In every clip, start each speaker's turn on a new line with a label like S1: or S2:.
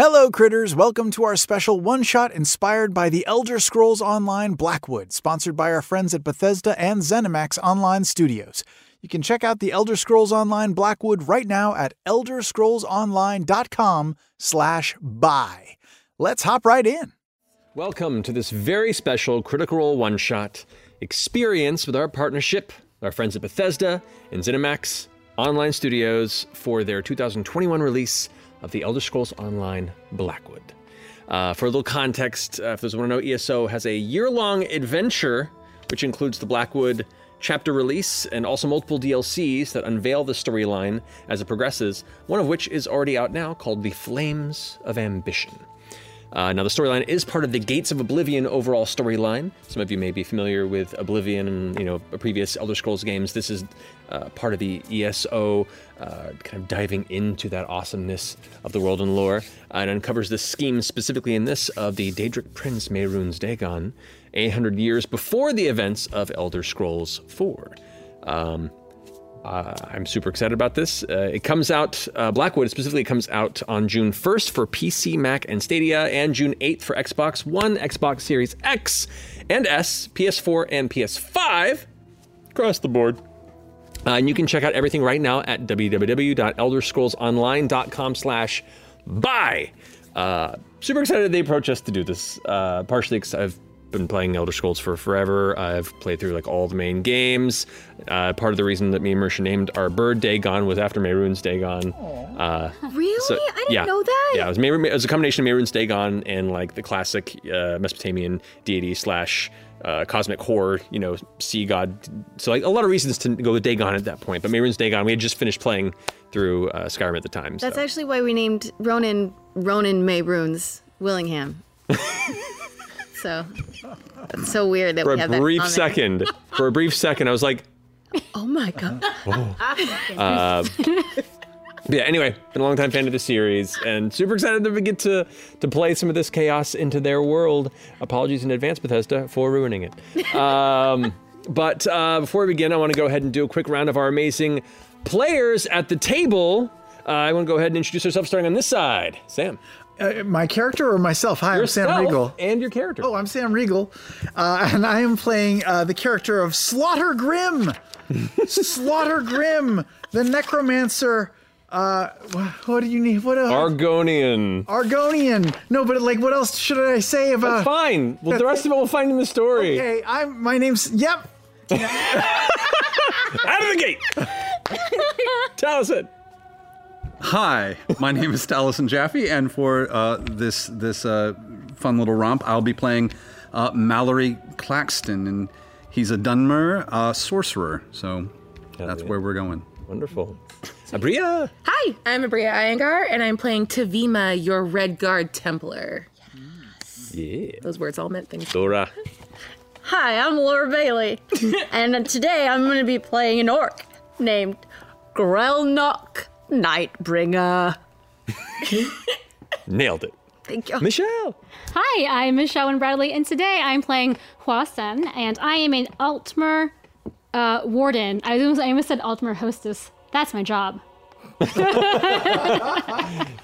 S1: Hello, critters! Welcome to our special one shot inspired by the Elder Scrolls Online Blackwood, sponsored by our friends at Bethesda and ZeniMax Online Studios. You can check out the Elder Scrolls Online Blackwood right now at elderscrollsonline.com/buy. Let's hop right in.
S2: Welcome to this very special Critical Role one shot experience with our partnership, our friends at Bethesda and ZeniMax Online Studios for their 2021 release of the Elder Scrolls Online Blackwood. Uh, for a little context, uh, if those who want to know, ESO has a year long adventure which includes the Blackwood chapter release and also multiple DLCs that unveil the storyline as it progresses, one of which is already out now called The Flames of Ambition. Uh, now, the storyline is part of the Gates of Oblivion overall storyline. Some of you may be familiar with Oblivion and you know previous Elder Scrolls games. This is uh, part of the ESO, uh, kind of diving into that awesomeness of the world and lore, and uncovers this scheme specifically in this of the Daedric Prince Mehrunes Dagon, 800 years before the events of Elder Scrolls 4. Um, uh, I'm super excited about this. Uh, it comes out, uh, Blackwood specifically comes out on June 1st for PC, Mac, and Stadia, and June 8th for Xbox One, Xbox Series X and S, PS4, and PS5 across the board. Uh, and you can check out everything right now at www.elderscrollsonline.com slash buy. Uh, super excited they approached us to do this. Uh, partially because I've been playing Elder Scrolls for forever. I've played through like all the main games. Uh, part of the reason that me and Mercia named our bird Dagon was after Mehrunes Dagon. Uh,
S3: Really? I didn't
S2: yeah.
S3: know that.
S2: Yeah, it was, Meru- it was a combination of Mehrunes Dagon and like the classic uh, Mesopotamian deity slash uh, cosmic horror, you know, sea god. So like a lot of reasons to go with Dagon at that point. But Mehrunes Dagon, we had just finished playing through uh, Skyrim at the time.
S3: That's
S2: so.
S3: actually why we named Ronan Ronan Mayrunes Willingham. so that's so weird that
S2: for
S3: we
S2: a
S3: have that.
S2: brief
S3: on there.
S2: second, for a brief second, I was like,
S3: Oh my god.
S2: Uh, but yeah, anyway, been a long time fan of the series and super excited that we get to, to play some of this chaos into their world. Apologies in advance, Bethesda, for ruining it. Um, but uh, before we begin, I want to go ahead and do a quick round of our amazing players at the table. Uh, I want to go ahead and introduce ourselves starting on this side. Sam.
S4: Uh, my character or myself? Hi, I'm
S2: Yourself
S4: Sam Regal.
S2: And your character.
S4: Oh, I'm Sam Regal, uh, and I am playing uh, the character of Slaughter Grim. Slaughter Grim, the necromancer. Uh, wh- what do you need? What else?
S2: Argonian.
S4: Argonian. No, but like, what else should I say uh, about?
S2: Fine. Well, the rest of it we'll find in the story.
S4: Hey, I'm. My name's. Yep.
S2: Out of the gate. Tell us it.
S5: Hi, my name is Allison Jaffe, and for uh, this this uh, fun little romp, I'll be playing uh, Mallory Claxton, and he's a Dunmer uh, sorcerer. So that's where we're going.
S2: Wonderful. Abria.
S6: Hi, I'm Abria Iyengar, and I'm playing Tavima, your Red Guard Templar.
S2: Yeah.
S6: Those words all meant things.
S2: Dora.
S3: Hi, I'm Laura Bailey, and today I'm going to be playing an orc named Grelnok Nightbringer.
S2: Nailed it.
S3: Thank you.
S2: Michelle.
S7: Hi, I'm Michelle and Bradley, and today I'm playing Hwasun, and I am an Altmer uh, warden. I almost, I almost said Altmer hostess. That's my job.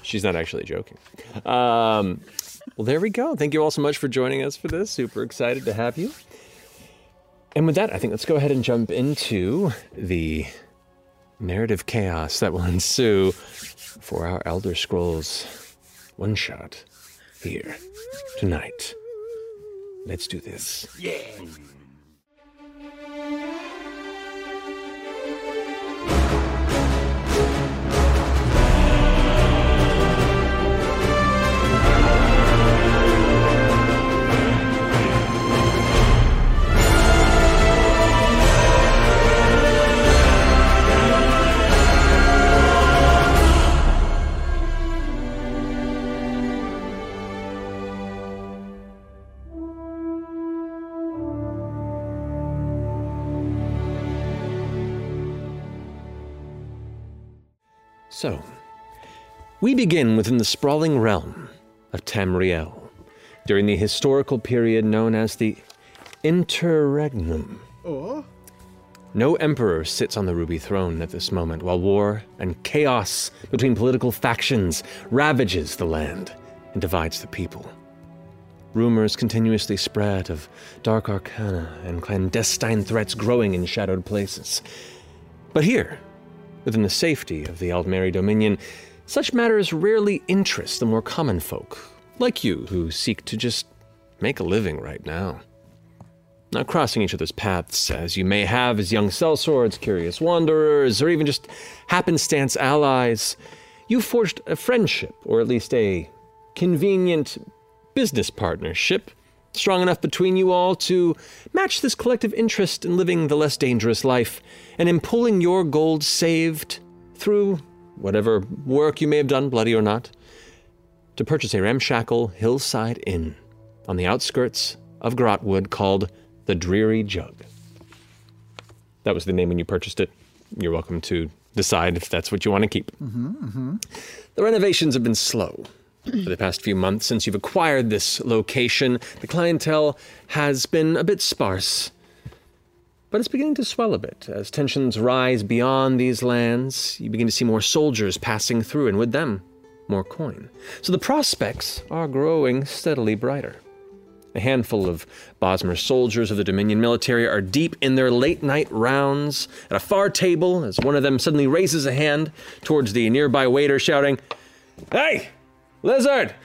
S2: She's not actually joking. Um, well, there we go. Thank you all so much for joining us for this. Super excited to have you. And with that, I think let's go ahead and jump into the narrative chaos that will ensue for our Elder Scrolls one shot here tonight. Let's do this. So, we begin within the sprawling realm of Tamriel during the historical period known as the Interregnum.
S4: Oh,
S2: No emperor sits on the ruby throne at this moment, while war and chaos between political factions ravages the land and divides the people. Rumors continuously spread of dark arcana and clandestine threats growing in shadowed places. But here, Within the safety of the Aldmeri Dominion, such matters rarely interest the more common folk, like you, who seek to just make a living right now. Not crossing each other's paths, as you may have as young sellswords, curious wanderers, or even just happenstance allies, you forged a friendship, or at least a convenient business partnership, strong enough between you all to match this collective interest in living the less dangerous life and in pulling your gold saved through whatever work you may have done, bloody or not, to purchase a ramshackle hillside inn on the outskirts of Grotwood called the Dreary Jug. That was the name when you purchased it. You're welcome to decide if that's what you want to keep.
S4: mm-hmm,
S2: The renovations have been slow for the past few months since you've acquired this location. The clientele has been a bit sparse, but it's beginning to swell a bit. As tensions rise beyond these lands, you begin to see more soldiers passing through, and with them, more coin. So the prospects are growing steadily brighter. A handful of Bosmer soldiers of the Dominion military are deep in their late night rounds at a far table as one of them suddenly raises a hand towards the nearby waiter, shouting, Hey, Lizard!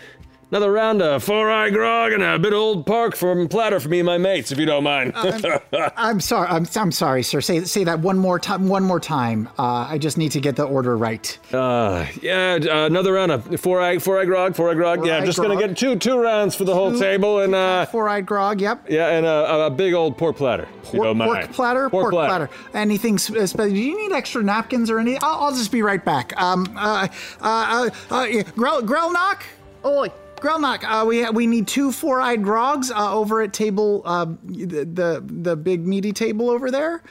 S2: Another round of four eye grog and a bit of old park from platter for me and my mates, if you don't mind.
S4: Uh, I'm sorry. I'm, I'm sorry, sir. Say say that one more time. One more time. Uh, I just need to get the order right.
S2: yeah, uh, another round of four eye, four eye grog, four eye grog. yeah,
S4: Four-eye
S2: just gonna
S4: grog.
S2: get two two rounds for the whole table and uh,
S4: Four-eyed grog. Yep.
S2: yeah, and a, a big old pork platter. if you
S4: Pork,
S2: don't mind.
S4: pork platter. Pork, platter. Anything special? Do you need extra napkins or any? I'll, I'll just be right back. Um. Uh. Uh. uh, uh yeah, Grell Grell knock. Oi. Grell knock. Uh. We we need two four-eyed grogs uh, over at table. Uh. The, the the big meaty table over there,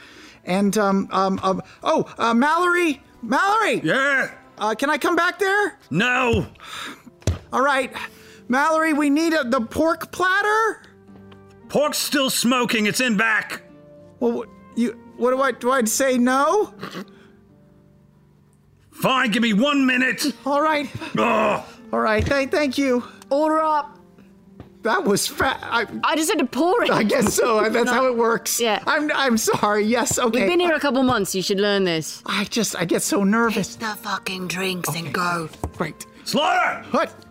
S4: and um um, um oh uh, Mallory Mallory.
S5: Yeah.
S4: Uh, can I come back there?
S5: No.
S4: All right, Mallory, we need a, the pork platter.
S5: Pork's still smoking. It's in back.
S4: Well, wh- you what do I do? I say no.
S5: Fine. Give me one minute.
S4: All right,
S5: Ugh.
S4: all right. Thank thank you.
S3: Order up.
S4: That was fat. I,
S3: I just had to pour it.
S4: I guess so. That's how it works.
S3: Yeah.
S4: I'm I'm sorry. Yes. Okay.
S3: You've been here a couple months. You should learn this.
S4: I just I get so nervous.
S8: The fucking drinks and go.
S4: Right.
S5: Slaughter.
S4: What?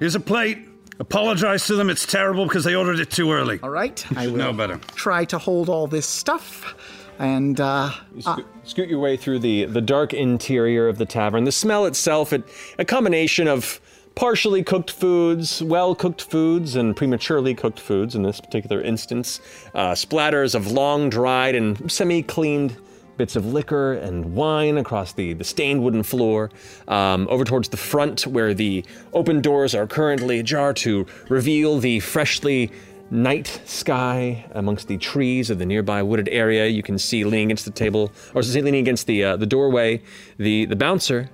S5: Here's a plate. Apologize to them. It's terrible because they ordered it too early.
S4: All right. I will
S5: No better.
S4: try to hold all this stuff, and uh,
S2: Scoot, scoot your way through the, the dark interior of the tavern. The smell itself, it, a combination of partially cooked foods, well cooked foods, and prematurely cooked foods in this particular instance, uh, splatters of long dried and semi cleaned bits of liquor and wine across the, the stained wooden floor, um, over towards the front where the open doors are currently ajar to reveal the freshly night sky amongst the trees of the nearby wooded area. You can see leaning against the table, or see leaning against the uh, the doorway, the the bouncer,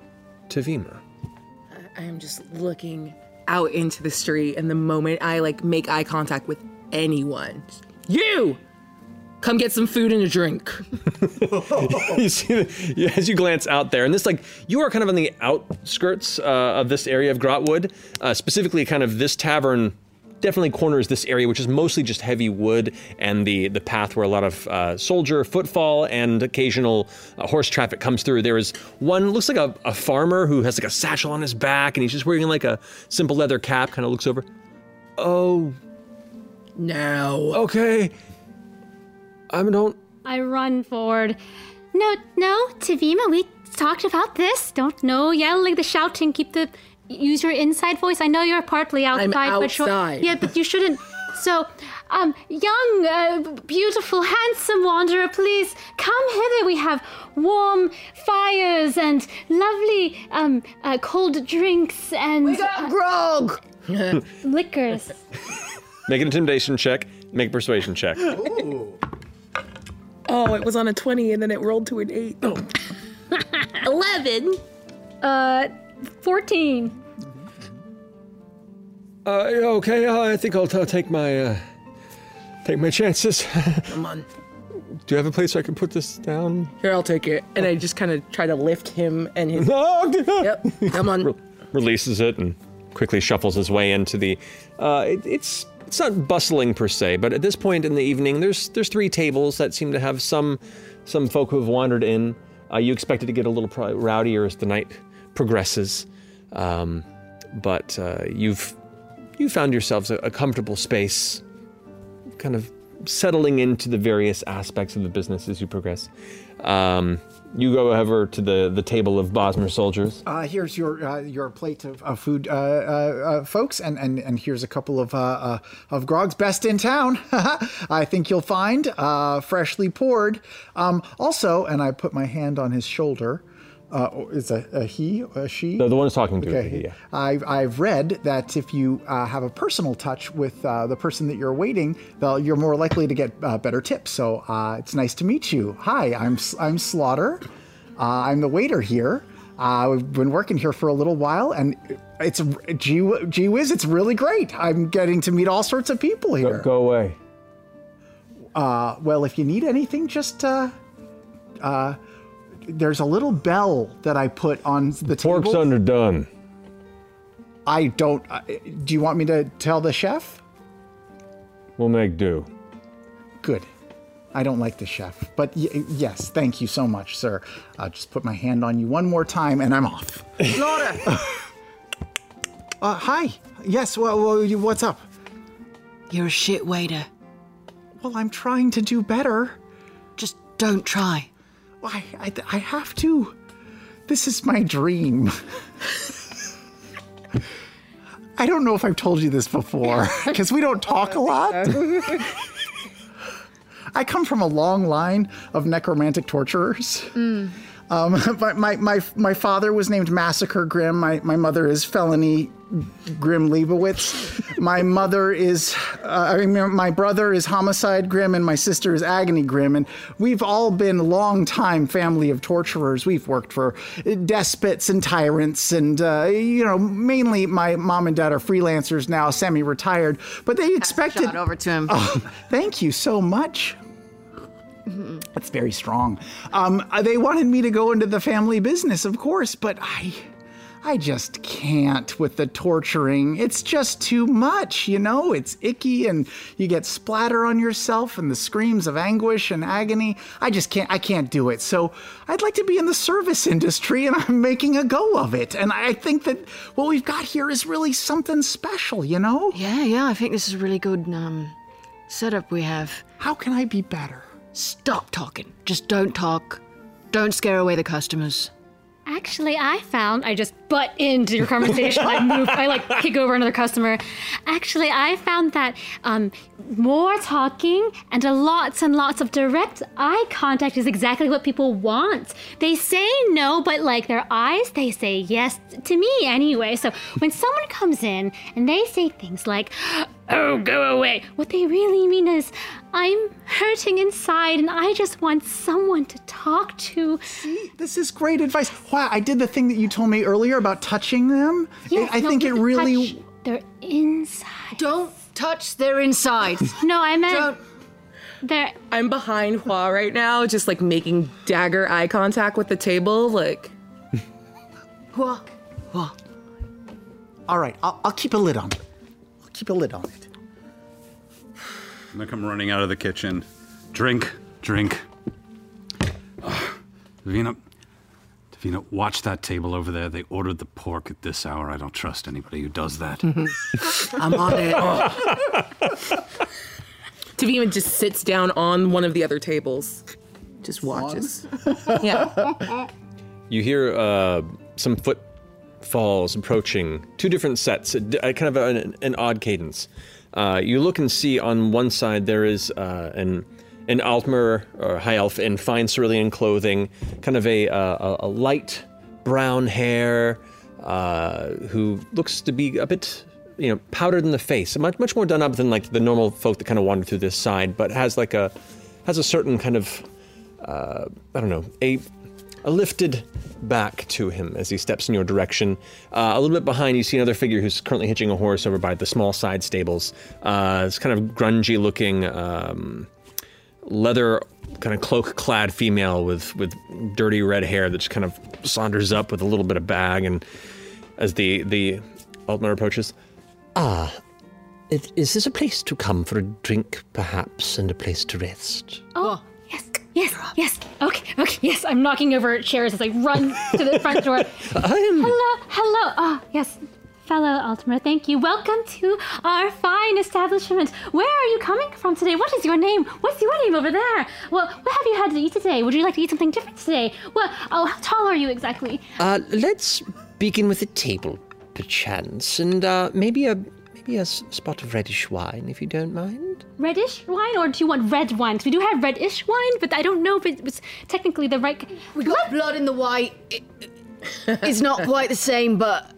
S2: Tavima.
S6: I'm just looking out into the street, and the moment I like make eye contact with anyone, you come get some food and a drink.
S2: you see, the, you- as you glance out there, and this like you are kind of on the outskirts uh, of this area of Grotwood, uh, specifically kind of this tavern definitely corners this area, which is mostly just heavy wood and the the path where a lot of uh, soldier footfall and occasional uh, horse traffic comes through. There is one looks like a, a farmer who has like a satchel on his back and he's just wearing like a simple leather cap. Kind of looks over. Oh,
S6: no.
S2: Okay. I don't.
S7: I run forward. No, no, Tavima, we talked about this. Don't know. Yell like the shouting. Keep the use your inside voice. I know you're partly outside, but sure.
S6: outside.
S7: Yeah, but you shouldn't. So, um, young, uh, beautiful, handsome wanderer, please come hither. We have warm fires and lovely um, uh, cold drinks and we got
S6: grog,
S7: liquors.
S2: Make an intimidation check. Make a persuasion check.
S6: Oh, it was on a 20 and then it rolled to an 8. Oh.
S7: 11. Uh, 14.
S2: Uh, okay, uh, I think I'll t- take my uh, take my chances. Come
S6: on.
S2: Do you have a place I can put this down?
S6: Here, I'll take it. And I just kind of try to lift him and his.
S2: yep.
S6: Come on.
S2: Releases it and quickly shuffles his way into the. Uh, it, it's it's not bustling per se, but at this point in the evening, there's there's three tables that seem to have some some folk who have wandered in. Uh, you expect it to get a little pro- rowdier as the night progresses, um, but uh, you've you found yourselves a, a comfortable space, kind of settling into the various aspects of the business as you progress. Um, you go over to the, the table of Bosmer soldiers.
S4: Uh, here's your uh, your plate of, of food, uh, uh, uh, folks, and, and, and here's a couple of uh, uh, of Grog's best in town. I think you'll find uh, freshly poured. Um, also, and I put my hand on his shoulder. Uh, or is a, a he, a she?
S2: The, the one who's talking to you,
S4: Okay.
S2: yeah.
S4: I've, I've read that if you uh, have a personal touch with uh, the person that you're waiting, though you're more likely to get uh, better tips. So uh, it's nice to meet you. Hi, I'm S- I'm Slaughter. Uh, I'm the waiter here. Uh, we've been working here for a little while, and it's gee, wh- gee whiz, it's really great. I'm getting to meet all sorts of people here.
S2: Go away.
S4: Uh, well, if you need anything, just uh, uh, there's a little bell that I put on the
S2: Pork's
S4: table.
S2: underdone.
S4: I don't. Uh, do you want me to tell the chef?
S2: We'll make do.
S4: Good. I don't like the chef, but y- yes, thank you so much, sir. I'll just put my hand on you one more time, and I'm off.
S6: Laura!
S4: Uh, hi. Yes. Well, well, you- what's up?
S8: You're a shit waiter.
S4: Well, I'm trying to do better.
S8: Just don't try.
S4: Why? I, I have to. This is my dream. I don't know if I've told you this before because we don't talk a lot.
S8: Mm-hmm.
S4: I come from a long line of necromantic torturers.
S6: Hmm.
S4: Um, but my, my, my father was named Massacre Grimm. My, my mother is Felony Grim Leibowitz. my mother is, uh, I mean, my brother is Homicide Grimm, and my sister is Agony Grimm. And we've all been long-time family of torturers. We've worked for despots and tyrants, and, uh, you know, mainly my mom and dad are freelancers now, semi retired. But they expected.
S8: Shot over to him.
S4: Oh, thank you so much. That's very strong. Um, uh, they wanted me to go into the family business, of course, but I, I just can't with the torturing. It's just too much, you know. It's icky, and you get splatter on yourself, and the screams of anguish and agony. I just can't. I can't do it. So I'd like to be in the service industry, and I'm making a go of it. And I think that what we've got here is really something special, you know.
S8: Yeah, yeah, I think this is a really good um, setup we have.
S4: How can I be better?
S8: Stop talking. Just don't talk. Don't scare away the customers.
S7: Actually, I found I just butt into your conversation. I move, I like kick over another customer. Actually, I found that um, more talking and a lots and lots of direct eye contact is exactly what people want. They say no, but like their eyes, they say yes to me anyway. So when someone comes in and they say things like, "Oh, go away," what they really mean is, "I'm hurting inside, and I just want someone to talk to."
S4: This is great advice. Wow, I did the thing that you told me earlier about touching them.
S7: Yes,
S4: I I
S7: no,
S4: think
S7: we
S4: it
S7: can
S4: really.
S7: touch their inside.
S8: Don't touch their insides.
S7: No, I meant
S8: don't.
S7: their.
S6: I'm behind Hua right now, just like making dagger eye contact with the table. Like,
S8: Wha- wha-
S4: All right, I'll, I'll keep a lid on it. I'll keep a lid on it.
S5: And I come running out of the kitchen. Drink, drink. Ah, Davina, Davina, watch that table over there. They ordered the pork at this hour. I don't trust anybody who does that.
S6: I'm on it. Tavima just sits down on one of the other tables, just watches. yeah.
S2: You hear uh, some footfalls approaching, two different sets, a, a kind of an, an odd cadence. Uh, you look and see on one side there is uh, an an Altmer or high elf in fine cerulean clothing, kind of a uh, a, a light brown hair, uh, who looks to be a bit you know powdered in the face, much much more done up than like the normal folk that kind of wander through this side, but has like a has a certain kind of uh, I don't know, a, a lifted back to him as he steps in your direction. Uh, a little bit behind, you see another figure who's currently hitching a horse over by the small side stables. Uh, this kind of grungy looking, um, leather kind of cloak clad female with, with dirty red hair that just kind of saunders up with a little bit of bag. And as the, the Altmer approaches,
S9: Ah, is, is this a place to come for a drink, perhaps, and a place to rest?
S7: Oh, yes, yes, yes. Okay, okay, yes. I'm knocking over chairs as I run to the front door. Hello, hello. Ah, yes. Fellow Altimer, thank you. Welcome to our fine establishment. Where are you coming from today? What is your name? What's your name over there? Well, what have you had to eat today? Would you like to eat something different today? Well, oh, how tall are you exactly?
S9: Uh, let's begin with a table, perchance, and uh, maybe a maybe a s- spot of reddish wine, if you don't mind.
S7: reddish wine, or do you want red wine? 'Cause we do have reddish wine, but I don't know if it was technically the right. We got blood in the white.
S8: It's not quite the same, but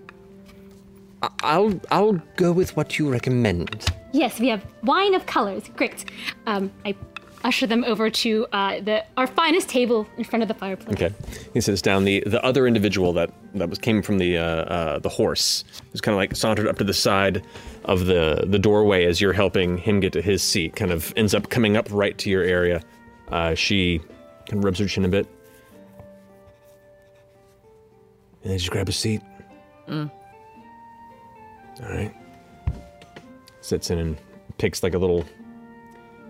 S9: I- I'll I'll go with what you recommend.
S7: Yes, we have wine of colors. Great. Um, I usher them over to uh, the our finest table in front of the fireplace.
S2: Okay. He sits down. The the other individual that that was came from the uh, uh, the horse is kind of like sauntered up to the side of the the doorway as you're helping him get to his seat. Kind of ends up coming up right to your area. Uh, she kind of rubs her chin a bit. And then just grab a seat.
S10: Mm.
S2: All right. Sits in and picks like a little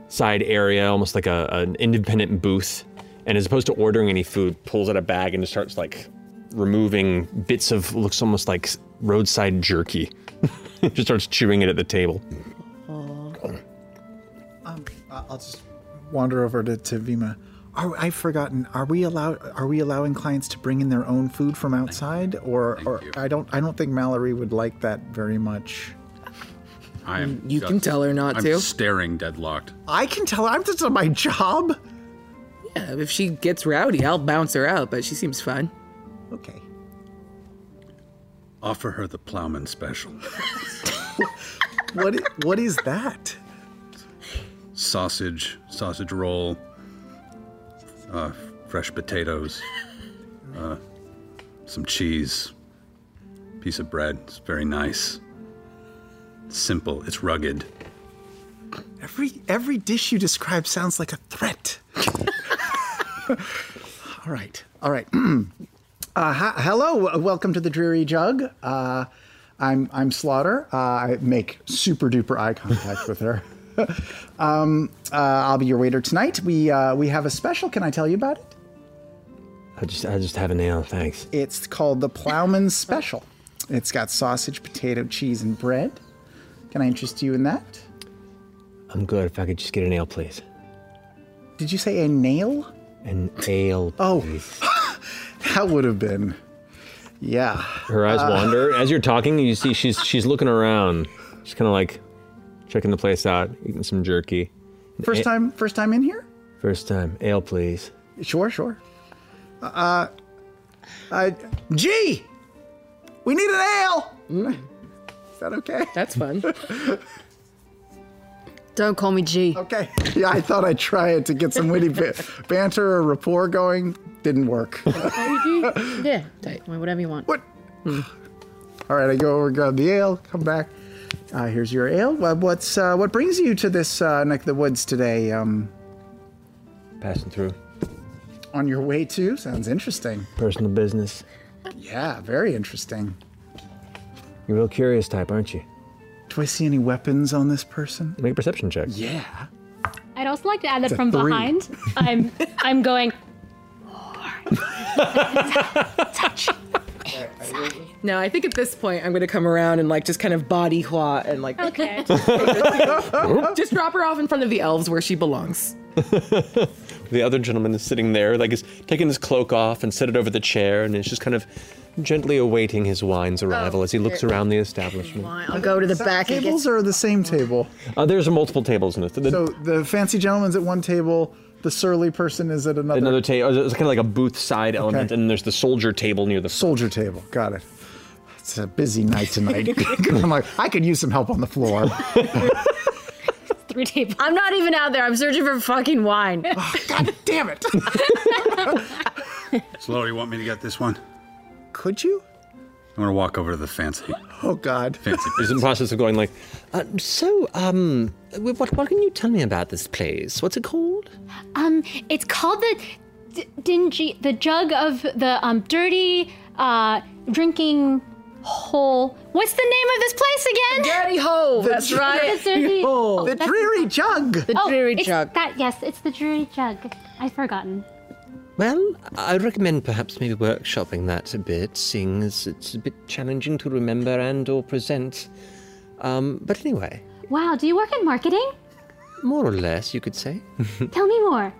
S2: side area, almost like a, an independent booth. And as opposed to ordering any food, pulls out a bag and just starts like removing bits of looks almost like roadside jerky. just starts chewing it at the table.
S4: Um, I- I'll just wander over to, to Vima. Are, I've forgotten. Are we allow? Are we allowing clients to bring in their own food from outside, or, or I don't. I don't think Mallory would like that very much.
S5: I am
S4: You can tell her not
S5: I'm
S4: to.
S5: staring deadlocked.
S4: I can tell. I'm just on my job.
S6: Yeah, if she gets rowdy, I'll bounce her out, but she seems fine.
S4: Okay.
S5: Offer her the plowman special.
S4: What? i- What is that?
S5: Sausage, sausage roll, uh, fresh potatoes, uh, some cheese, piece of bread. It's very nice. Simple. It's rugged.
S4: Every every dish you describe sounds like a threat. all right, all right. uh, hi- hello, w- welcome to the Dreary Jug. Uh, I'm I'm Slaughter. Uh, I make super duper eye contact with her. um, uh, I'll be your waiter tonight. We uh, we have a special. Can I tell you about it?
S2: I just I just have a nail, thanks.
S4: It's called the Plowman's Special. It's got sausage, potato, cheese, and bread. Can I interest you in that?
S9: I'm good. If I could just get a nail, please.
S4: Did you say a nail?
S9: An ale.
S4: Oh, that would have been. Yeah.
S2: Her eyes
S4: Uh,
S2: wander. As you're talking, you see she's she's looking around. She's kind of like checking the place out, eating some jerky.
S4: First
S2: A-
S4: time, first time in here?
S2: First time. Ale, please.
S4: Sure, sure. Uh, uh, G, we need an ale. Is that okay?
S6: That's fun.
S4: Don't call me G. Okay. Yeah, I thought I'd try it to get some witty ba- banter or rapport going. Didn't work.
S10: yeah, take- whatever you want.
S4: What? All right, I go over, grab the ale, come back. Uh, here's your ale. Well, what's uh, what brings you to this uh, neck of the woods today? Um,
S2: Passing through.
S4: On your way to? Sounds interesting.
S2: Personal business.
S4: Yeah, very interesting.
S2: You're a real curious type, aren't you?
S4: Do I see any weapons on this person?
S2: Make a perception check.
S4: Yeah.
S7: I'd also like to add that
S11: It's a
S7: from
S11: three.
S7: behind, I'm I'm going.
S6: No, I think at this point I'm gonna come around and like just kind of body claw and like
S7: Okay.
S6: just drop her off in front of the elves where she belongs.
S2: The other gentleman is sitting there, like he's taken his cloak off and set it over the chair, and is just kind of gently awaiting his wine's arrival as he looks
S4: okay.
S2: around the establishment.
S4: I'll
S10: go to the
S4: back. Tables are the same table.
S2: Uh, there's multiple tables in this. The-
S4: So the fancy gentleman's at one table. The surly person is at another.
S2: another table. It's kind of like a booth side element, and there's the soldier table near the
S4: soldier table. Got it. It's a busy night tonight. I'm like, I could use some help on the floor.
S7: Three tables.
S3: I'm not even out there. I'm searching for fucking wine.
S4: Oh, God damn it.
S5: Slower, you want me to get this one?
S4: Could you?
S5: I'm gonna walk over to the fancy.
S4: Oh God.
S5: Fancy.
S2: He's in the process of going like,
S9: Uh, so, um, w- what, what can you tell me about this place? What's it called?
S7: Um, it's called the d- dingy, the jug of the um dirty uh drinking hole. What's the name of this place again?
S3: Dirty hole.
S7: The
S3: that's right.
S7: The dirty
S3: Hole.
S7: oh,
S3: The
S7: that's-
S3: dreary jug. The
S7: oh,
S3: dreary
S7: it's
S3: jug.
S7: That yes, it's the dreary jug. I've forgotten.
S9: Well, I recommend perhaps maybe workshopping that a bit, seeing as it's a bit challenging to remember and or present. Um, but anyway,
S7: Wow, do you work in marketing?
S9: more or less, you could say.
S7: Tell me more.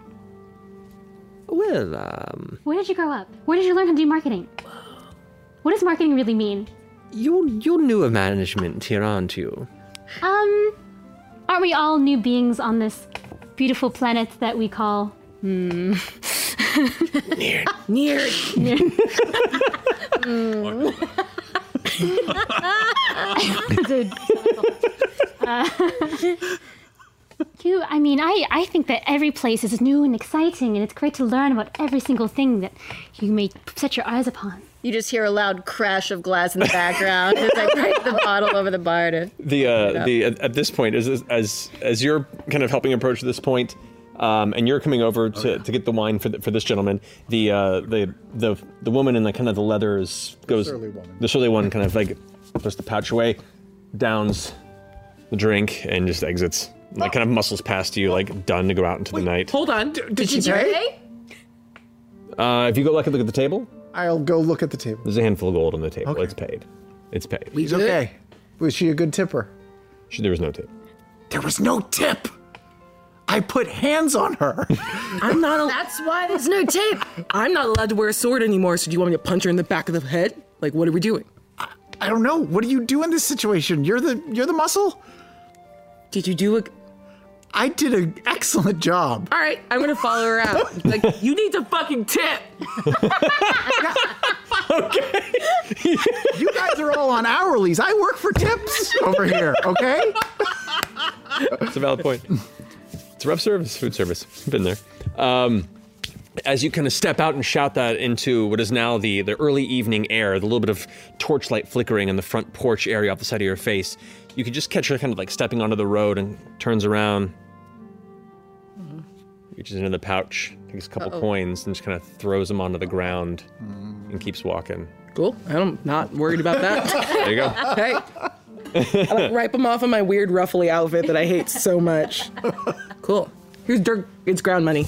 S9: well, um,
S7: Where did you grow up? Where did you learn how to do marketing? What does marketing really mean?
S9: you're you're newer management here, aren't you?
S7: Um, aren't we all new beings on this beautiful planet that we call? Hmm.
S9: Near.
S7: Near.
S6: Mm.
S7: Uh, you, I mean, I, I think that every place is new and exciting, and it's great to learn about every single thing that you may set your eyes upon.
S10: You just hear a loud crash of glass in the background as I break the bottle over the bar to.
S2: the
S10: it
S2: uh,
S10: up.
S2: the at, at this point as as as you're kind of helping approach this point, um, and you're coming over to, to get the wine for the, for this gentleman. The uh, the the the woman in the kind of the leathers goes
S4: surly woman.
S2: the surly one kind of like puts the pouch away, downs the drink, and just exits. Like kind of muscles past you, like done to go out into the night.
S6: Hold on. did,
S4: she
S6: she
S4: pay?
S6: pay?
S2: Uh, if you go look at look at the table,
S4: I'll go look at the table.
S2: there's a handful of gold on the table. It's paid. It's paid.
S4: She's okay. Was she a good tipper?
S2: She, there was no tip.
S4: There was no tip. I put hands on her.
S6: I'm not. Al- That's why there's no tape. I'm not allowed to wear a sword anymore. So do you want me to punch her in the back of the head? Like, what are we doing?
S4: I don't know. What do you do in this situation? You're the you're the muscle.
S6: Did you do a?
S4: I did an excellent job.
S6: All right, I'm gonna follow her out. Like, you need to fucking tip.
S4: You guys are all on hourlies. I work for tips over here. Okay.
S2: It's a valid point. It's a rough service, food service. Been there. Um, as you kind of step out and shout that into what is now the, the early evening air, the little bit of torchlight flickering in the front porch area off the side of your face, you could just catch her kind of like stepping onto the road and turns around, reaches into the pouch, takes a couple
S6: Uh-oh.
S2: coins, and just kind of throws them onto the ground and keeps walking.
S6: Cool. I'm not worried about that.
S2: There you go.
S6: Hey. I like wipe them off in my weird ruffly outfit that I hate so much. Cool. Here's dirt. It's ground money.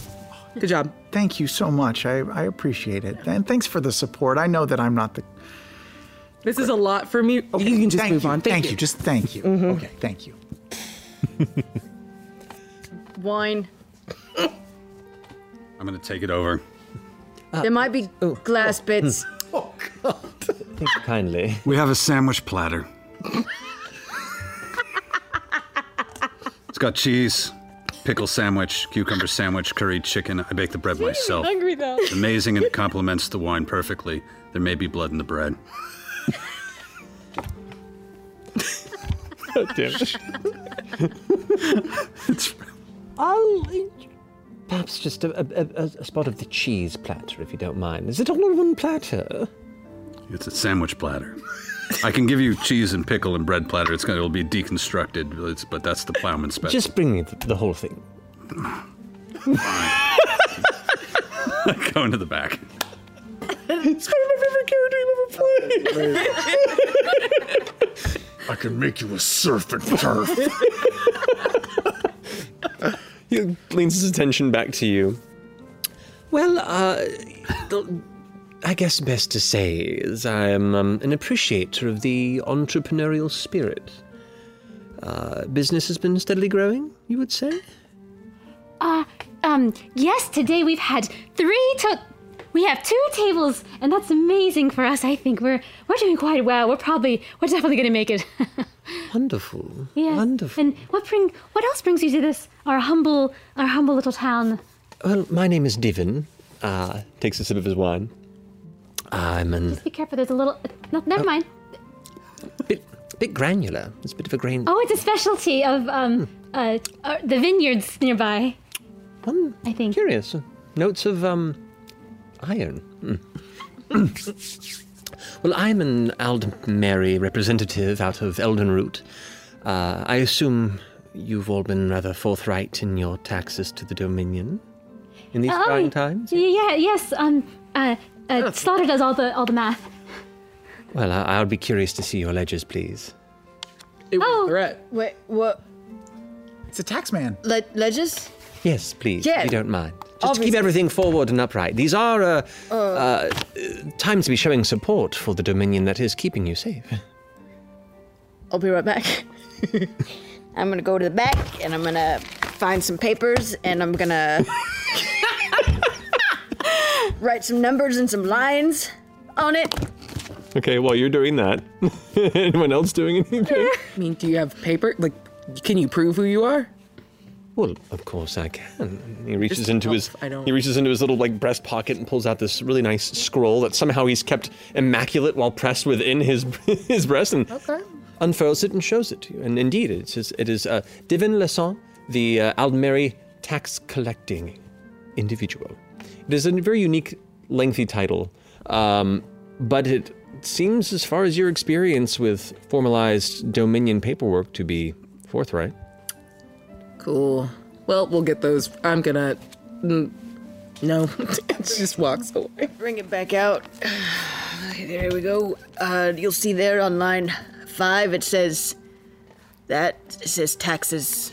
S6: Good job.
S4: Thank you so much. I, I appreciate it. And thanks for the support. I know that I'm not the.
S6: This is a lot for me. you Mm-hmm. can just
S4: thank
S6: move
S4: you.
S6: on. Thank,
S4: you. Just thank you. Okay. Thank you.
S10: Wine.
S5: I'm gonna take it over.
S4: Uh,
S10: there might be glass
S4: Hmm.
S10: bits.
S4: Oh,
S5: Thank
S9: you kindly.
S5: We have a sandwich platter. it's got cheese, pickle sandwich, cucumber sandwich, curry chicken. I bake the bread myself.
S6: hungry though.
S5: It's amazing and it complements the wine perfectly. There may be blood in the bread.
S2: Damn
S9: I'll perhaps just a, a, a, a spot of the cheese platter, if you don't mind. Is it all on one platter?
S5: It's a sandwich platter. I can give you cheese and pickle and bread platter. It's gonna it'll be deconstructed, but it's, but that's the plowman special.
S9: Just bring me the, the whole thing.
S5: go into the back.
S11: it's one of my favorite character you've ever played.
S12: I can make you a surf and turf.
S2: He leans his attention back to you.
S9: Well, uh, the- I guess best to say is I am um, an appreciator of the entrepreneurial spirit. Uh, business has been steadily growing, you would say?
S7: Uh, um, yes, today we've had three to. We have two tables, and that's amazing for us. I think we're we're doing quite well. We're probably we're definitely gonna make it.
S9: Wonderful.
S7: yeah. Wonderful. And what bring what else brings you to this our humble our humble little town?
S9: Well, my name is Divin. Uh,
S2: Takes a sip of his wine.
S9: I'm an
S7: Just be careful. There's a little. No, never mind.
S9: bit granular. It's a bit of a grain.
S7: Oh, it's a specialty of
S12: Hmm.
S7: um uh, uh the vineyards nearby. I think.
S9: Curious. Notes of um, iron. Mm. well, I'm an Aldmeri representative out of Eldenroot. Uh, I assume you've all been rather forthright in your taxes to the Dominion in these
S7: Oh,
S9: trying times.
S7: y- Yeah. Yes. Um. Uh. uh Slaughter does all the all the math.
S9: Well, I- I'll be curious to see your ledgers, please.
S10: It was
S7: oh.
S10: a threat. Wait, what?
S4: It's a tax man.
S10: Le- ledges?
S9: Yes, please,
S10: Yeah.
S9: if you don't mind. Just keep
S10: Obviously.
S9: everything forward and upright. These are uh, uh,
S10: Oh.
S9: time to be showing support for the Dominion that is keeping you safe.
S10: I'll be right back. I'm gonna go to the back and I'm gonna find some papers and I'm gonna write some numbers and some lines on it.
S2: Okay, while you're doing that, anyone else doing anything?
S6: I mean, do you have paper? Like, can you prove who you are?
S9: Well, of course I can.
S2: He reaches
S6: Just
S2: into his
S6: help, I don't-
S2: he reaches into his little like breast pocket and pulls out this really nice scroll that somehow he's kept immaculate while pressed within his his breast and unfurls it and shows it to you. And indeed, it says it is uh, Divin Lesson, the uh, Aldmeri tax collecting individual. It is a very unique, lengthy title, um, but it seems, as far as your experience with formalized Dominion paperwork, to be forthright.
S6: Cool. Well, we'll get those. I'm gonna. mm, No, just walks away.
S10: Bring it back out. Okay, there we go. Uh, you'll see there on line five it says that it says taxes.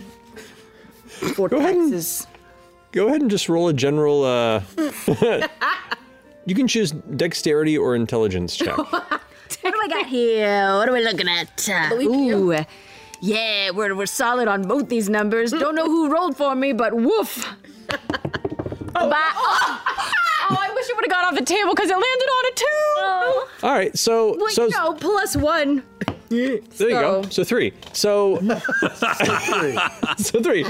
S10: For taxes.
S2: Go ahead and just roll a general. Uh, you can choose dexterity or intelligence check.
S10: What do I got here? What are we looking at? Ooh. Yeah, we're, we're solid on both these numbers. Don't know who rolled for me, but woof. oh,
S11: Oh, I wish it would have got off the table because it landed on a two.
S10: Oh.
S2: All right, so
S11: Wait,
S2: so
S11: no,
S10: plus one.
S2: There you go. So three. So so three.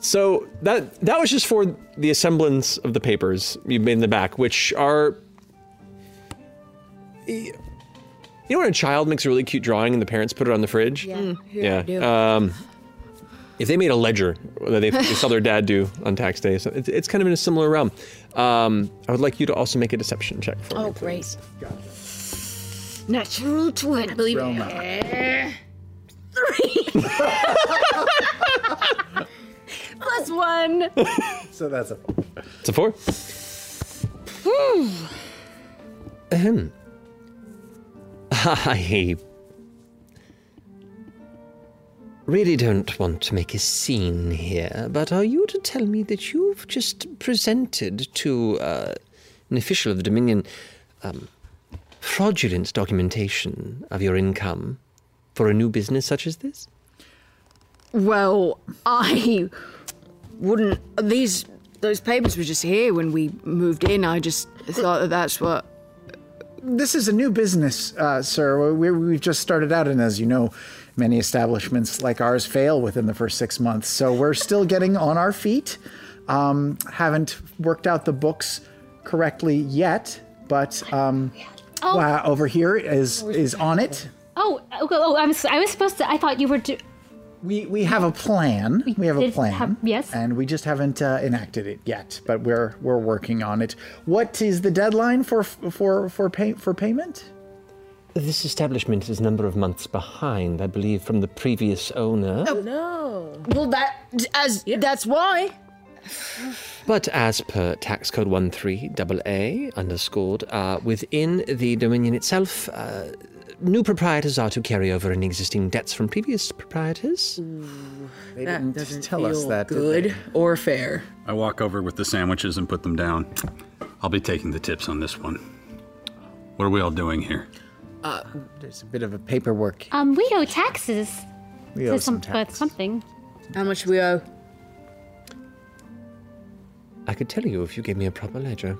S2: So that that was just for the assemblance of the papers you made in the back, which are. You know when a child makes a really cute drawing and the parents put it on the fridge?
S11: Yeah.
S2: Yeah. Um, if they made a ledger that they, they saw their dad do on tax day, so it's, it's kind of in a similar realm. Um, I would like you to also make a deception check for me.
S10: Oh, great. Natural twin. I believe it. Three. Plus one.
S4: So that's a.
S2: It's a four.
S9: Ahem. I really don't want to make a scene here, but are you to tell me that you've just presented to uh, an official of the Dominion um, fraudulent documentation of your income for a new business such as this?
S10: Well, I wouldn't. These those papers were just here when we moved in. I just thought that that's what.
S4: This is a new business, uh, sir. we we've just started out, and as you know, many establishments like ours fail within the first six months. So we're still getting on our feet. Um, haven't worked out the books correctly yet, but um,
S7: Oh.
S4: wow, over here is is on it.
S7: Oh. oh, Oh. I was I was supposed to. I thought you were. Do-
S4: We we have a plan. We, have a
S7: did
S4: plan.
S7: have- yes.
S4: And we just haven't uh, enacted it yet, but we're we're working on it. What is the deadline for for for pay, for payment?
S9: This establishment is a number of months behind, I believe, from the previous owner.
S10: Oh, no. Well, that as that's why.
S9: But as per tax code 13AA underscored, uh, within the Dominion itself, uh, new proprietors are to carry over any existing debts from previous proprietors.
S6: They that didn't doesn't
S9: tell
S6: feel
S9: us that, did
S6: good or fair.
S5: I walk over with the sandwiches and put them down. I'll be taking the tips on this one. What are we all doing here?
S8: Uh,
S12: There's a bit of a paperwork.
S7: Um, we owe taxes.
S12: We
S7: to
S12: owe some
S7: but something.
S8: How much we owe?
S9: I could tell you if you gave me a proper ledger.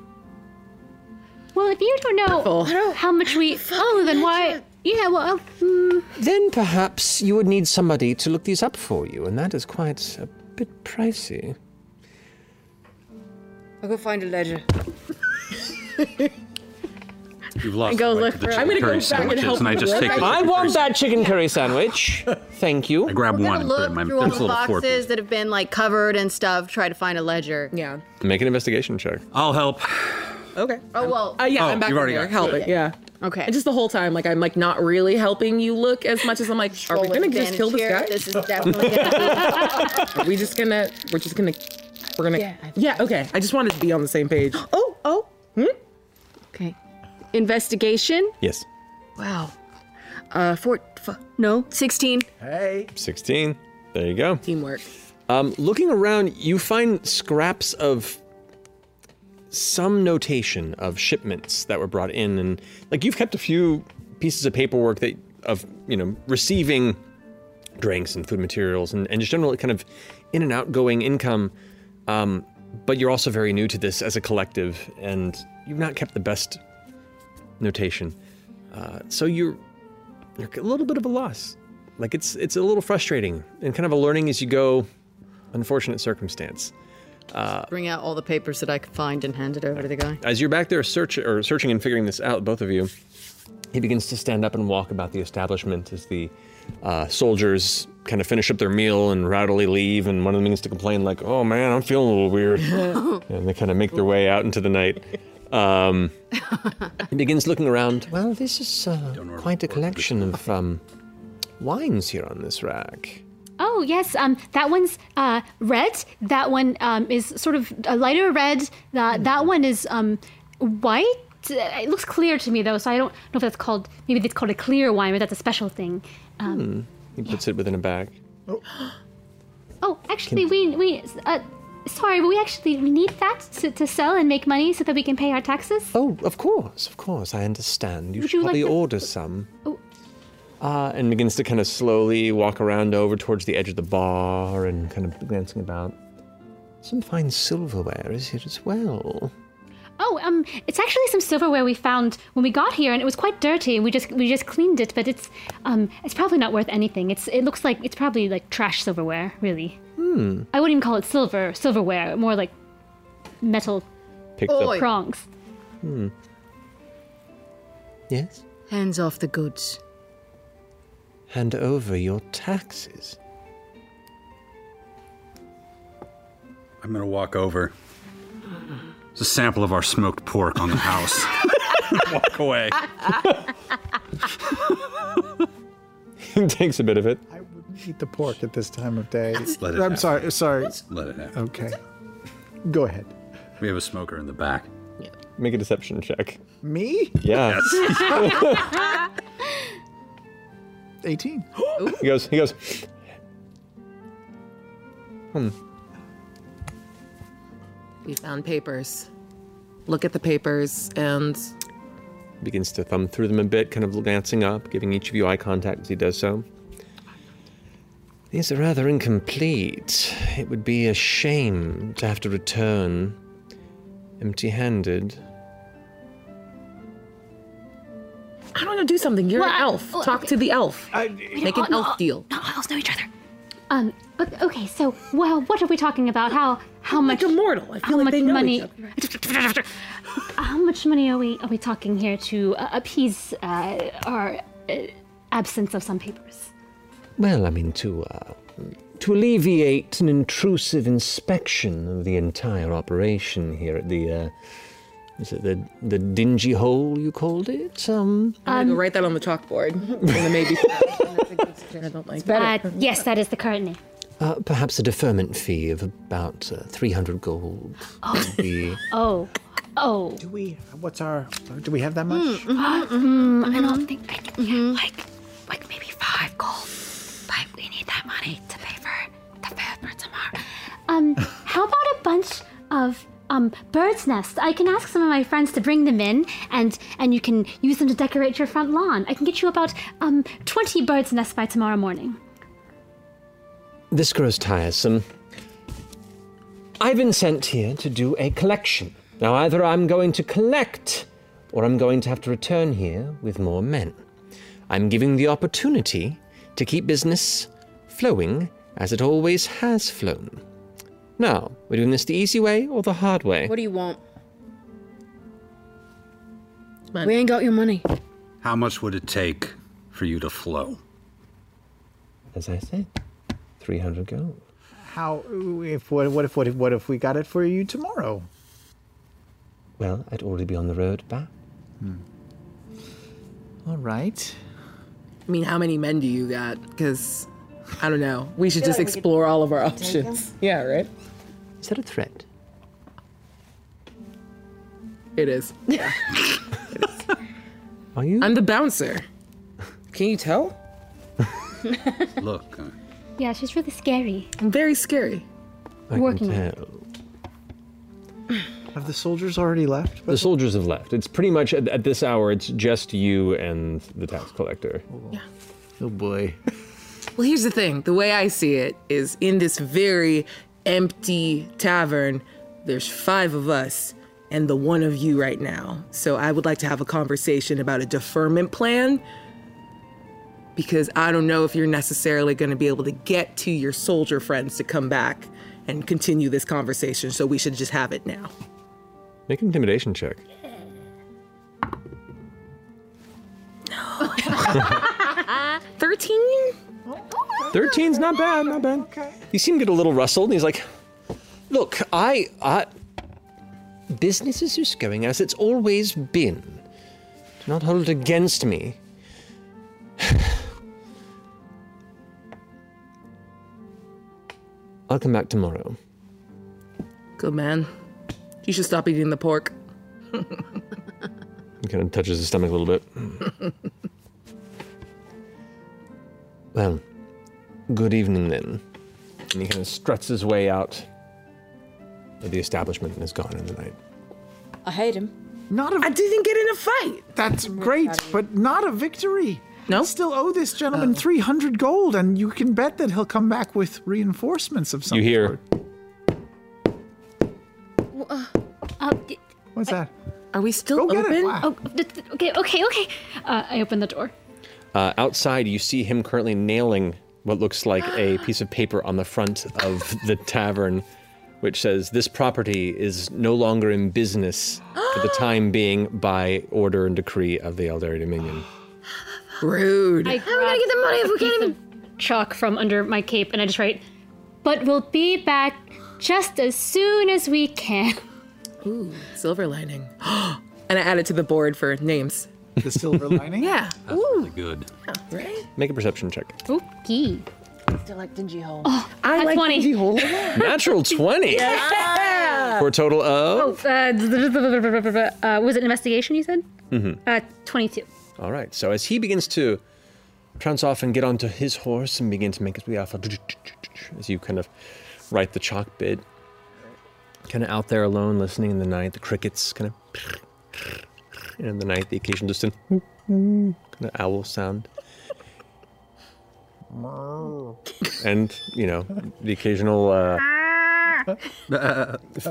S7: Well, if you don't know how much we owe, then why? Yeah, well, mm,
S9: Hmm, Then perhaps you would need somebody to look these up for you, and that is quite a bit pricey.
S8: I'll go find a ledger.
S5: You've lost.
S8: And go
S5: the right
S8: look
S5: to the
S8: for it.
S5: chicken
S8: I'm gonna go
S5: curry
S8: back and
S5: sandwiches,
S8: help
S5: and I
S8: with
S5: just
S8: the
S5: take.
S8: work.
S5: the
S9: I
S5: chicken
S9: want that chicken curry sandwich. Thank you. I
S5: grab one
S3: I'm gonna look through all the boxes that have been like covered and stuff. Try to find a ledger.
S6: Yeah.
S2: Make an investigation check.
S5: I'll help.
S6: Okay.
S3: Oh well.
S6: Uh, yeah, I'm back in there helping. Yeah.
S3: Okay.
S6: And just the whole time, like I'm like not really helping you look as much as I'm like, are we
S3: with
S6: gonna just
S3: advantage
S6: kill this
S3: here.
S6: guy?
S3: This is definitely gonna
S6: Are we just gonna? We're just gonna. We're gonna.
S3: Yeah,
S6: Yeah. okay. I just wanted to be on the same page. oh. Oh. Hmm?
S3: Okay. Investigation.
S2: Yes.
S3: Wow. Uh, four. F- no, sixteen.
S12: Hey.
S2: 16. There you go.
S6: Teamwork.
S2: Um, looking around, you find scraps of some notation of shipments that were brought in, and like you've kept a few pieces of paperwork that of you know receiving drinks and food materials and, and just general kind of in and outgoing income. Um, but you're also very new to this as a collective, and you've not kept the best notation. Uh, so you're you're a little bit of a loss. Like it's it's a little frustrating and kind of a learning as you go. Unfortunate circumstance. Uh,
S3: Bring out all the papers that I could find and hand it over to the guy.
S2: as you're back there search or searching and figuring this out, both of you, he begins to stand up and walk about the establishment as the uh, soldiers kind of finish up their meal and rowdily leave. And one of them begins to complain like, "Oh man, I'm feeling a little weird," and they kind of make their way out into the night. Um, he begins looking around. Well, this is uh, quite a collection of um, wines here on this rack.
S7: oh yes, um, that one's uh red. That one um is sort of a lighter red. That that one is um white. Uh, It looks clear to me though, so I don't know if that's called. Maybe it's called a clear wine, but that's a special thing. Um,
S2: Hmm. He puts it within a bag.
S7: Oh, actually, we we uh, sorry, but we actually we need that to, to sell and make money so that we can pay our taxes.
S9: Oh, of course, of course, I understand. You
S7: Would
S9: should
S7: you like
S9: probably
S7: to-
S9: order some.
S7: Oh.
S9: Uh, and begins to kind of slowly walk around over towards the edge of the bar and kind of glancing about. Some fine silverware is here as well.
S7: Oh, um, it's actually some silverware we found when we got here, and it was quite dirty. We just we just cleaned it, but it's um, it's probably not worth anything. It's it looks like it's probably like trash silverware, really.
S9: Hmm.
S7: I wouldn't even call it silver silverware, more like metal
S9: Picked up- Oi.
S7: prongs.
S9: Hmm. Yes?
S8: Hands off the goods.
S9: Hand over your taxes.
S5: I'm gonna walk over. It's a sample of our smoked pork on the house. walk away.
S2: He takes a bit of it.
S1: Eat the pork at this time of day.
S5: Let it
S1: I'm
S5: happen.
S1: sorry. uh, Sorry.
S5: Let it happen.
S1: Okay. Go ahead.
S5: We have a smoker in the back.
S2: Make a deception check.
S1: Me?
S2: Yeah.
S1: Eighteen.
S2: He goes. He goes. Hmm.
S6: We found papers. Look at the papers and
S2: begins to thumb through them a bit, kind of glancing up, giving each of you eye contact as he does so.
S9: These are rather incomplete. It would be a shame to have to return empty handed.
S6: I want to do something. You're
S7: Well,
S6: an
S7: I-
S6: elf.
S7: well,
S6: Talk to the elf. Make an elf deal.
S7: Not all elves know each other. Um. o- Okay. So, well, what are we talking about? How how much
S6: immortal? I
S7: how much money? how much money are we are we talking here to uh, appease uh, our uh, absence of some papers?
S9: Well, I mean, to, uh, to alleviate an intrusive inspection of the entire operation here at the, uh, is it the, the dingy hole you called it? Um,
S6: I'm gonna go write that on the chalkboard. And then maybe. I don't like that.
S7: Uh, yes, that is the current name.
S9: uh, perhaps a deferment fee of about uh, 300 gold would be
S7: Oh. Oh.
S12: Do we? What's our? Do we have that
S6: Hmm.
S12: much?
S7: Mm, I don't think I can. Like,
S8: like maybe five gold. But we need that money to pay for the food for tomorrow.
S7: um, how about a bunch of um birds' nests? I can ask some of my friends to bring them in, and and you can use them to decorate your front lawn. I can get you about um twenty birds' nests by tomorrow morning.
S9: This grows tiresome. I've been sent here to do a collection. Now, either I'm going to collect, or I'm going to have to return here with more men. I'm giving the opportunity to keep business flowing as it always has flown. Now, we're doing this the easy way or the hard way?
S3: What do you want?
S10: We ain't got your money.
S5: How much would it take for you to flow?
S9: As I said, 300 gold.
S12: How? If what? What if? What if? What if we got it for you tomorrow?
S9: Well, I'd already be on the road back.
S12: All right.
S6: I mean, how many men do you got? Because I don't know. We should
S12: Feel
S6: just
S12: like we could
S6: explore all of our
S12: take 'em.
S6: options. Yeah, right.
S9: Is that a threat?
S6: It is. Yeah.
S9: Are you?
S6: I'm the bouncer. Can you tell?
S5: Look, uh,
S7: Yeah, she's really scary.
S6: I'm very scary.
S9: I
S7: Working on
S9: can tell.
S12: Have the soldiers already left?
S2: The soldiers have left. It's pretty much at, at this hour. It's just you and the tax collector.
S6: Yeah.
S12: Oh boy.
S6: Well, here's the thing. The way I see it is in this very empty tavern, there's five of us and the one of you right now. So I would like to have a conversation about a deferment plan because I don't know if you're necessarily going to be able to get to your soldier friends to come back and continue this conversation. So we should just have it now.
S2: Make an intimidation check.
S6: Thirteen.
S9: 13's not bad, not bad. You see him get a little rustled, and he's like, Look, I. I business is just going as it's always been. Do not hold it against me. I'll come back tomorrow.
S6: Good man. You should stop eating the pork.
S2: He kind of touches his stomach a little bit.
S9: Well, good evening then.
S2: And he kind of struts his way out of the establishment and is gone in the night.
S3: I hate him.
S1: Not a. I
S6: didn't get in a fight.
S1: That's great, but not a victory.
S6: No. Uh.
S1: Still owe this gentleman 300 gold, and you can bet that he'll come back with reinforcements of some
S2: You hear.
S1: sort.
S7: uh,
S1: What's that?
S6: Are we
S1: Go
S6: still
S1: get it, open? Black.
S7: Oh, th- th- okay, okay, okay. Uh, I open the door.
S2: Uh, outside, you see him currently nailing what looks like a piece of paper on the front of the tavern, which says, This property is no longer in business for the time being by order and decree of the Eldari Dominion.
S6: Rude.
S7: I How am I gonna get the money if we can't even chalk from under my cape and I just write, but we'll be back just as soon as we can.
S6: Ooh, silver lining. and I add it to the board for names.
S1: The silver lining? Oh,
S6: yeah. Ooh.
S2: Good.
S6: Right?
S2: Make a perception check.
S7: Spooky. Oh,
S8: Still like dingy hole.
S6: I
S7: like 20. dingy
S6: hole.
S1: Oh.
S2: Natural 20 for a total of.
S7: Oh, uh, uh, was it investigation you said?
S2: Mhm.
S7: Uh, 22.
S9: All right. So as he begins to trounce off and get onto his horse and begin to make his way off,
S2: as you kind of write the chalk bit, kind of out there alone, listening in the night, the crickets kind of, and in the night, the occasional distant kind of owl sound, and you know the occasional uh,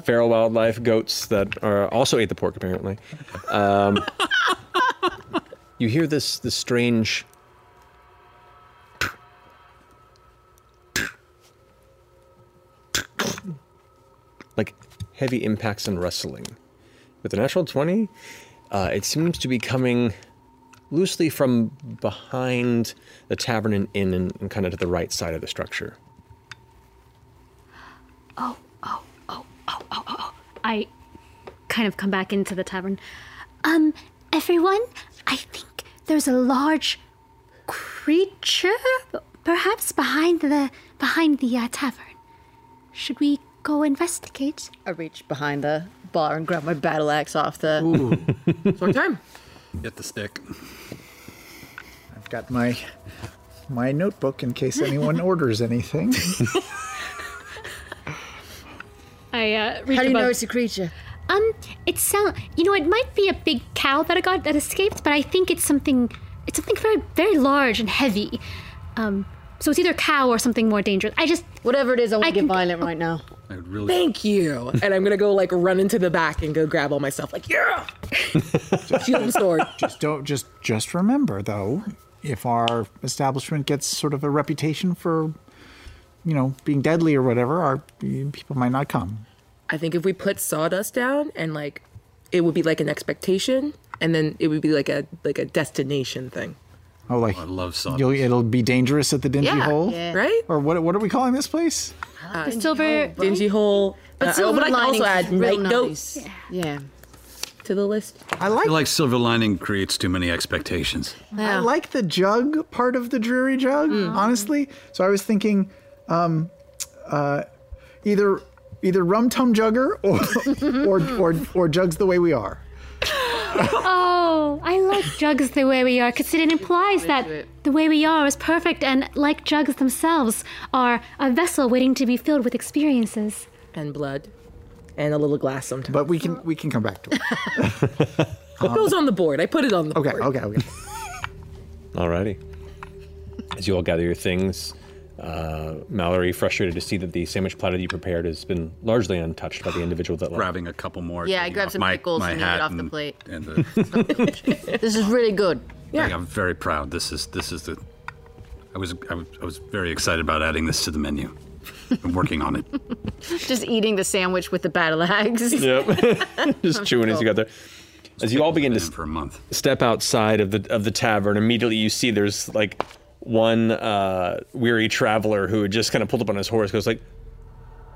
S2: feral wildlife goats that are also ate the pork apparently. Um, you hear this this strange like heavy impacts and rustling. With the natural 20, uh, it seems to be coming loosely from behind the tavern and inn and, and kind of to the right side of the structure.
S7: Oh, I kind of come back into the tavern. Um, everyone, I think there's a large creature, perhaps behind the behind the uh, tavern. Should we Go investigate.
S3: I reach behind the bar and grab my battle axe off the.
S6: Short time.
S5: Get the stick.
S4: I've got my my notebook in case anyone orders anything.
S7: I uh,
S10: How do you know it's a creature?
S7: Um, it sound you know it might be a big cow that I got that escaped, but I think it's something it's something very very large and heavy. Um, so it's either a cow or something more dangerous. I just
S3: whatever it is, I won't get violent right now.
S5: I would really
S6: Thank you. and I'm gonna go like run into the back and go grab all my stuff. Like yeah. Shield and sword.
S4: Just don't. Just just remember though, if our establishment gets sort of a reputation for, you know, being deadly or whatever, our people might not come.
S6: I think if we put sawdust down and like it would be like an expectation and then it would be like a like a destination thing.
S4: Oh, like
S5: I love sawdust.
S4: You'll, it'll be dangerous at the dingy
S6: Yeah,
S4: hole,
S6: yeah. right?
S4: Or what? What are we calling this place?
S6: Uh,
S7: Ah, The silver- hole, right?
S6: dingy hole.
S7: But
S6: Uh,
S7: silver
S6: I can also
S7: linings
S6: add
S7: is real
S6: night goats.
S3: Yeah.
S6: To the list.
S4: I like.
S5: feel like silver lining creates too many expectations.
S4: I like the jug part of the dreary jug,
S10: Mm.
S4: honestly. So I was thinking, um, uh, either either rum tum jugger or or, or or jugs the way we are.
S7: oh, I like jugs the way we are because it implies that the way we are is perfect, and like jugs themselves are a vessel waiting to be filled with experiences.
S6: And blood. And a little glass sometimes.
S4: But we can we can come back to it.
S6: It goes on the board. I put it on the
S4: okay, board. Okay, okay, okay.
S2: Alrighty. As you all gather your things, uh, Mallory, frustrated to see that the sandwich platter that you prepared has been largely untouched by the individual that left.
S5: Grabbing a couple more.
S10: Yeah, I grabbed some pickles and ate it off the plate.
S5: And the,
S10: this is really good.
S5: Like, I'm very proud. This is this is the. I was I was, I was very excited about adding this to the menu. I'm working on it.
S10: Just eating the sandwich with the battle axe.
S2: Yep. Just chewing as you got there. As you all begin to
S5: for a month.
S2: step outside of the of the tavern, immediately you see there's like one uh, weary traveler who had just kind of pulled up on his horse, goes like,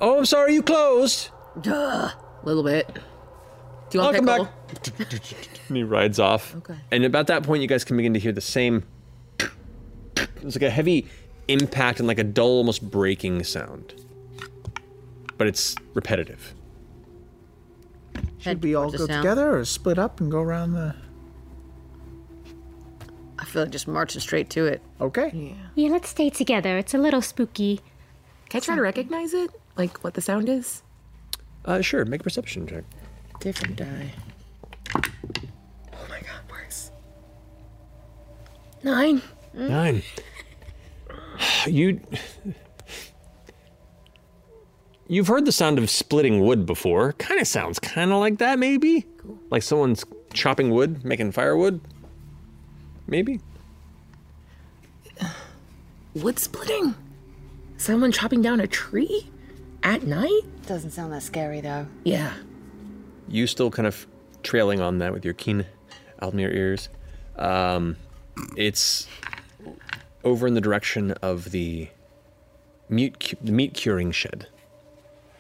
S2: "Oh, I'm sorry, you closed."
S6: Duh. A little bit. Do you want
S2: I'll come
S6: pickle?
S2: And he rides off.
S6: Okay.
S2: And about that point, you guys can begin to hear the same. It's like a heavy impact and like a dull, almost breaking sound. But it's repetitive.
S4: Should we all
S10: towards
S4: go
S10: the sound.
S4: together or split up and go around the?
S10: I feel like just marching straight to it.
S4: Okay.
S7: Yeah, let's stay together. It's a little spooky.
S6: Can I try to recognize it? Like what the sound is?
S2: Uh, sure. Make a perception check.
S6: Different die. Oh my god, worse. Nine.
S2: Nine. You. You've heard the sound of splitting wood before. Kind of sounds kind of like that, maybe. Like someone's chopping wood, making firewood. Maybe.
S6: Wood splitting? Someone chopping down a tree? At night?
S10: Doesn't sound that scary though.
S6: Yeah.
S2: You still kind of trailing on that with your keen Aldmir ears. Um, it's over in the direction of the mute cu- the meat curing shed.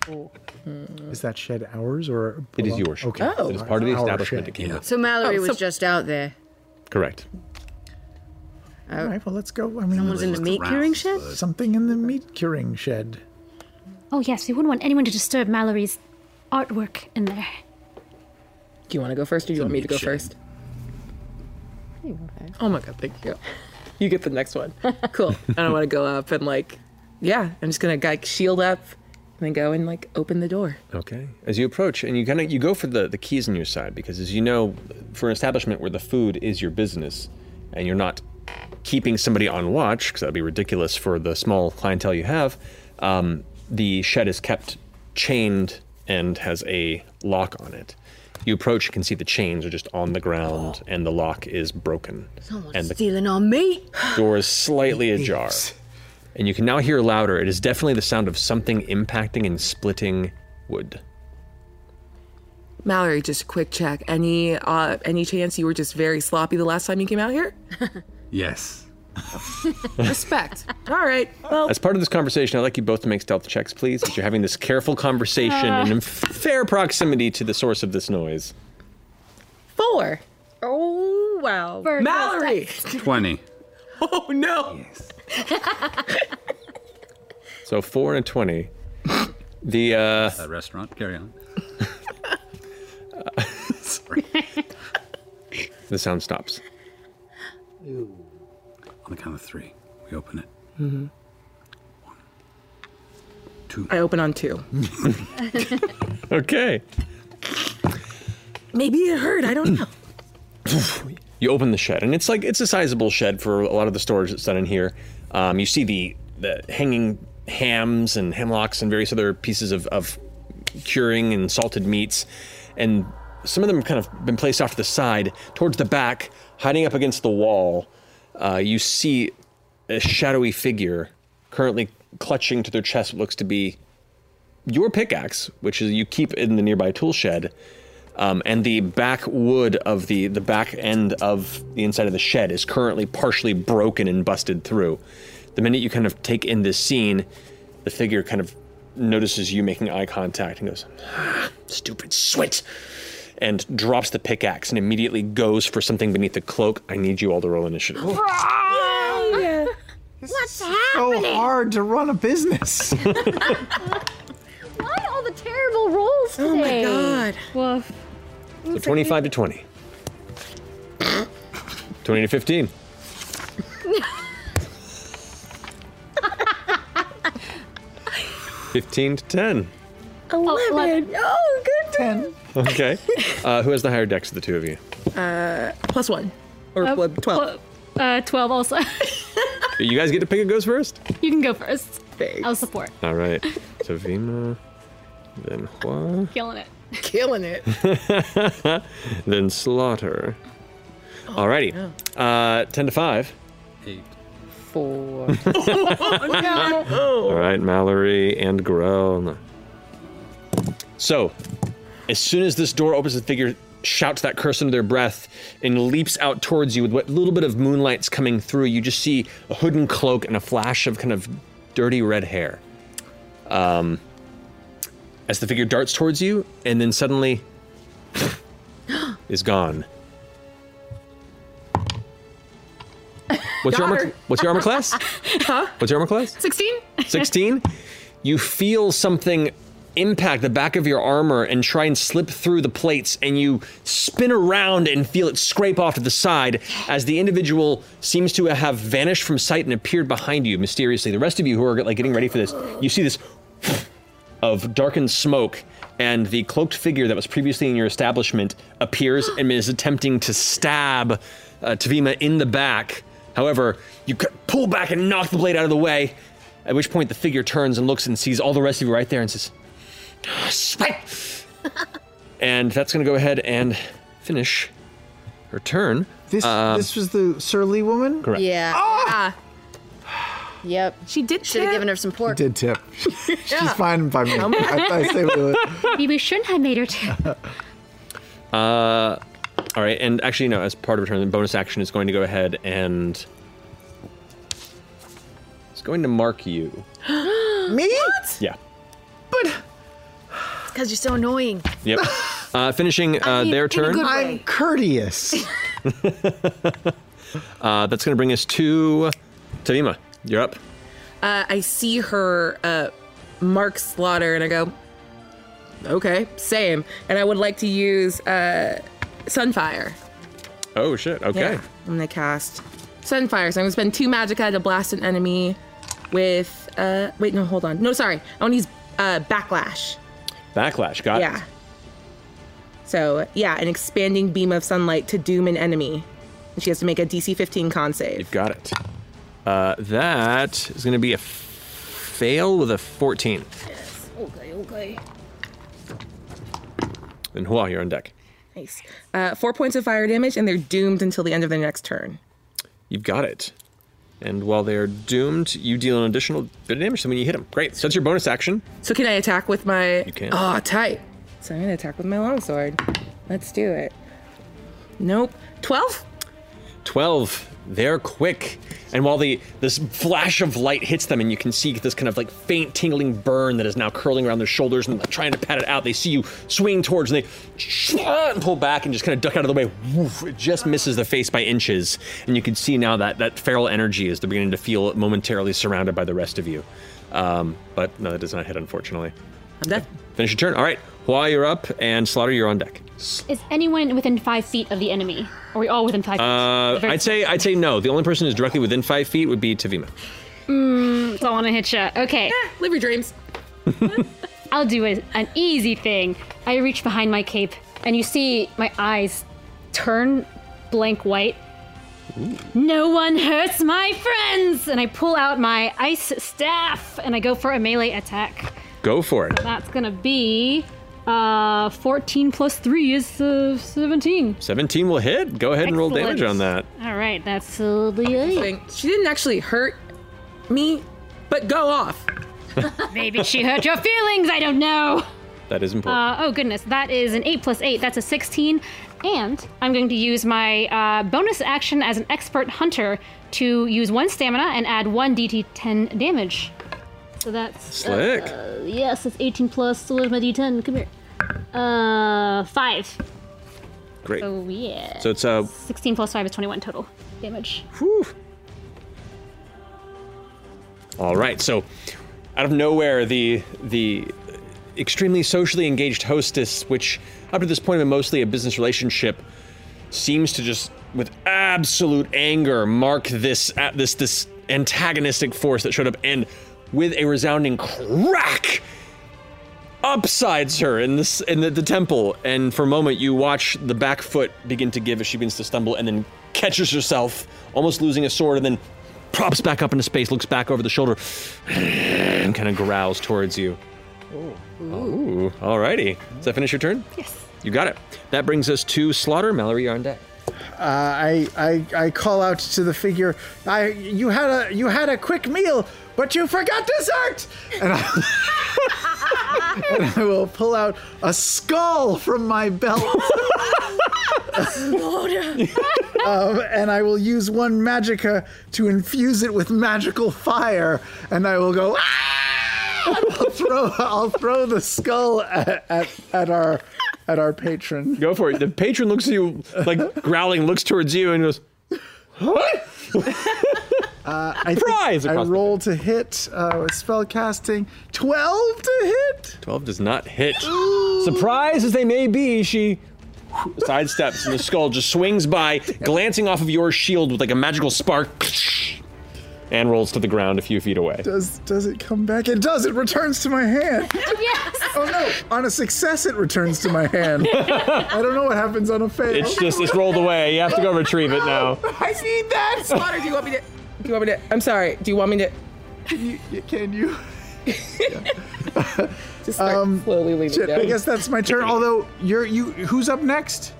S10: Hmm.
S4: Is that shed ours or?
S2: It is yours.
S4: Okay.
S2: It is part of the
S4: Our
S2: establishment.
S4: shed.
S2: It came with.
S10: Oh. So Mallory
S4: Oh, so-
S10: was just out there.
S2: Correct.
S4: All right. Well, let's go. I mean,
S10: Someone's in the meat curing shed.
S4: Something in the meat curing shed.
S7: Oh yes, we wouldn't want anyone to disturb Mallory's artwork in there.
S6: Do you want to go first or do you want me to go first? Oh my god, thank you. You get the next one. Cool. I don't want to go up and like, yeah, I'm just gonna like shield up and then go and like open the door.
S2: Okay. As you approach, and you kind of you go for the the keys in your side because, as you know, for an establishment where the food is your business, and you're not keeping somebody on watch because that'd be ridiculous for the small clientele you have. Um, the shed is kept chained and has a lock on it. You approach, you can see the chains are just on the ground, and the lock is broken,
S10: Someone's
S2: and the
S10: stealing on me.
S2: door is slightly ajar. And you can now hear louder. It is definitely the sound of something impacting and splitting wood.
S6: Mallory, just a quick check. Any uh any chance you were just very sloppy the last time you came out here?
S5: Yes.
S6: Respect. All right. Well
S2: As part of this conversation, I'd like you both to make stealth checks, please, as you're having this careful conversation and in fair proximity to the source of this noise.
S6: four.
S3: Oh wow.
S6: Mallory!
S5: 20.
S6: Oh no.
S2: So four and a 20. The uh,
S5: that restaurant. Carry on.
S2: The sound stops.
S5: On the count of three, we open it.
S6: Mm-hmm. I open on two.
S2: Okay.
S6: Maybe it hurt. I don't know.
S2: You open the shed, and it's like it's a sizable shed for a lot of the storage that's done in here. Um, you see the the hanging hams and hemlocks and various other pieces of, of curing and salted meats, and some of them kind of been placed off to the side, towards the back, hiding up against the wall. Uh, you see a shadowy figure currently clutching to their chest what looks to be your pickaxe, which is you keep in the nearby tool shed, um, and the back wood of the the back end of the inside of the shed is currently partially broken and busted through. The minute you kind of take in this scene, the figure kind of notices you making eye contact and goes, "Ah, "Stupid swit," and drops the pickaxe and immediately goes for something beneath the cloak. I need you all to roll initiative.
S4: What's happening? So hard to run a business.
S7: Why all the terrible rolls
S6: Oh my
S7: today?
S6: God.
S7: Woof.
S2: So 25 to 20. 20 to 15. Fifteen to ten.
S6: Eleven. Oh, good. Ten.
S2: Okay. Uh, who has the higher dex of the two of you?
S6: Uh, plus one. Or
S7: Uh,
S6: pl- twelve.
S7: pl- Uh, 12 also.
S2: You guys get to pick who goes first.
S7: you can go first. I'll support.
S2: All right. So Vima, then Hua,
S7: Killing it.
S6: Killing it.
S2: then Slaughter. Alrighty. Uh, ten to five.
S5: Eight.
S6: Four. Oh,
S2: All right, Mallory and Grell. So, as soon as this door opens, the figure shouts that curse under their breath and leaps out towards you with what little bit of moonlight's coming through. You just see a hood and cloak and a flash of kind of dirty red hair. Um, as the figure darts towards you, and then suddenly is gone. What's your
S7: Got
S2: armor?
S7: her.
S2: What's your armor class?
S7: Huh?
S2: What's your armor class?
S7: 16?
S2: 16 you feel something impact the back of your armor and try and slip through the plates and you spin around and feel it scrape off to the side as the individual seems to have vanished from sight and appeared behind you mysteriously the rest of you who are like getting ready for this you see this of darkened smoke and the cloaked figure that was previously in your establishment appears and is attempting to stab uh, Tavima in the back. However, you c- pull back and knock the blade out of the way, at which point the figure turns and looks and sees all the rest of you right there and says, Spike! and that's going to go ahead and finish her turn.
S4: This
S2: Um,
S4: this was the surly woman. Ah!
S2: Correct.
S10: Yeah. Ah. Yep.
S6: She did.
S10: Should have given her some pork.
S4: Did tip.
S7: Yeah.
S4: She's fine by me. I, I say we would.
S7: Maybe we shouldn't have made her tip.
S2: Uh, all right, and actually, no. As part of her turn, the bonus action is going to go ahead and it's going to mark you.
S10: Me? What?
S2: Yeah.
S10: But. Because you're so annoying.
S2: Yep. uh, finishing uh, their turn.
S4: I'm courteous.
S2: Uh, that's going to bring us to Tavima. You're up.
S6: Uh, I see her uh, mark slaughter, and I go, okay, same. And I would like to use uh, sunfire.
S2: Oh shit. Okay.
S6: Yeah, I'm gonna cast Sunfire. So I'm gonna spend two magica to blast an enemy with. Uh, wait, no, hold on. No, sorry. I want to use uh, backlash.
S2: Backlash. Got
S6: yeah.
S2: it.
S6: So yeah, an expanding beam of sunlight to doom an enemy. And she has to make a DC 15 con save.
S2: You've got it. Uh, that is going to be a f- fail with a 14.
S6: Okay, okay.
S2: And Hua, you're on deck.
S6: Nice. Uh, four points of fire damage, and they're doomed until the end of their next turn.
S2: You've got it. And while they're doomed, you deal an additional bit of damage to them when you hit them. Great. So that's your bonus action.
S6: So can I attack with my? You
S2: can.
S6: Oh, tight. So I'm gonna attack with my longsword. Let's do it. Nope. Twelve.
S2: 12 they're quick and while the this flash of light hits them and you can see this kind of like faint tingling burn that is now curling around their shoulders and like trying to pat it out they see you swing towards and they and pull back and just kind of duck out of the way Woof, it just misses the face by inches and you can see now that that feral energy is beginning to feel momentarily surrounded by the rest of you um, but no that does not hit unfortunately
S6: I'm done.
S2: Finish your turn. All right. Hua, you're up, and Slaughter, you're on deck.
S7: Is anyone within five feet of the enemy? Are we all within five
S2: Uh,
S7: feet?
S2: I'd say I'd say no. The only person who's directly within five feet would be Tavima.
S7: Mm, so I want to hit you. Okay. live your dreams. I'll do a, an easy thing. I reach behind my cape, and you see my eyes turn blank white. No one hurts my friends! And I pull out my ice staff, and I go for a melee attack.
S2: Go for it.
S7: So that's gonna be uh, 14 plus 3 is uh, 17.
S2: 17 will hit. Go ahead and roll
S7: Excellent.
S2: damage on that.
S7: All right, that's uh, the
S6: She didn't actually hurt me, but go off.
S7: Maybe she hurt your feelings. I don't know.
S2: That is important.
S7: Uh, oh goodness, that is an eight plus eight. That's a sixteen, and I'm going to use my uh, bonus action as an expert hunter to use one stamina and add one DT10 damage. So that's
S2: Slick.
S7: Uh, yes, that's 18 plus. So where's my D10? Come here. Uh, five.
S2: Great.
S7: Uh, So yeah.
S2: So it's uh,
S7: 16 plus five is 21 total damage.
S2: All right. So, out of nowhere, the the extremely socially engaged hostess, which up to this point had been mostly a business relationship, seems to just, with absolute anger, mark this at this this antagonistic force that showed up, and with a resounding crack, upsides her in this in the, the temple. And for a moment, you watch the back foot begin to give as she begins to stumble, and then catches herself, almost losing a sword, and then props back up into space, looks back over the shoulder, and kind of growls towards you.
S9: Oh.
S2: Ooh, alrighty. Does that finish your turn? Yes. You got it. That brings us to Slaughter, Mallory, you're on deck.
S4: Uh, I, I I call out to the figure. I you had a you had a quick meal, but you forgot dessert. And I, and I will pull out a skull from my belt. um, and I will use one magica to infuse it with magical fire, and I will go. "Ah!" And I'll throw I'll throw the skull at, at, at our at our patron.
S2: Go for it. The patron looks at you like growling, looks towards you, and goes, What?
S4: Uh, I think
S2: Prize
S4: I
S2: across the
S4: roll to hit uh, with spell casting. Twelve to hit.
S2: 12 does not hit. Surprised as they may be, she sidesteps and the skull just swings by, glancing off of your shield with like a magical spark, and rolls to the ground a few feet away.
S4: Does does it come back? It does. It returns to my hand.
S7: yes.
S4: Oh no! On a success, it returns to my hand. I don't know what happens on a fail.
S2: It's just, it's rolled away. You have to go retrieve it now.
S6: I need that. Slaughter, do you want me to? Do you want me to? I'm sorry. Do you want me to?
S4: Can you? Can you? Um,
S6: Just start slowly leaning
S4: Oh, Shit,
S6: down.
S4: I guess that's my turn. Although you're you, who's up next?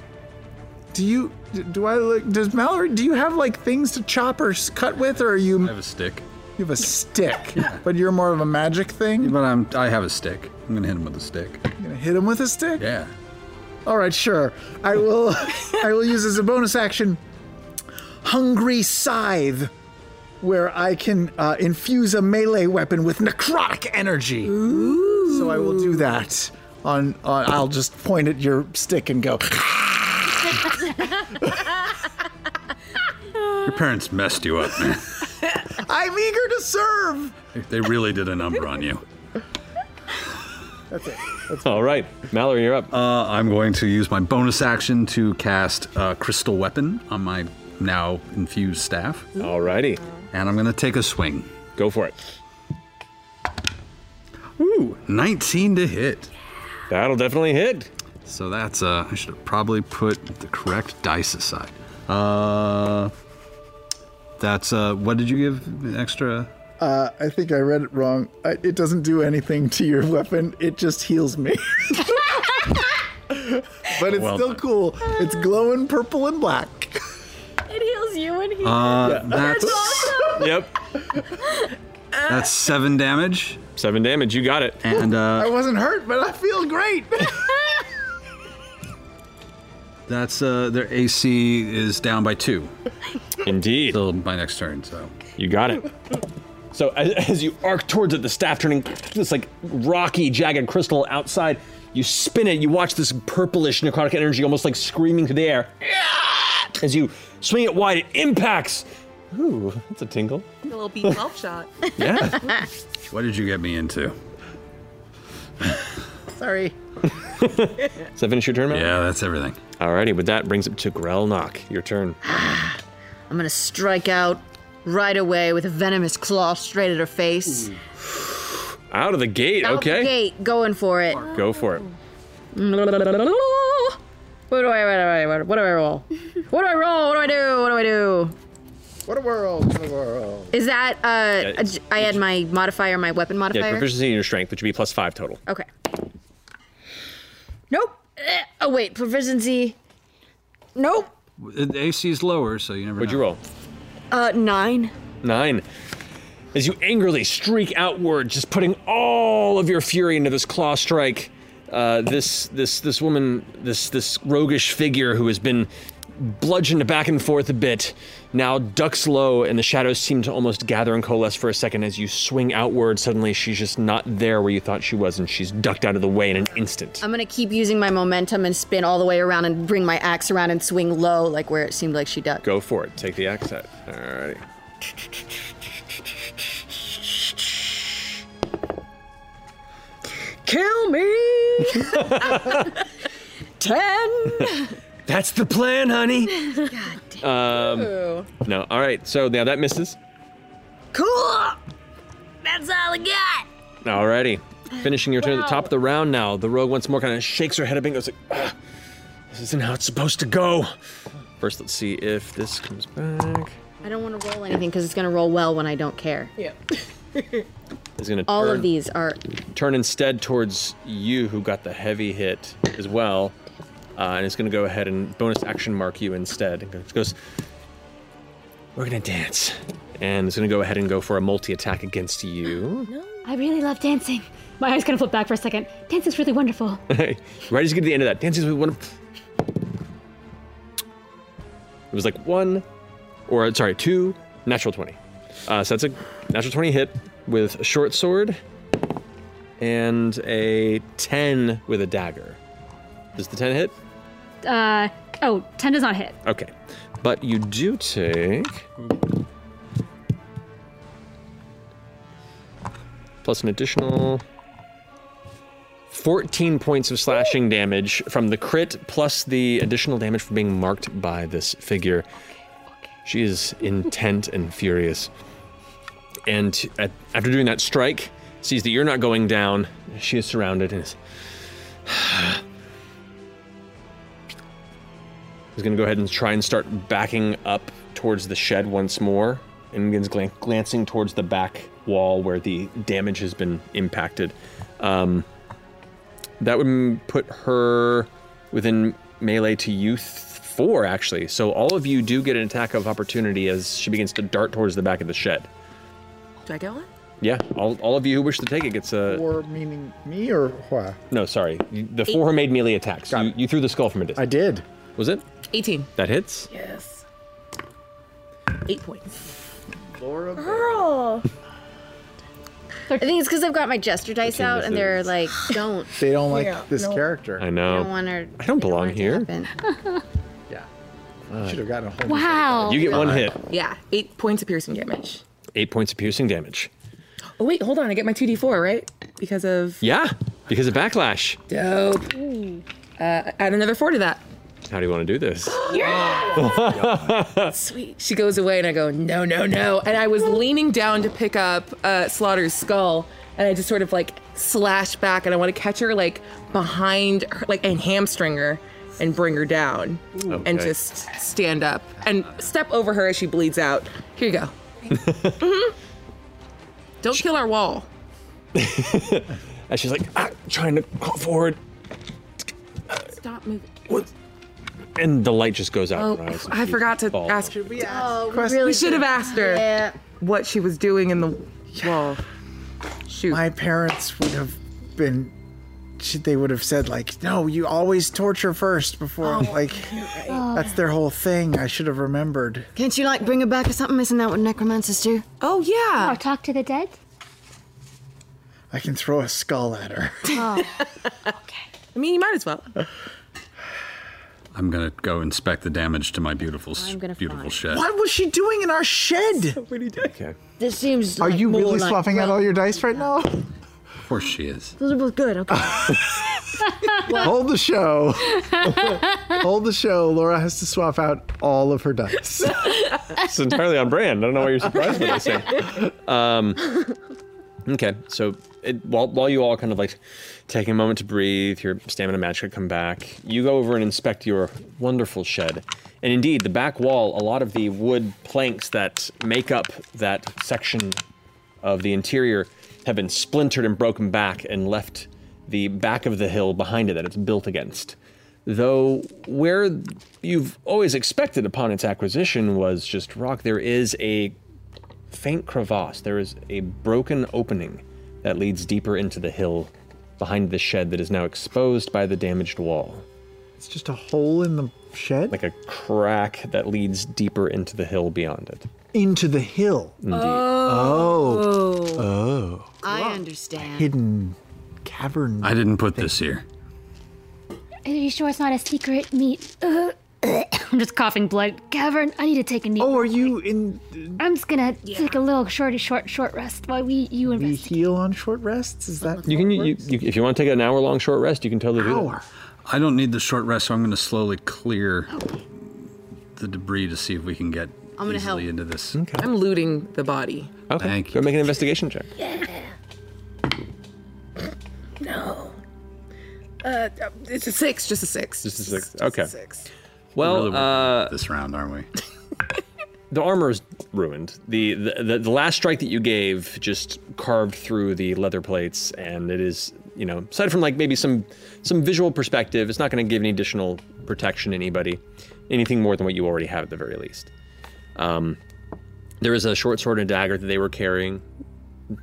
S4: Do you? Do I look? Does Mallory? Do you have like things to chop or s- cut with, or are you? I have
S5: a stick.
S4: You have a stick, but you're more of a magic thing.
S5: But I'm I have a stick. I'm gonna hit him with a stick.
S4: You gonna hit him with a stick?
S5: Yeah.
S4: All right, sure. I will. I will use as a bonus action, hungry scythe, where I can uh, infuse a melee weapon with necrotic energy. So I will do that. On, on, I'll just point at your stick and go.
S5: Your parents messed you up, man.
S4: I'm eager to serve.
S5: they really did a number on you.
S4: That's it.
S2: All right, Mallory, you're up.
S5: Uh, I'm going to use my bonus action to cast uh, Crystal Weapon on my now infused staff.
S2: Alrighty.
S5: And I'm going to take a swing.
S2: Go for it.
S5: Ooh, 19 to hit.
S2: That'll definitely hit.
S5: So that's uh, I should have probably put the correct dice aside. Uh, that's uh, what did you give extra?
S4: Uh, I think I read it wrong. I, it doesn't do anything to your weapon. It just heals me. but it's
S5: Well
S4: still
S5: done.
S4: cool. It's glowing purple and black.
S3: It heals you and he.
S5: Uh, that's-
S3: awesome.
S2: Yep.
S5: That's seven damage.
S2: Seven damage. You got it.
S5: And
S4: I
S5: uh,
S4: wasn't hurt, but I feel great.
S5: that's uh, their AC is down by two.
S2: Indeed.
S5: Till my next turn. So
S2: you got it. So as, as you arc towards it, the staff turning this like rocky, jagged crystal outside, you spin it. You watch this purplish necrotic energy, almost like screaming to the air. As you swing it wide, it impacts. Ooh, that's a tingle.
S6: A little B12 shot.
S2: Yeah.
S5: What did you get me into?
S4: Sorry.
S2: Does that finish your turn, Matt? Yeah, that's everything. Alrighty, with that brings it to Grell Knock. Your turn.
S10: I'm gonna strike out right away with a venomous claw straight at her face.
S2: Out of the gate,
S10: Out the
S2: Mm. okay.
S10: gate, going for it.
S2: Go for it.
S10: What do I what do I what do I roll? What do I roll? What do I do? What do I do?
S4: What a world! What a world!
S10: Is that uh?
S2: Yeah,
S10: a j- I had my modifier, my weapon modifier.
S2: Yeah, proficiency in your strength, which would be plus five total.
S10: Okay. Nope. Eh, Oh wait, proficiency. Nope.
S5: The AC is lower, so you never. What'd
S2: you roll?
S10: Uh, nine.
S2: Nine. As you angrily streak outward, just putting all of your fury into this claw strike, uh, this this this woman, this this roguish figure who has been bludgeoned back and forth a bit, now ducks low, and the shadows seem to almost gather and coalesce for a second. As you swing outward, suddenly she's just not there where you thought she was, and she's ducked out of the way in an instant.
S10: I'm gonna keep using my momentum and spin all the way around and bring my axe around and swing low, like where it seemed like she ducked.
S2: Go for it. Take the axe out. Alrighty.
S11: Kill me!
S10: Ten!
S2: That's the plan, honey.
S11: God.
S2: Um,
S11: Ew.
S2: no. All right. So now that misses.
S11: Cool! That's all I got!
S2: Alrighty. Finishing your turn at the top of the round now. The rogue once more kind of shakes her head a bit and goes like, "Ugh, this isn't how it's supposed to go. First, let's see if this comes back.
S10: I don't want to roll anything because it's gonna roll well when I don't care. Yeah.
S2: It's going to
S10: all
S2: turn,
S10: of these are.
S2: turn instead towards you, who got the heavy hit as well. Uh, and it's going to go ahead and bonus action mark you instead. It goes, we're going to dance. And it's going to go ahead and go for a multi attack against you.
S7: I really love dancing. My eyes kind of flip back for a second. Dancing's really wonderful.
S2: right as you get to the end of that, dances with one. of- It was like one, or sorry, two natural twenty. Uh, so that's a natural twenty hit with a short sword, and a ten with a dagger. Does the ten hit?
S7: Uh, oh, 10 does not hit.
S2: Okay, but you do take plus an additional 14 points of slashing damage from the crit, plus the additional damage from being marked by this figure. She is intent and furious, and at, after doing that strike, sees that you're not going down. She is surrounded and is. He's going to go ahead and try and start backing up towards the shed once more and begins glan- glancing towards the back wall where the damage has been impacted. Um, that would m- put her within melee to you th- four, actually. So all of you do get an attack of opportunity as she begins to dart towards the back of the shed.
S6: Do I get one?
S2: Yeah, all, all of you who wish to take it gets a.
S12: Or meaning me or what?
S2: No, sorry. You- The four who made melee attacks. You, you threw the skull from a distance. I
S12: did.
S2: Was it?
S6: 18.
S2: That hits?
S6: Yes. Eight points.
S10: Girl. I think it's because I've got my jester dice out and they're like, don't.
S12: They don't like
S10: Yeah,
S12: this
S10: no.
S12: character.
S2: I know.
S10: I don't want her.
S2: I don't belong here.
S12: Yeah.
S2: Uh,
S12: Should have gotten a whole
S6: Wow.
S2: You get one hit.
S6: Yeah, eight points of piercing damage.
S2: Eight points of piercing damage.
S6: Oh, wait, hold on. I get my 2d4, right? Because of.
S2: Yeah, because of backlash.
S6: Dope. Uh, add another four to that.
S2: How do you want to do this?
S6: Sweet. She goes away, and I go, no, no, no. And I was leaning down to pick up uh, Slaughter's skull, and I just sort of like slash back, and I want to catch her like behind, her, like, and hamstring her and bring her down
S11: Ooh.
S6: and
S11: Okay.
S6: just stand up and step over her as she bleeds out. Here you go. Mhm. Don't kill our wall.
S2: And she's like, ah, trying to crawl forward,
S6: Stop moving.
S2: and the light just goes out. in her
S6: Oh,
S2: eyes.
S6: I forgot to
S2: Balls.
S6: ask.
S4: we
S10: Oh,
S6: we
S10: really
S6: should have asked her
S10: Yeah.
S6: what she was doing in the wall. Shoot.
S4: My parents would have been. should- They would have said like, "No, you always torture first
S10: Oh,
S4: before." like, that's their whole thing. I should have remembered.
S10: Can't you like bring her back or something? Isn't that what necromancers do?
S6: Oh yeah.
S7: Or talk to the dead.
S4: I can throw a skull at her.
S6: Oh. I mean, you might as well.
S5: I'm gonna go inspect the damage to my beautiful, s- beautiful shed.
S4: What was she doing in our shed?
S5: Okay.
S10: This seems.
S4: Are
S10: like
S4: you
S10: more
S4: really
S10: like
S4: swapping out all your dice right now?
S5: Of course she is.
S13: Those are both good. Okay.
S4: Hold the show.
S6: oh.
S4: Hold the show. Laura has to swap out all of her dice.
S2: It's entirely on brand. I don't know why you're surprised by this thing. Um, okay, so it, while, while you all kind of like taking a moment to breathe, your stamina match could come back, you go over and inspect your wonderful shed. And indeed, the back wall, a lot of the wood planks that make up that section of the interior have been splintered and broken back and left the back of the hill behind it that it's built against. Though where you've always expected upon its acquisition was just rock, there is a faint crevasse. There is a broken opening that leads deeper into the hill behind the shed that is now exposed by the damaged wall.
S4: It's just a hole in the shed?
S2: Like a crack that leads deeper into the hill beyond it.
S4: Into the hill.
S2: Indeed.
S10: Oh.
S4: Oh. Oh.
S10: I understand.
S4: Hidden cavern.
S5: I didn't put this here.
S7: Are you sure it's not a secret meet? Uh, I'm just coughing blood. Cavern, I need to take a knee. Oh,
S4: are you in?
S7: I'm just gonna take a little short, short, short rest while we you
S4: We
S7: investigate.
S4: heal on short rests? Is that.
S2: You can, you, you, if you want to take an hour long short rest, you can totally do that.
S5: I don't need the short rest, so I'm going to slowly clear the debris to see if we can get
S6: I'm gonna
S5: easily
S6: help.
S5: into this.
S6: I'm looting the body.
S2: Okay. Go make an investigation check.
S6: No. Uh, it's a six, just a six.
S2: Just a six. Okay.
S6: Six.
S2: Well,
S5: really working
S2: uh,
S5: this round, aren't we?
S2: the armor is ruined. The, the the the last strike that you gave just carved through the leather plates, and it is you know aside from like maybe some some visual perspective, it's not going to give any additional protection to anybody, anything more than what you already have at the very least. Um, there is a short sword and dagger that they were carrying.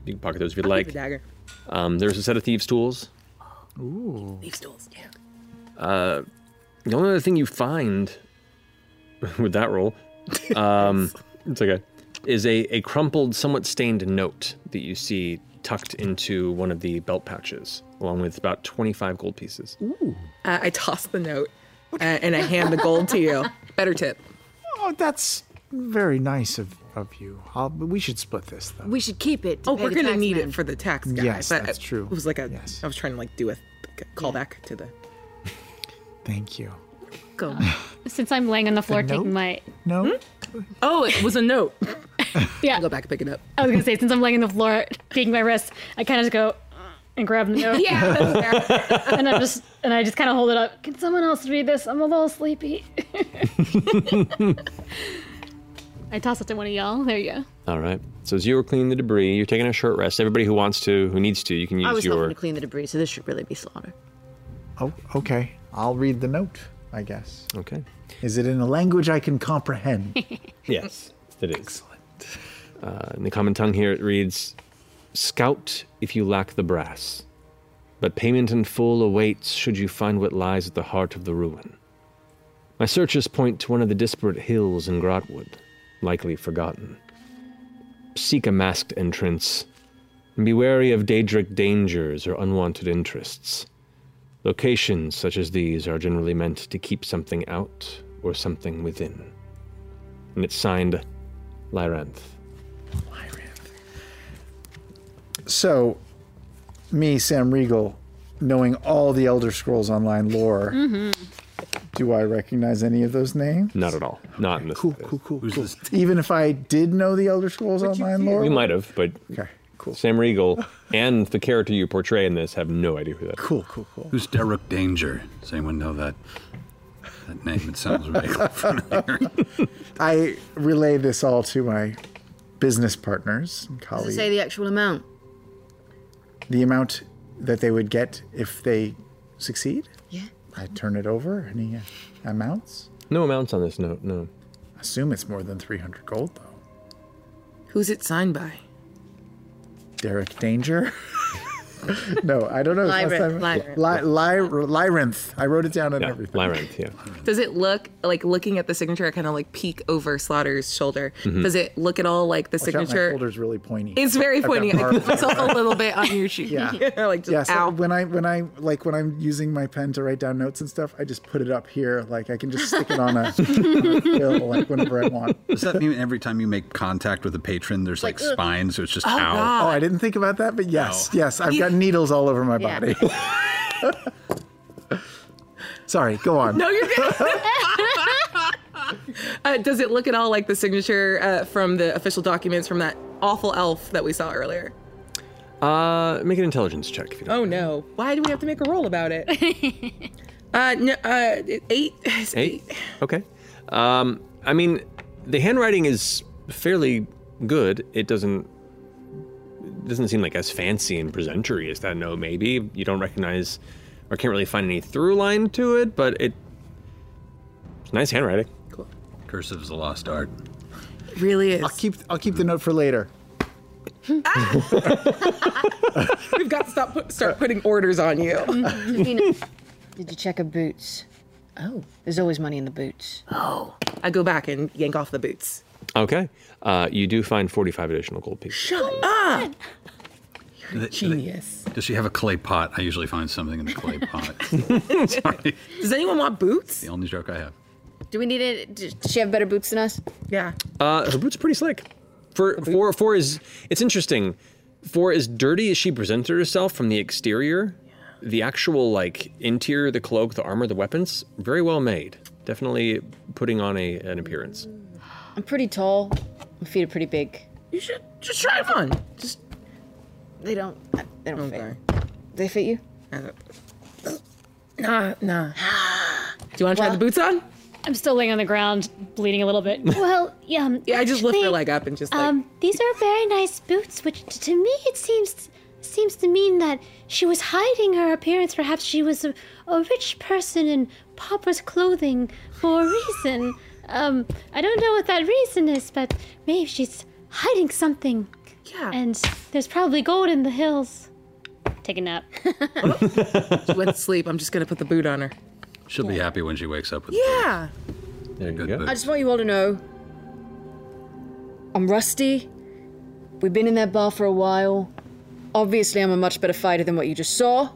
S2: You can pocket those if you'd like.
S6: The dagger.
S2: Um, there's a set of thieves' tools.
S6: Ooh. Thieves' tools. Yeah.
S2: Uh, the only other thing you find with that roll, um, it's okay, is a, a crumpled, somewhat stained note that you see tucked into one of the belt pouches, along with about 25 gold pieces.
S6: Ooh. Uh, I toss the note uh, and I hand the gold to you. Better tip.
S4: Oh, that's very nice of, of you. I'll, we should split this, though.
S6: We should keep it. oh,
S4: pay
S6: we're
S4: the
S6: gonna
S4: tax
S6: need
S4: man.
S6: it for the tax guy.
S4: Yes,
S6: but
S4: that's true.
S6: It was like a. I was trying to like do a callback to the.
S4: Thank you.
S10: Oh,
S7: Go. Since I'm laying on the floor
S4: The
S7: taking my.
S4: No?
S6: Oh, it was a note.
S7: Yeah.
S6: Go back and pick it up.
S7: I was gonna say, since I'm laying on the floor taking my wrist, I kind of just go "Uh," and grab the note.
S6: Yeah,
S7: and I'm just and I just kind of hold it up. Can someone else read this? I'm a little sleepy. I toss it to one of y'all. There you go.
S2: All right. So as you were cleaning the debris, you're taking a short rest. Everybody who wants to, who needs to, you can
S10: I
S2: use
S10: was
S2: your.
S10: hoping to clean the debris, so this should really be slaughter.
S4: Oh, okay. I'll read the note, I guess.
S2: Okay.
S4: Is it in a language I can comprehend?
S2: Yes, it is. Uh, in the common tongue here, it reads Scout if you lack the brass, but payment in full awaits should you find what lies at the heart of the ruin. My searches point to one of the disparate hills in Grotwood, likely forgotten. Seek a masked entrance, and be wary of Daedric dangers or unwanted interests. Locations such as these are generally meant to keep something out or something within. And it's signed Lyranth.
S4: So, me, Sam Regal, knowing all the Elder Scrolls Online lore,
S7: Mm-hmm.
S4: do I recognize any of those names?
S2: Not at all. Not in this. Cool,
S4: cool, cool. Even if I did know the Elder Scrolls Online lore?
S2: You might have, but Sam Riegel and the character you portray in this have no idea who that is.
S4: Cool, cool, cool.
S5: Who's Derek Danger? Does anyone know that? That name, it sounds vaguely familiar.
S4: I relay this all to my business partners and
S10: Does it
S4: colleagues.
S10: say the actual amount?
S4: the amount that they would get if they succeed?
S10: Yeah.
S4: I turn it over. Any uh, amounts?
S2: No amounts on this note, no.
S4: Assume it's more than 300 gold, though.
S6: Who's it signed by?
S4: Derek Danger? no, I don't know. It's last
S6: Lyranth, Lyranth.
S4: time- Ly- Ly- Lyranth. I wrote it down and
S2: Yeah,
S4: everything.
S2: Lyranth, yeah.
S6: Does it look like looking at the signature? I kind of like peek over Slaughter's shoulder.
S2: Mm-hmm.
S4: Mhm.
S6: Does it look at all like the
S4: Watch out, my
S6: signature?
S4: shoulder's really pointy.
S6: It's very
S4: I've got
S6: pointy. I
S4: barbed
S6: put myself a little bit on your shoe.
S4: Yeah.
S6: like just
S4: yeah, so
S6: ow.
S4: when I when I like when I'm using my pen to write down notes and stuff, I just put it up here. Like I can just stick it on a bill like whenever I want.
S5: Does that mean every time you make contact with a patron, there's like, uh,
S4: Like, ugh.
S5: spines, so it's just
S4: oh,
S5: ow?
S4: I didn't think about that, but yes, yes, I've
S6: You
S4: got needles all over my
S6: Yeah.
S4: body. Sorry, go on.
S6: No, you're good. uh, does it look at all like the signature uh, from the official documents from that awful elf that we saw earlier?
S2: Uh, make an intelligence check if you don't.
S6: Oh no! Why do we have to make a roll about it? uh, no, uh, eight. It's
S2: Eight. Okay. Um, I mean, the handwriting is fairly good. It doesn't it doesn't seem like as fancy and presentory as that. No, maybe you don't recognize or can't really find any through line to it, but it it's nice handwriting. Cool.
S5: Cursive is a lost art.
S6: It really is.
S4: I'll keep I'll keep the note for later.
S6: Ah! We've got to stop put, start putting orders on you.
S10: Nina, did you check her boots? Oh, there's always money in the boots. Oh.
S6: I go back and yank off the boots.
S2: Okay. Uh, you do find forty-five additional gold pieces.
S6: Shut up!
S5: Genius. Does she have a clay pot? I usually find something in the clay pot. Sorry.
S6: Does anyone want boots?
S5: The only joke I have.
S10: Do we need it? Does she have better boots than us?
S6: Yeah.
S2: Uh, her boot's pretty slick. For for for is it's interesting. For as dirty as she presented herself from the exterior, the actual like interior, the cloak, the armor, the weapons, very well made. Definitely putting on a an appearance.
S10: I'm pretty tall. My feet are pretty big.
S6: You should just try them on. Just
S10: they don't. uh, They don't fit. They fit you?
S6: Nah, nah. Do you want to try the boots on?
S7: I'm still laying on the ground, bleeding a little bit. Well, yeah. Um,
S6: Yeah, I just lift her leg up and just like.
S7: Um, these are very nice boots, which t- to me it seems seems to mean that she was hiding her appearance. Perhaps she was a, a rich person in pauper's clothing for a reason. Um, I don't know what that reason is, but maybe she's hiding something.
S6: Yeah.
S7: And there's probably gold in the hills. Take a nap.
S6: she went to sleep. I'm just gonna put the boot on her.
S5: She'll be happy when she wakes up with
S6: Yeah.
S2: There you
S5: go.
S10: I just want you all to know I'm rusty. We've been in that bar for a while. Obviously, I'm a much better fighter than what you just saw.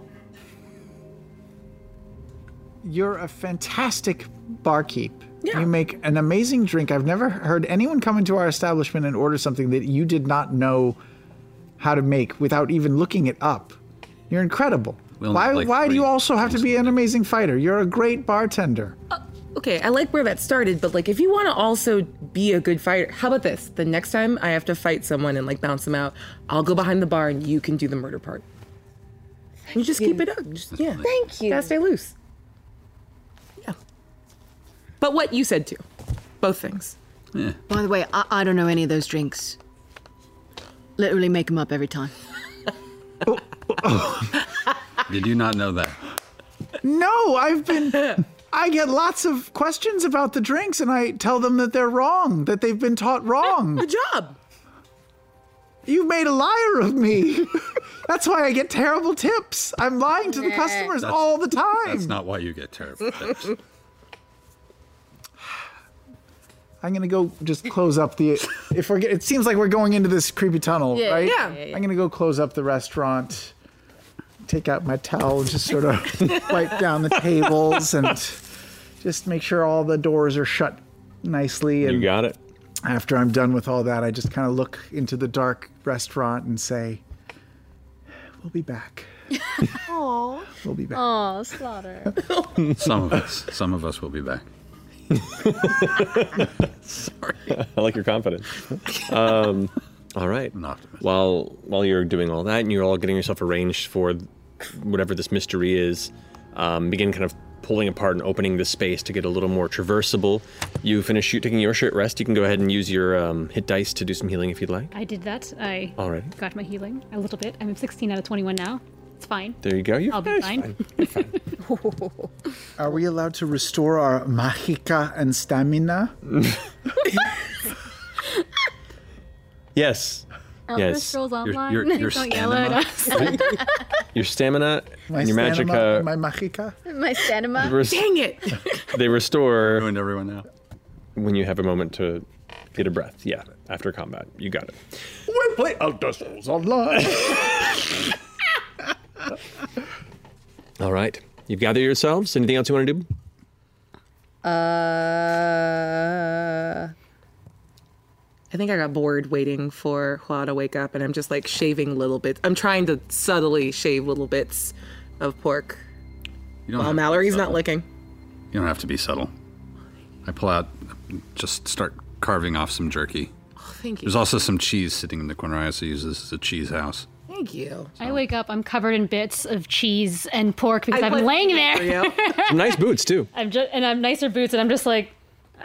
S4: You're a fantastic barkeep.
S6: Yeah.
S4: You make an amazing drink. I've never heard anyone come into our establishment and order something that you did not know how to make without even looking it up. You're incredible.
S5: We only
S4: why
S5: have, like,
S4: why do you also have to be an amazing fighter? You're a great bartender.
S6: Okay, I like where that started, but like if you want to also be a good fighter, how about this? The next time I have to fight someone and like bounce them out, I'll go behind the bar and you can do the murder part. you just keep it up. Just, yeah.
S10: Thank you.
S6: Gotta stay loose. Yeah. But what you said too. Both things.
S5: Eh,
S10: By the way, I, I don't know any of those drinks. Literally make them up every time.
S5: Did you not know that?
S4: No, I've been. I get lots of questions about the drinks, and I tell them that they're wrong, that they've been taught wrong. Good
S6: job.
S4: You made a liar of me. That's why I get terrible tips. I'm lying to the customers
S5: That's-
S4: all the time.
S5: That's not why you get terrible. tips.
S4: I'm gonna go just close up the. If we're, get- it seems like we're going into this creepy tunnel,
S14: Yeah,
S4: right?
S14: yeah, yeah, yeah.
S4: I'm gonna go close up the restaurant, take out my towel, and just sort of wipe down the tables and just make sure all the doors are shut nicely. And you
S2: got it.
S4: After I'm done with all that, I just kind of look into the dark restaurant and say, "We'll be back.
S14: Aww.
S4: We'll be back."
S14: Aw, slaughter.
S5: some of us. Some of us will be back.
S2: I like your confidence. Um, all right. While while you're doing all that and you're all getting yourself arranged for whatever this mystery is, um, begin kind of pulling apart and opening the space to get a little more traversable. You finish shoot, taking your short rest. You can go ahead and use your um, hit dice to do some healing if you'd like.
S7: I did that. I
S2: All right.
S7: got my healing a little bit. I'm 16 out of 21 now. It's fine.
S2: There you go. You're
S7: I'll be fine.
S4: Are we allowed to restore our magica and stamina?
S2: Yes. yes. stamina, your stamina,
S4: My
S2: and your uh,
S4: stamina
S2: magica.
S4: and my magica.
S10: My stamina.
S2: Res- Dang
S6: it!
S2: they restore.
S5: Ruined everyone now.
S2: When you have a moment to get a breath, yeah, after combat, you got it.
S14: we play Elder Scrolls Online.
S2: All right, you've gathered yourselves. Anything else you want to do?
S10: Uh,
S6: I think I got bored waiting for Hua to wake up, and I'm just like shaving little bits. I'm trying to subtly shave little bits of pork
S5: You don't
S6: while
S5: have to be
S6: Mallory's not
S5: subtle.
S6: looking.
S5: You don't have to be subtle. I pull out, just start carving off some jerky.
S7: Oh, thank you.
S5: There's also some cheese sitting in the corner. I also use this as a cheese house.
S7: Thank you. I wake up, I'm covered in bits of cheese and pork because
S6: I
S7: I am
S6: want-
S7: laying
S6: There
S7: there.
S6: you
S2: Some nice boots too.
S7: I'm just and I'm nicer boots, and I'm just like,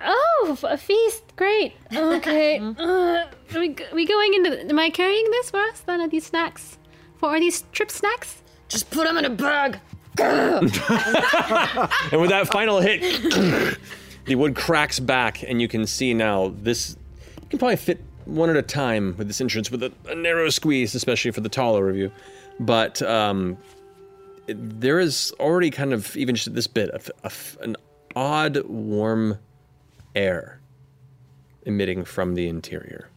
S7: oh, a feast, great. Okay,
S10: Mm-hmm.
S7: uh, are we g- we going into? Am I carrying this for us? Then are these snacks? For are these trip snacks?
S10: Just put them in a bag.
S2: And with that final hit, the wood cracks back, and you can see now this. You can probably fit one at a time with this entrance with a, a narrow squeeze, especially for the taller of you. But um, it- there is already kind of, even just this bit, a f- a f- an odd warm air emitting from the interior.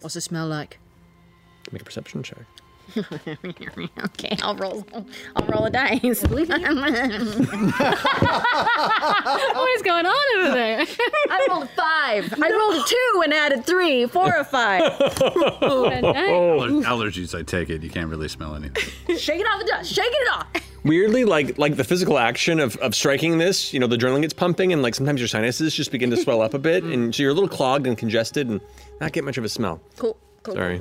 S10: What's it smell like?
S2: Make a perception check.
S10: okay, I'll roll. I'll roll a dice.
S7: what is going on over there?
S10: I rolled a five. I rolled a two and added three, four or five.
S5: Aller- allergies, I take it. You can't really smell anything.
S10: Shake it off the dust. Shake it off.
S2: Weirdly, like like the physical action of, of striking this, you know, the adrenaline gets pumping, and like sometimes your sinuses just begin to swell up a bit, and so you're a little clogged and congested, and not get much of a smell.
S10: Cool.
S2: Sorry.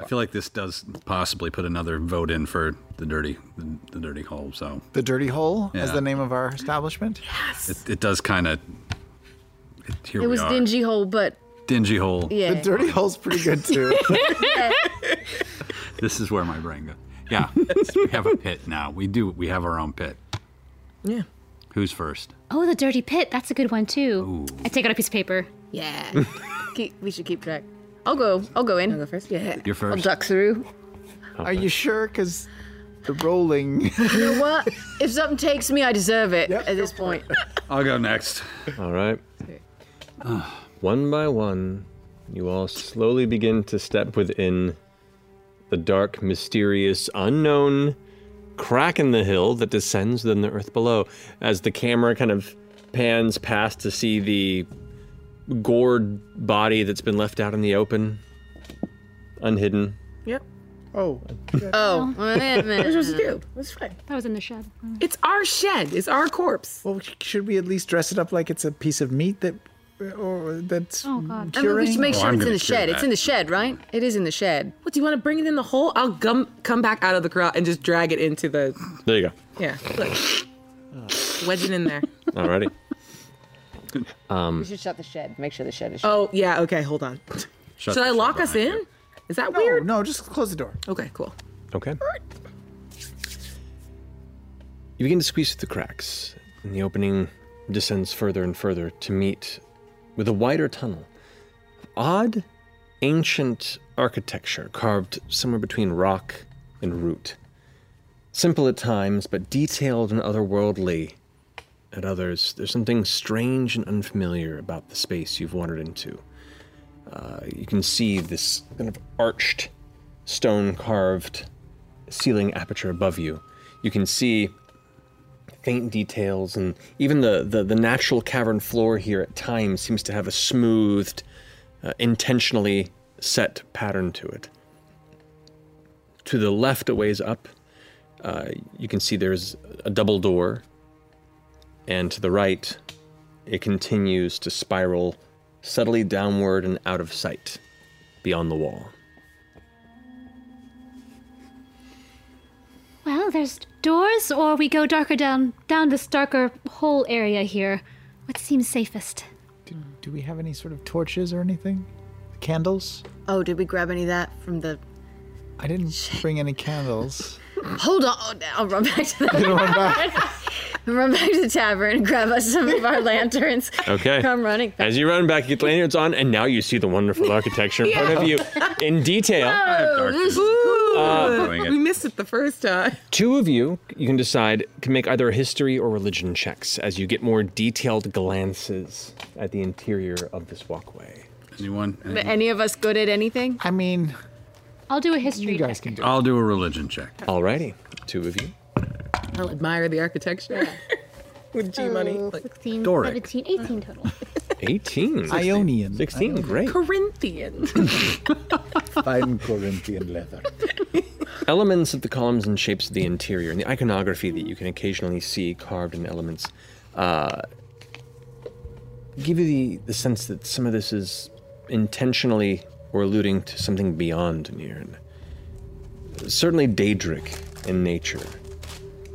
S5: I feel like this does possibly put another vote in for the dirty, the, the dirty hole. So
S1: The Dirty Hole is
S5: Yeah.
S1: the name of our establishment.
S5: it, it does kind of. Here
S10: it
S5: we
S10: was
S5: are.
S10: dingy hole, but
S5: Dingy hole.
S10: yeah.
S1: hole's pretty good too.
S5: This is where my brain goes. Yeah, we have a pit now. We do. We have our own pit.
S6: Yeah.
S5: Who's first?
S7: Oh, the dirty pit. That's a good one too. I take out a piece of paper.
S10: Yeah. keep, we should keep track. I'll go. I'll go in. I'll go first. Yeah.
S5: You're first.
S10: I'll duck through.
S1: Are you sure? Because the rolling.
S10: You know what? if something takes me, I deserve it. at this point.
S5: I'll go next.
S2: All right. one by one, you all slowly begin to step within the dark, mysterious, unknown crack in the hill that descends than the earth below. As the camera kind of pans past to see the gored body that's been left out in the open, unhidden.
S6: Yep.
S1: Oh.
S10: Oh,
S6: wait a minute.
S10: That's what you do.
S6: That's fine.
S7: That was in the shed.
S6: It's our shed. It's our corpse.
S1: Well, should we at least dress it up like it's a piece of meat that, or that's oh, God.
S10: I mean, we should make sure it's in the shed. It's in the shed, right? It is in the shed.
S6: What do you want to bring it in the hole? I'll gum, come back out of the corral and just drag it into the
S2: There you go.
S6: yeah. Look. Wedge it in there.
S2: Alrighty. Um,
S10: should shut the shed. Make sure the shed is
S6: Oh yeah. Okay. Hold on.
S2: Shut
S6: Should I
S2: the
S6: lock us in? Is that weird?
S1: No. Just close the door.
S6: Okay. Cool.
S2: Okay. You begin to squeeze through the cracks, and the opening descends further and further to meet with a wider tunnel. Odd, ancient architecture carved somewhere between rock and root. Simple at times, but detailed and otherworldly at others. There's something strange and unfamiliar about the space you've wandered into. Uh, you can see this kind of arched, stone carved ceiling aperture above you. You can see faint details, and even the, the, the natural cavern floor here at times seems to have a smoothed, uh, intentionally set pattern to it. To the left, a ways up, uh, you can see there's a double door, and to the right, it continues to spiral subtly downward and out of sight beyond the wall.
S7: Well, there's doors, or we go darker down down this darker hole area here. What seems safest?
S1: Do we have any sort of torches or anything? Candles?
S10: Oh, did we grab any of that from the?
S1: I didn't bring any candles.
S10: Hold on. Oh, I'll run back to the.
S1: You're going
S10: I'll run back to the tavern. Grab us some of our lanterns.
S2: Okay.
S10: Come running. back.
S2: As you run back, you get the lanterns on, and now you see the wonderful architecture in front of you in detail.
S6: Oh, this is
S2: Ah,
S6: cool.
S2: Uh,
S6: we missed it the first time.
S2: Two of you, you can decide, can make either history or religion checks as you get more detailed glances at the interior of this walkway.
S5: Anyone?
S10: But any of us good at anything?
S1: I mean,
S7: I'll do a history.
S1: guys can do
S5: I'll do a religion check.
S2: Alrighty, two of you.
S6: I'll
S7: Oh,
S6: admire the architecture with G money. Like,
S7: 16,
S5: Doric.
S7: 17, 18 total.
S2: 18.
S1: Ionian.
S2: 16, great.
S6: Corinthian.
S2: Fine Corinthian leather. elements of the columns and shapes of the interior and the iconography that you can occasionally see carved in elements uh, give you the, the sense that some of this is intentionally or alluding to something beyond Nirn. Certainly Daedric in nature,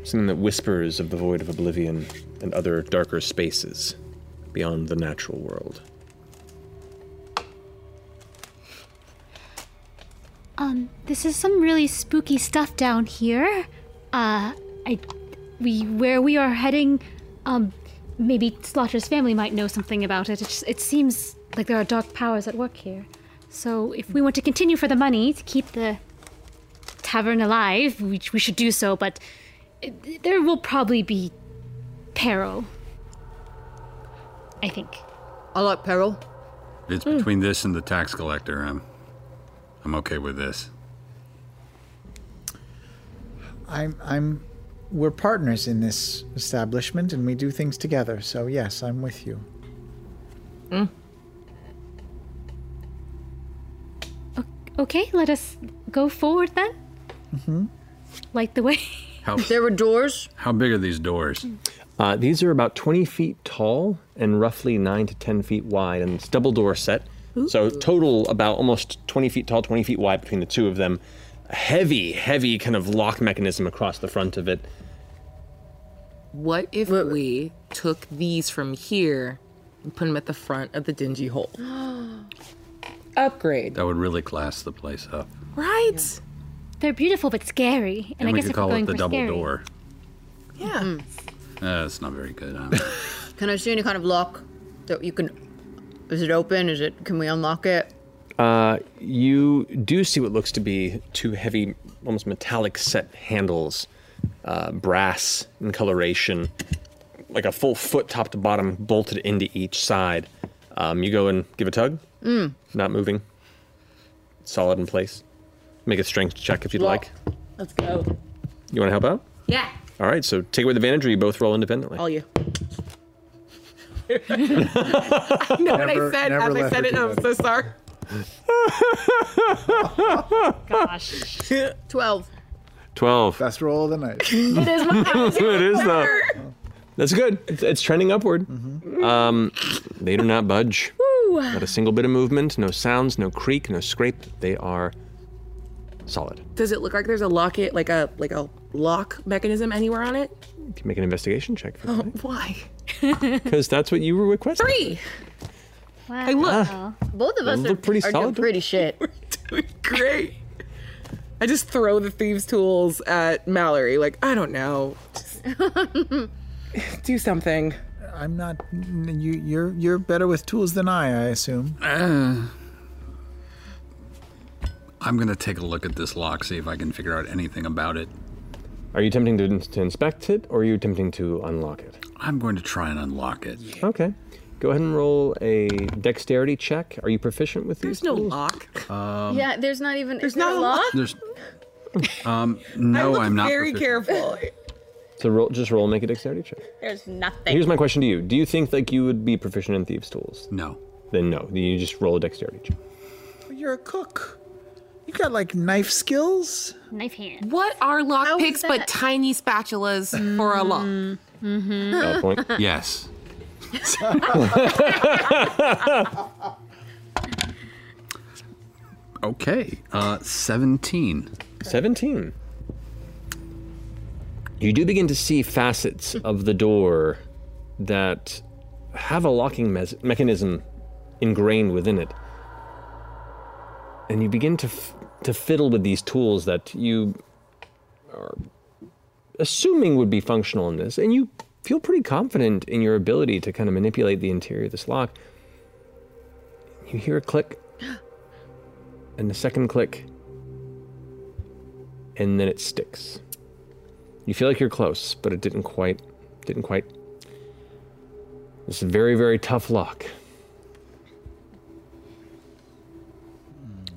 S2: something that whispers of the void of oblivion and other darker spaces beyond the natural world.
S7: Um, this is some really spooky stuff down here. Uh, I, we where we are heading. Um, maybe Slaughter's family might know something about it. It, just, it seems like there are dark powers at work here. So if we want to continue for the money to keep the tavern alive, we, we should do so. But uh, there will probably be peril. I think.
S3: I like peril.
S5: It's between this and the tax collector. I'm, I'm okay with this.
S12: I'm I'm we're partners in this establishment and we do things together. So yes, I'm with you.
S7: Okay, let us go forward then.
S12: Mm-hmm.
S7: Light the way.
S5: How,
S3: There were doors.
S5: how big are these doors?
S2: Uh, these are about 20 feet tall and roughly 9 to 10 feet wide, and it's double door set. So, total about almost 20 feet tall, 20 feet wide between the two of them. Heavy, heavy kind of lock mechanism across the front of it.
S6: What if we took these from here and put them at the front of the dingy hole? Upgrade.
S5: That would really class the place up.
S7: Right. They're beautiful but scary, and,
S5: And
S7: I
S5: we
S7: guess
S5: could
S7: if we're
S5: call
S7: going
S5: it the
S7: for
S5: double
S7: scary,
S5: door.
S3: Yeah.
S5: Uh, that's not very good. huh?
S3: Can I see any kind of lock that you can? Is it open? Is it? Can we unlock it?
S2: Uh, you do see what looks to be two heavy, almost metallic set handles, uh, brass in coloration, like a full foot top to bottom bolted into each side. Um, you go and give a tug.
S3: Mm.
S2: Not moving. Solid in place. Make a strength check if you'd like.
S6: Let's go.
S2: You want to help out?
S6: Yeah.
S2: All right, so take away the advantage or you both roll independently.
S6: All you. I know what I
S2: Never-
S6: said as
S2: never
S6: I
S2: let
S6: said
S2: her
S6: it.
S2: do
S6: I'm
S2: that.
S6: so sorry.
S7: Gosh.
S3: Twelve.
S2: 12.
S12: Best roll of the night.
S3: It is my-
S2: it is though. That's good. It's, it's trending upward. Um, they do not budge.
S3: Woo.
S2: Not a single bit of movement, no sounds, no creak, no scrape. They are solid.
S6: Does it look like there's a locket, like a like a lock mechanism anywhere on it?
S2: You can make an investigation check for
S6: Oh, why?
S2: because that's what you were requesting.
S6: Three.
S7: Wow. I
S6: look.
S3: Both of
S2: They
S3: us are,
S2: Ah. look pretty
S3: are doing
S2: solid.
S3: pretty shit.
S6: Great. I just throw the thieves' tools at Mallory. Like I don't know. Just do something.
S12: I'm not. You you're you're better with tools than I. I assume.
S5: I'm gonna take a look at this lock, see if I can figure out anything about it.
S2: Are you attempting to, to inspect it or are you attempting to unlock it?
S5: I'm going to try and unlock it.
S2: Okay. Go ahead and roll a dexterity check. Are you proficient with these?
S6: There's no lock.
S5: Um,
S3: yeah, there's not even. There's not a lock.
S5: There's. Um, no, I'm not.
S3: very
S5: proficient.
S6: careful.
S2: So roll, just roll, make a dexterity check.
S3: There's nothing.
S2: Here's my question to you: Do you think like you would be proficient in thieves' tools?
S5: No.
S2: Then no. You just roll a dexterity check.
S12: You're a cook. You got like knife skills.
S7: Knife hand.
S6: What are lock picks but tiny spatulas for a lock? Mm-hmm.
S2: Valid point.
S5: Yes. Okay. Uh, 17.
S2: 17. You do begin to see facets of the door that have a locking mes- mechanism ingrained within it. And you begin to, f- to fiddle with these tools that you are assuming would be functional in this. And you feel pretty confident in your ability to kind of manipulate the interior of this lock. You hear a click, and a second click, and then it sticks. You feel like you're close, but it didn't quite. Didn't quite. It's a very, very tough lock.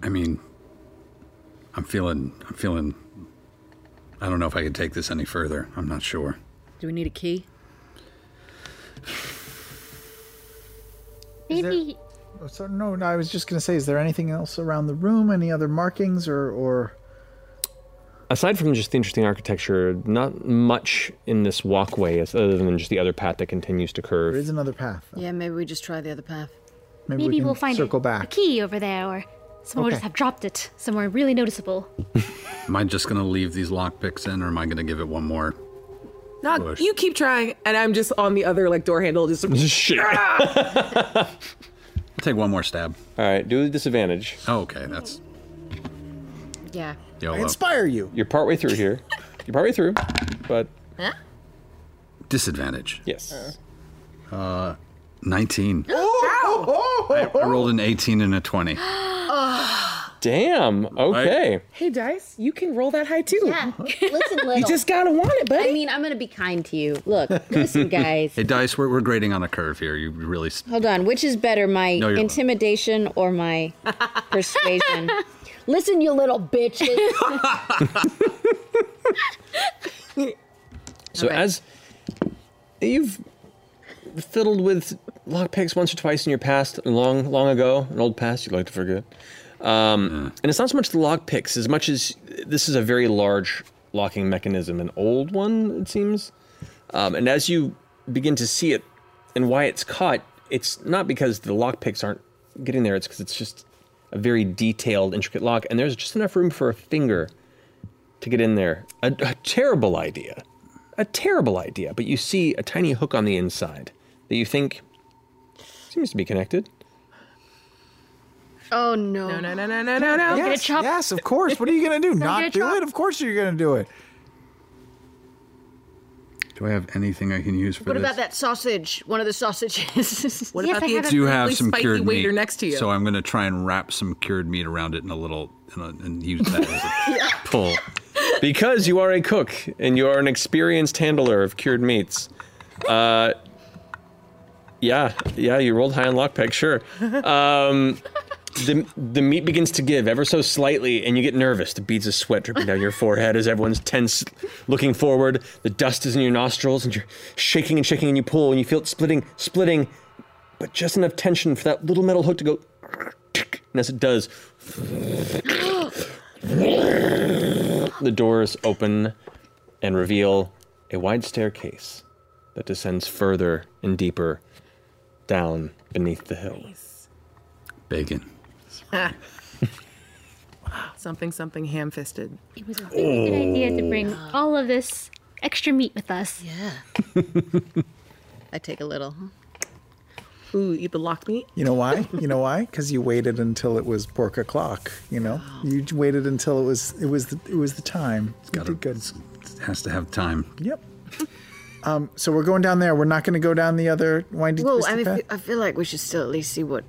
S5: I mean, I'm feeling. I'm feeling. I don't know if I could take this any further. I'm not sure.
S3: Do we need a key?
S12: Is there-
S7: Maybe
S12: Oh, so- no, no, I was just gonna say, is there anything else around the room? Any other markings or or
S2: Aside from just the interesting architecture, not much in this walkway as- other than just the other path that continues to
S12: there
S2: curve.
S12: is another path?
S10: Yeah, maybe we just try the other path.
S7: maybe, we will find a, a key over there, or someone will
S5: Okay.
S7: just have dropped it somewhere really noticeable.
S5: Am I just gonna leave these lockpicks in, or am I gonna give it one more?
S6: Nog,
S5: Push.
S6: you keep trying, and I'm just on the other like door handle, just
S2: shit.
S5: I'll take one more stab.
S2: All right, do the disadvantage.
S5: Oh, okay, that's
S10: Yeah.
S5: YOLO.
S12: inspire you.
S2: You're partway through here. You're partway through, but
S10: Huh?
S5: disadvantage.
S2: Yes.
S5: Uh, 19.
S11: Oh!
S5: I, I rolled an 18 and a 20.
S2: Damn. Okay.
S6: Hey, Dice, you can roll that high too.
S15: Yeah. Listen, little.
S6: You just gotta want it, buddy.
S15: I mean, I'm gonna be kind to you. Look, listen, guys.
S5: Hey, Dice, we're, we're grading on a curve here. You really. s-
S15: Hold on. Which is better, my
S5: No, you're not.
S15: intimidation or my persuasion? listen, you little bitches.
S2: So as you've fiddled with lockpicks once or twice in your past, long, long ago, an old past you like to forget. Um, And it's not so much the lockpicks as much as this is a very large locking mechanism, an old one, it seems. Um, and as you begin to see it and why it's caught, it's not because the lockpicks aren't getting there, it's because it's just a very detailed, intricate lock, and there's just enough room for a finger to get in there. A, a terrible idea. A terrible idea, but you see a tiny hook on the inside that you think seems to be connected.
S10: Oh no.
S6: No, no, no, no, no, no, no.
S1: Yes, yes, of course. What are you gonna do? Not
S6: get
S1: do it? Of course you're gonna do it.
S5: Do I have anything I can use for
S10: What
S5: this?
S10: about that sausage? One of the sausages.
S6: what
S5: I do you have some cured meat, So I'm going to try and wrap some cured meat around it in a little in a, and use that as a pull.
S2: Because you are a cook and you are an experienced handler of cured meats. Uh, yeah, yeah, you rolled high on lockpick, sure. Um, the, the meat begins to give ever so slightly, and you get nervous. The beads of sweat dripping down your forehead as everyone's tense, looking forward. The dust is in your nostrils, and you're shaking and shaking, and you pull, and you feel it splitting, splitting, but just enough tension for that little metal hook to go. And as it does, the doors open and reveal a wide staircase that descends further and deeper down beneath the hill.
S5: Bacon.
S6: something, something ham fisted.
S7: It was a really
S5: Oh.
S7: good idea to bring all of this extra meat with us.
S10: Yeah. I take a little.
S6: Ooh, eat the locked meat?
S12: You know why? You know why? Because you waited until it was pork o'clock. You know, you waited until it was it was the, it was the time. It's got good.
S5: It has to have time.
S12: Yep. um. So we're going down there. We're not going to go down the other windy
S10: Well,
S12: twisty
S10: I mean, I
S12: path.
S10: feel- I feel like we should still at least see what,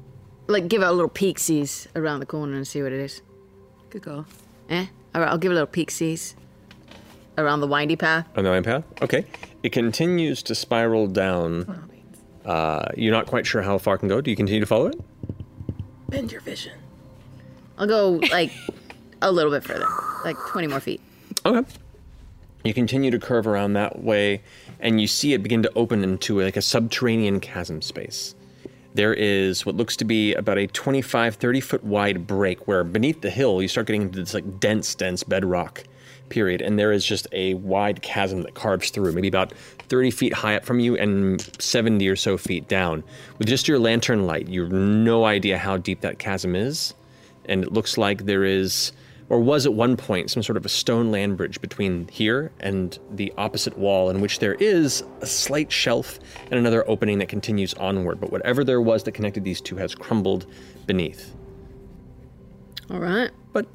S10: like, give our little peeksies around the corner and see what it is.
S6: Good call.
S10: Eh? All right, I'll give a little peeksies around the windy path.
S2: On the line path? Okay. It continues to spiral down. Uh, you're not quite sure how far it can go. Do you continue to follow it?
S6: Bend your vision.
S10: I'll go like a little bit further, like 20 more feet.
S2: Okay. You continue to curve around that way, and you see it begin to open into like a subterranean chasm space. There is what looks to be about a 25, 30 foot wide break where beneath the hill you start getting into this like dense, dense bedrock period. And there is just a wide chasm that carves through, maybe about 30 feet high up from you and 70 or so feet down. With just your lantern light, you have no idea how deep that chasm is and it looks like there is, or was at one point, some sort of a stone land bridge between here and the opposite wall, in which there is a slight shelf and another opening that continues onward. But whatever there was that connected these two has crumbled beneath.
S10: All right.
S2: But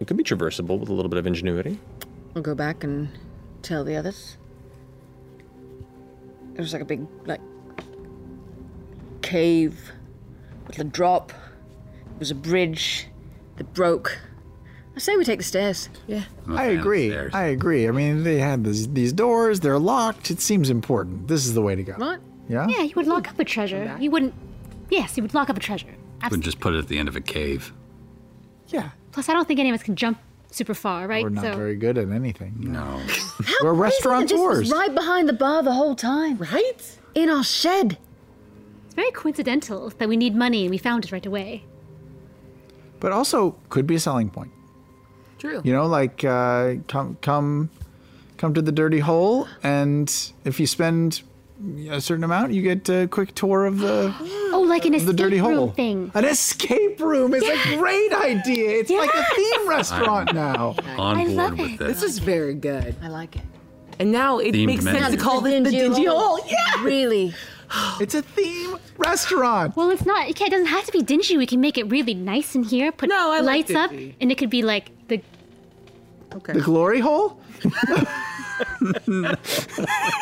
S2: it could be traversable with a little bit of ingenuity.
S10: I'll go back and tell the others. It was like a big, like, cave with a drop. It was a bridge that broke. I say we take the stairs.
S6: Yeah.
S1: I agree. I agree. I mean, they had these, these doors. They're locked. It seems important. This is the way to go.
S10: What?
S1: Yeah.
S7: Yeah, you would lock up a treasure. You wouldn't. Yes, you would lock up a treasure.
S5: Would just put it at the end of a cave.
S7: Plus, I don't think any of us can jump super far, right?
S12: We're not
S7: so
S12: very good at anything.
S5: No.
S12: We're
S10: This
S12: restaurateurs.
S10: was right behind the bar the whole time.
S6: Right?
S10: In our shed.
S7: It's very coincidental that we need money and we found it right away.
S1: But also could be a selling point.
S7: True.
S1: You know, like uh, come come come to the dirty hole, and if you spend a certain amount, you get a quick tour of the
S7: Oh, like an
S1: the
S7: escape
S1: dirty
S7: room
S1: hole
S7: thing.
S1: An escape room is a great idea. It's like a theme restaurant
S5: I'm
S1: now.
S5: on I board love with it. this.
S6: This is very good. I
S10: like it.
S6: And now it
S5: Themed
S6: makes sense
S5: menu.
S6: to call it the dingy hole. Yeah.
S10: Really.
S1: It's a theme restaurant.
S7: Well, it's not. It, can't, it doesn't have to be dingy. We can make it really nice in here. Put
S6: No, I like
S7: lights up,
S6: dingy.
S7: and it could be like the
S6: Okay.
S1: The glory hole?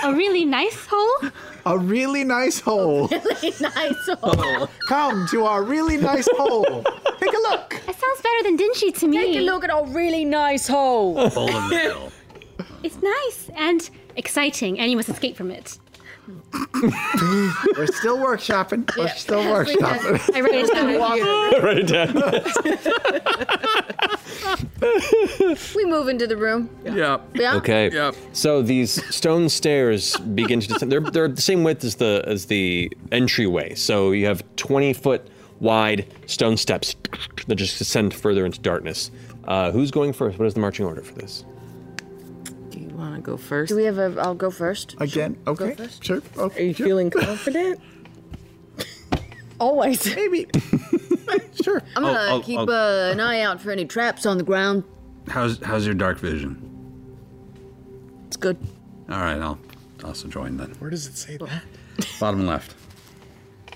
S7: a really nice hole.
S1: A really nice hole.
S7: really nice hole.
S1: Come to our really nice hole. Take a look.
S7: It sounds better than dingy to me.
S15: Take a look
S7: at our really nice hole.
S5: Hole in the hill.
S7: it's nice and exciting, and you must escape from it.
S1: We're still workshopping. We're still
S7: Yes, we have.
S1: workshopping.
S7: I wrote it down.
S2: Write it down.
S10: we move into the room.
S5: Yeah.
S10: Yeah.
S2: Okay. So these stone stairs begin to descend. They're, they're the same width as the as the entryway. So you have 20 foot wide stone steps that just descend further into darkness. Uh, who's going first? What is the marching order for this?
S6: Do you want to go first?
S10: Do we have a? I'll go first.
S1: Again. Okay. Sure. Okay.
S6: Are you feeling confident?
S10: Always.
S1: Maybe. sure.
S10: I'm
S5: I'll-
S10: gonna
S5: I'll-
S10: keep
S5: I'll-
S10: uh, an eye out for any traps on the ground.
S5: How's how's your dark vision?
S10: It's good.
S5: All right, I'll also join then.
S1: Where does it say that?
S5: Bottom left.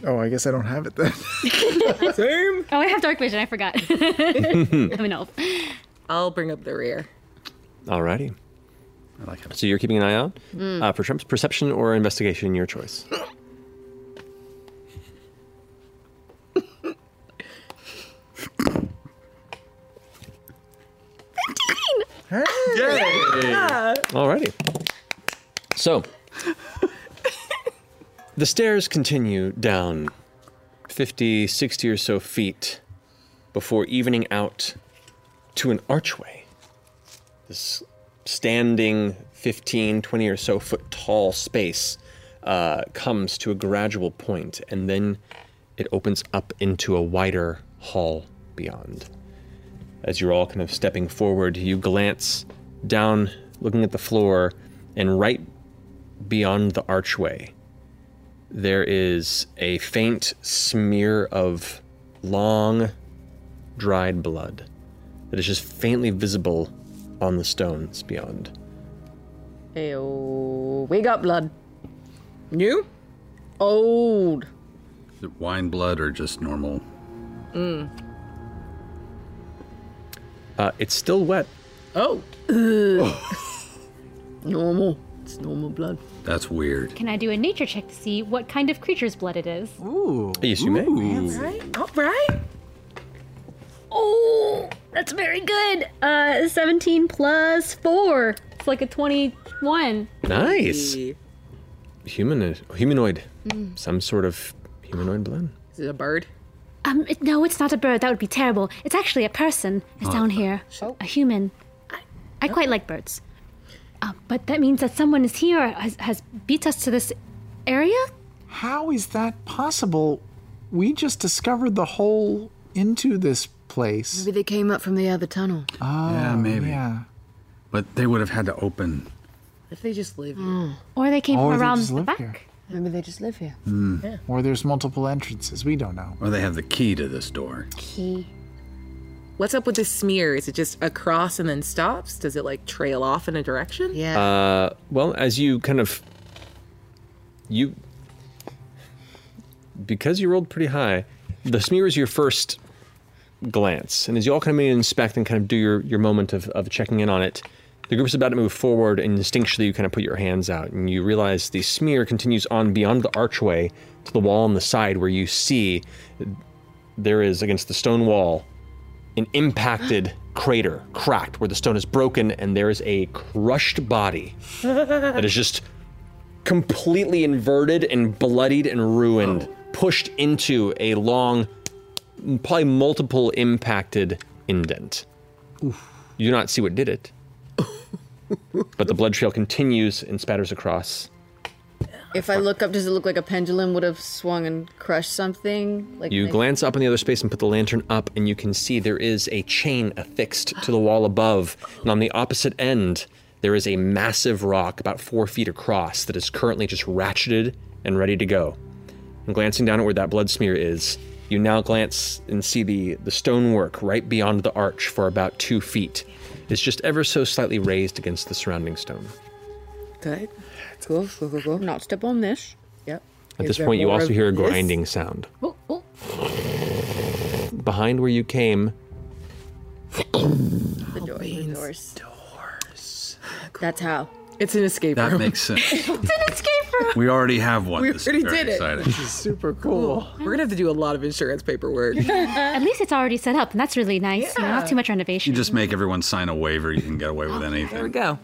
S1: Oh, I guess I don't have it then.
S7: Same. Oh, I have dark vision. I forgot. I'm an elf.
S6: I'll bring up the rear.
S2: Alrighty. I like it. So you're keeping an eye out
S6: Mm.
S2: uh, for Trump's perception or investigation, your choice.
S1: Hey.
S6: Yeah.
S2: Alrighty. So the stairs continue down 50, 60 or so feet before evening out to an archway. This standing 15, 20 or so foot tall space uh, comes to a gradual point and then it opens up into a wider hall beyond. As you're all kind of stepping forward, you glance down, looking at the floor, and right beyond the archway, there is a faint smear of long, dried blood that is just faintly visible on the stones beyond.
S10: Ew. We got blood.
S6: New?
S10: Old.
S5: Is it wine blood or just normal?
S6: Mm.
S2: Uh, it's still wet.
S6: Oh.
S10: normal. It's normal blood.
S5: Oh. That's weird.
S7: Can I do a nature check to see what kind of creature's blood it is?
S2: Ooh. Yes, you may.
S6: All right.
S7: Oh, that's very good. Uh, 17 plus 4. It's like a 21.
S2: Nice. Human, humanoid.
S7: Mm.
S2: Some sort of humanoid blend.
S6: Is it a bird?
S7: Um, it, no, it's not a bird. That would be terrible. It's actually a person. It's
S2: Oh.
S7: down here. A human. I, I quite like birds. Uh, but that means that someone is here, has, has beat us to this area?
S1: How is that possible? We just discovered the hole into this place.
S10: Maybe they came up from the other tunnel.
S1: Oh,
S5: yeah, maybe.
S1: Yeah.
S5: But they would have had to open.
S6: If they just live
S10: here.
S7: Or they
S1: came Or from they around just the live back. here.
S10: Mm. Maybe they just live here.
S5: Hmm.
S1: Or there's multiple entrances. We don't know.
S5: Or they have the key to this door.
S6: Key. What's up with this smear? Is it just across and then stops? Does it like trail off in a direction? Yeah.
S2: Uh, well, as you kind of you because you rolled pretty high, the smear is your first glance, and as you all kind of inspect and kind of do your your moment of of checking in on it, the group's about to move forward, and instinctually you kind of put your hands out, and you realize the smear continues on beyond the archway to the wall on the side, where you see there is against the stone wall an impacted crater cracked where the stone is broken and there is a crushed body that is just completely inverted and bloodied and ruined, pushed into a long, probably multiple impacted indent. You do not see what did it, but the blood trail continues and spatters across
S3: If I look up, does it look like a pendulum would have swung and crushed something? Like
S2: You
S3: maybe-
S2: glance up in the other space and put the lantern up, and you can see there is a chain affixed to the wall above. And on the opposite end, there is a massive rock about four feet across that is currently just ratcheted and ready to go. And glancing down at where that blood smear is, you now glance and see the, the stonework right beyond the arch for about two feet. It's just ever so slightly raised against the surrounding stone.
S6: Good. Cool, cool, cool, cool.
S15: Not step on this.
S6: Yep.
S2: At
S6: Is
S2: this
S6: there
S2: point, you
S6: more
S2: also
S6: of
S2: hear a
S6: this?
S2: grinding sound.
S15: Oh, oh.
S2: Behind where you came,
S3: The door, the doors. Doors. That's how.
S6: It's an escape
S5: That
S6: room.
S5: makes sense.
S3: it's an escape room.
S5: We already have one.
S6: We
S5: This is
S6: already
S5: very
S6: did it.
S5: exciting.
S6: This is
S12: super
S6: cool. We're gonna have to do a lot of insurance paperwork.
S7: At least it's already set up, and that's really nice. You know, not too much renovation.
S5: You just make everyone sign a waiver. You can get away with anything. There we
S6: go.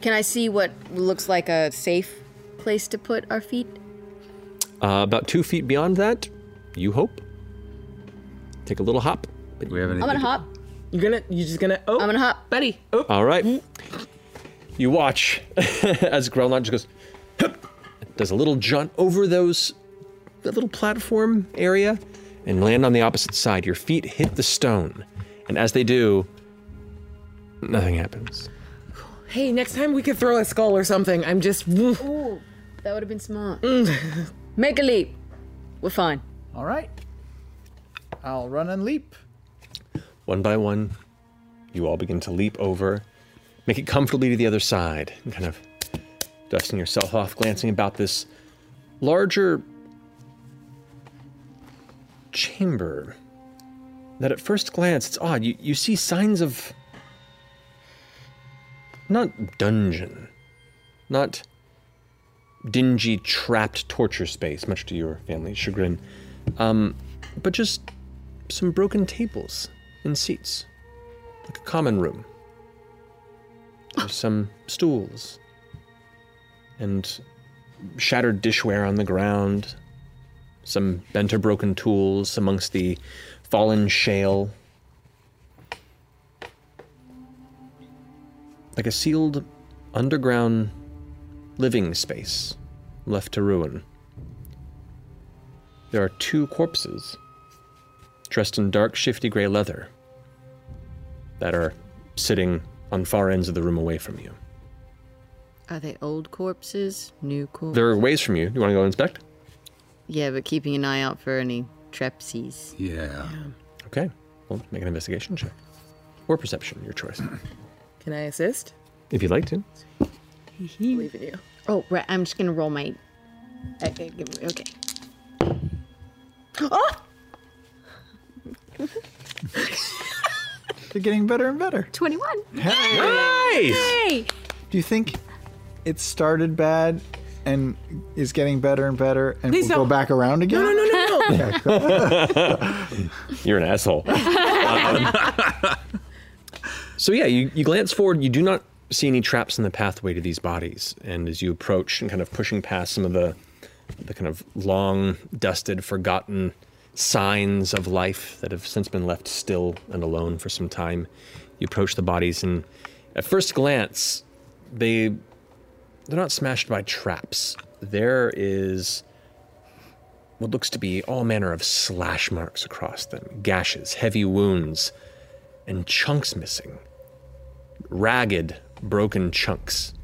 S3: Can I see what looks like a safe place to put our feet?
S2: uh, about two feet beyond that, you hope. Take a little hop. Do we have
S3: I'm gonna hop.
S6: You're gonna. You're just gonna. Oh, I'm
S3: gonna hop,
S6: buddy.
S2: All right. You watch as Grelnot just goes, "Hup," does a little jaunt over those, that little platform area, and land on the opposite side. Your feet hit the stone, and as they do, nothing happens.
S6: Hey, next time we could throw a skull or something. I'm just. Mm.
S3: Ooh, that would have been smart. Make a leap. We're fine.
S1: All right. I'll run and leap.
S2: One by one, you all begin to leap over, make it comfortably to the other side, and kind of dusting yourself off, glancing about this larger chamber. That at first glance, it's odd. You, you see signs of. Not dungeon. Not dingy, trapped torture space, much to your family's chagrin. Um, but just some broken tables and seats, like a common room. There's some stools and shattered dishware on the ground, some bent or broken tools amongst the fallen shale. Like a sealed underground living space left to ruin. There are two corpses dressed in dark, shifty gray leather, that are sitting on far ends of the room away from you.
S3: Are they old corpses? New corpses?
S2: They're ways from you. You want to go inspect?
S3: Yeah, but keeping an eye out for any trapsies.
S5: Yeah.
S2: Okay. Well, make an investigation check. Or perception, your choice.
S6: Can I assist?
S2: If you'd like to.
S10: Mm-hmm.
S6: Believe in you.
S15: Oh, right. I'm just gonna roll my. Okay. give- okay.
S3: Oh!
S1: They're getting better and better.
S7: 21.
S1: Hey!
S7: Yay!
S1: Do you think it started bad and is getting better and better and
S11: Please
S1: we'll go
S11: don't.
S1: back around again?
S11: no, no, no.
S1: Okay, cool.
S2: You're an asshole. Um, so yeah, you, you glance forward. You do not see any traps in the pathway to these bodies. And as you approach and kind of pushing past some of the the kind of long, dusted, forgotten signs of life that have since been left still and alone for some time, you approach the bodies, and at first glance, they they're not smashed by traps. There is what looks to be all manner of slash marks across them, gashes, heavy wounds, and chunks missing. Ragged, broken chunks,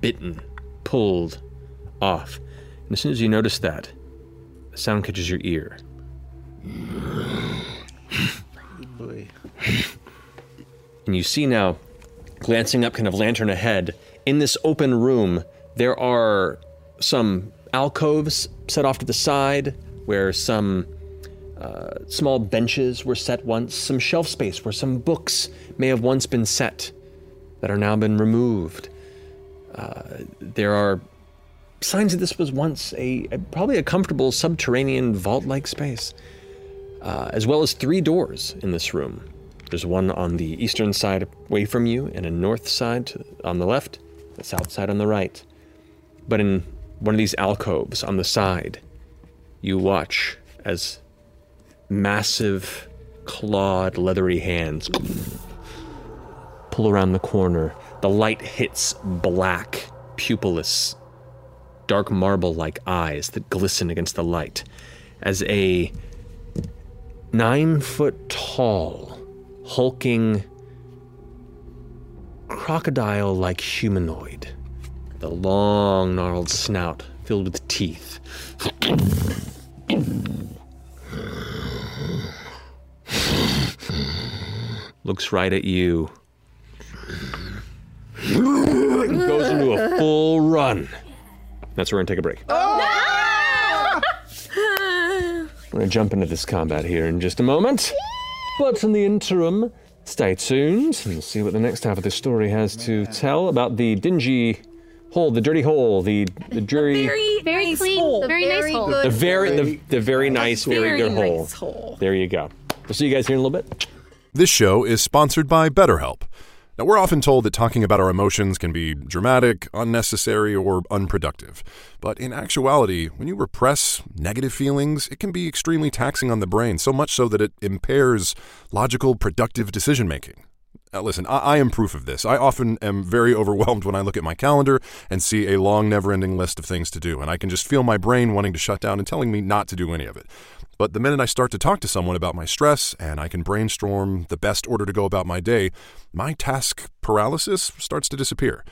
S2: bitten, pulled off. And as soon as you notice that, a sound catches your ear. And you see now, glancing up kind of lantern ahead, in this open room, there are some alcoves set off to the side where some uh, small benches were set once, some shelf space where some books may have once been set that are now been removed. Uh, there are signs that this was once a, a- probably a comfortable subterranean vault-like space, uh, as well as three doors in this room. There's one on the eastern side away from you, and a north side to, on the left, the south side on the right. But in one of these alcoves on the side, you watch as massive, clawed, leathery hands pull around the corner. The light hits black, pupilless dark marble like eyes that glisten against the light as a nine foot tall, hulking, crocodile like humanoid. The long, gnarled snout filled with teeth. Looks right at you. and goes into a full run. That's where we're gonna take a break.
S7: Oh!
S2: We're gonna jump into this combat here in just a moment. But in the interim, stay tuned and we'll see what the next half of this story has to tell about the dingy hole, the dirty hole, the the dreary,
S7: very clean, very, nice hole.
S2: the very, the, the very nice, very,
S7: very
S2: good
S7: nice
S2: hole. There you go. We'll see you guys here in a little bit.
S16: This show is sponsored by BetterHelp. Now, we're often told that talking about our emotions can be dramatic, unnecessary, or unproductive. But in actuality, when you repress negative feelings, it can be extremely taxing on the brain, so much so that it impairs logical, productive decision making. Now, listen, I-, I am proof of this. I often am very overwhelmed when I look at my calendar and see a long, never ending list of things to do, and I can just feel my brain wanting to shut down and telling me not to do any of it. But the minute I start to talk to someone about my stress and I can brainstorm the best order to go about my day, my task paralysis starts to disappear.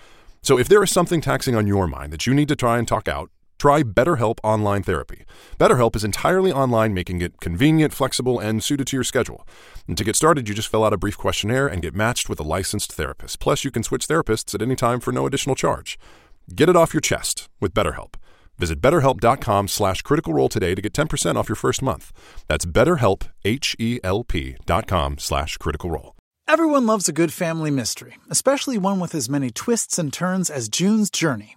S16: So if there is something taxing on your mind that you need to try and talk out, try BetterHelp Online Therapy. BetterHelp is entirely online, making it convenient, flexible, and suited to your schedule. And to get started, you just fill out a brief questionnaire and get matched with a licensed therapist. Plus, you can switch therapists at any time for no additional charge. Get it off your chest with BetterHelp. Visit betterhelp.com slash critical role today to get 10% off your first month. That's betterhelp, H-E-L-P dot com slash critical role.
S4: Everyone loves a good family mystery, especially one with as many twists and turns as June's journey.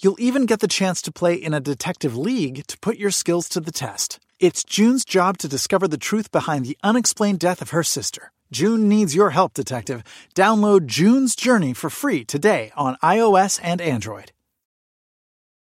S4: You'll even get the chance to play in a detective league to put your skills to the test. It's June's job to discover the truth behind the unexplained death of her sister. June needs your help, detective. Download June's Journey for free today on iOS and Android.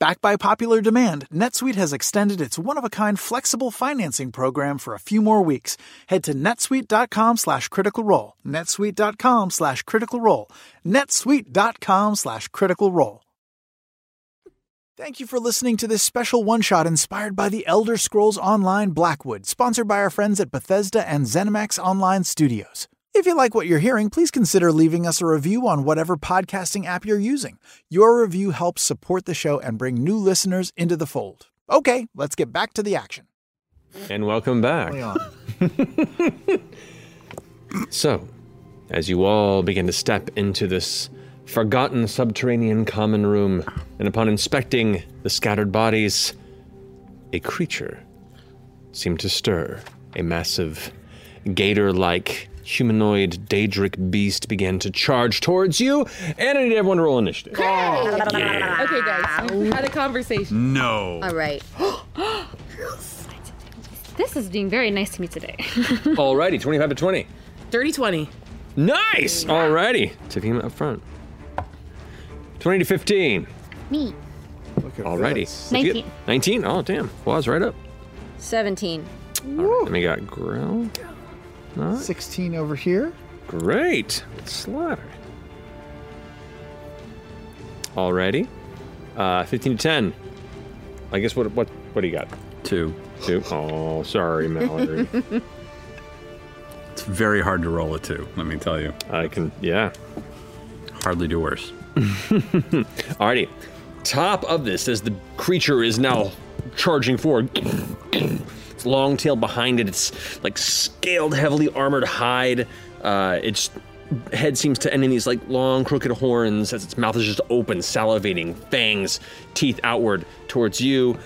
S4: Backed by popular demand, NetSuite has extended its one-of-a-kind flexible financing program for a few more weeks. Head to netsuite.com slash critical role. netsuite.com slash critical role. netsuite.com slash critical role. Thank you for listening to this special one shot inspired by the Elder Scrolls Online Blackwood, sponsored by our friends at Bethesda and ZeniMax Online Studios. If you like what you're hearing, please consider leaving us a review on whatever podcasting app you're using. Your review helps support the show and bring new listeners into the fold.
S1: Okay, let's get back to the action.
S2: And welcome back. so, as you all begin to step into this forgotten subterranean common room, and upon inspecting the scattered bodies, a creature seemed to stir. A massive gator like humanoid Daedric beast began to charge towards you, and I need everyone to roll initiative. Yeah.
S6: Okay, guys, we had a conversation.
S2: No.
S7: All right. this is being very nice to me today.
S2: Alrighty, 25 to 20.
S6: Dirty 20.
S2: Nice! Alrighty. Taking him up front. 20 to 15.
S7: Me.
S2: Alrighty. Look at-
S3: 19.
S2: 19? Oh, damn. Quaz right up.
S3: 17.
S2: And we got Grill.
S12: 16 over here.
S2: Great. Slaughter. Alrighty. Uh, 15 to 10. I guess what what what do you got? Two. Two. Oh, sorry, Mallory.
S5: It's very hard to roll a two, let me tell you.
S2: I can, yeah.
S5: Hardly do worse.
S2: Alrighty. Top of this, as the creature is now charging forward, its long tail behind it, its like scaled, heavily armored hide. Uh, its head seems to end in these like long, crooked horns as its mouth is just open, salivating, fangs, teeth outward towards you.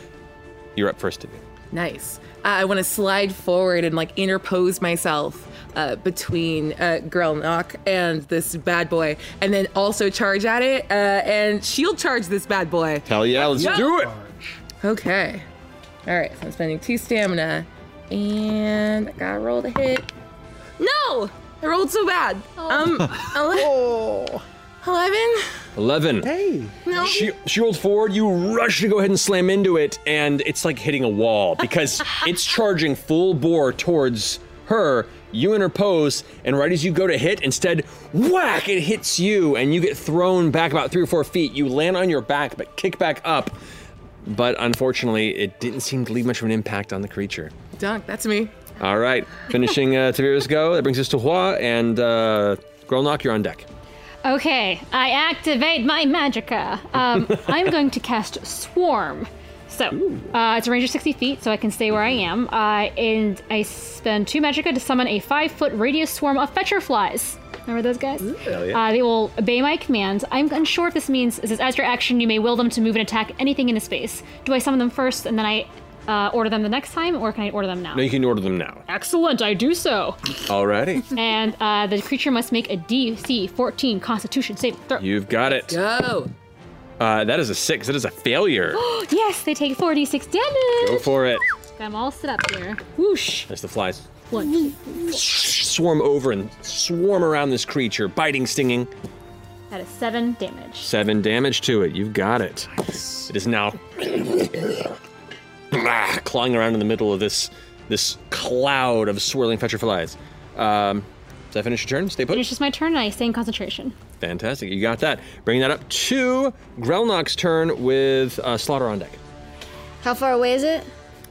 S2: You're up first, Divya.
S6: Nice. I want to slide forward and like interpose myself uh, between uh, Girl Knock and this bad boy, and then also charge at it uh, and shield charge this bad boy.
S2: Hell yeah, let's
S6: Yeah.
S2: do it!
S6: Okay. All right, so I'm spending two stamina, and I gotta roll to hit. No! I rolled so bad.
S10: Oh.
S6: Um, ele- 11?
S2: 11. Hey.
S6: No.
S2: She, she rolled forward. You rush to go ahead and slam into it, and it's like hitting a wall because it's charging full bore towards her. You interpose, and right as you go to hit, instead, whack, it hits you, and you get thrown back about three or four feet. You land on your back, but kick back up. But unfortunately, it didn't seem to leave much of an impact on the creature.
S6: Dunk, that's me.
S2: All right, finishing uh, Tavira's go. That brings us to Hua, and uh, Grolnok, you're on deck.
S7: Okay, I activate my magica. Um, I'm going to cast Swarm. So uh, it's a range of 60 feet, so I can stay where I am. Uh, and I spend two magica to summon a five foot radius swarm of fetcher flies. Remember those guys?
S11: hell yeah.
S7: Uh, they will obey my command. I'm unsure if this means it says as your action, you may will them to move and attack anything in a space. Do I summon them first and then I uh, order them the next time, or can I order them now?
S2: Now you can order them now.
S7: Excellent, I do so.
S2: Alrighty.
S7: and uh, the creature must make a DC 14 Constitution saving throw.
S2: You've got it.
S7: Go.
S2: Uh, that is a six. That is a failure.
S7: yes, they take 46 damage.
S2: Go for it.
S7: I'm all set up here. Whoosh.
S2: There's the flies.
S7: One.
S2: Swarm over and swarm around this creature, biting, stinging.
S7: That is seven damage.
S2: Seven damage to it. You've got it. It is now Ah, clawing around in the middle of this this cloud of swirling fetcher flies. Um, does that finish your turn? Stay put.
S7: It's just my turn, and I stay in concentration.
S2: Fantastic. You got that. Bring that up to Grelnok's turn with uh, Slaughter on deck.
S10: How far away is it?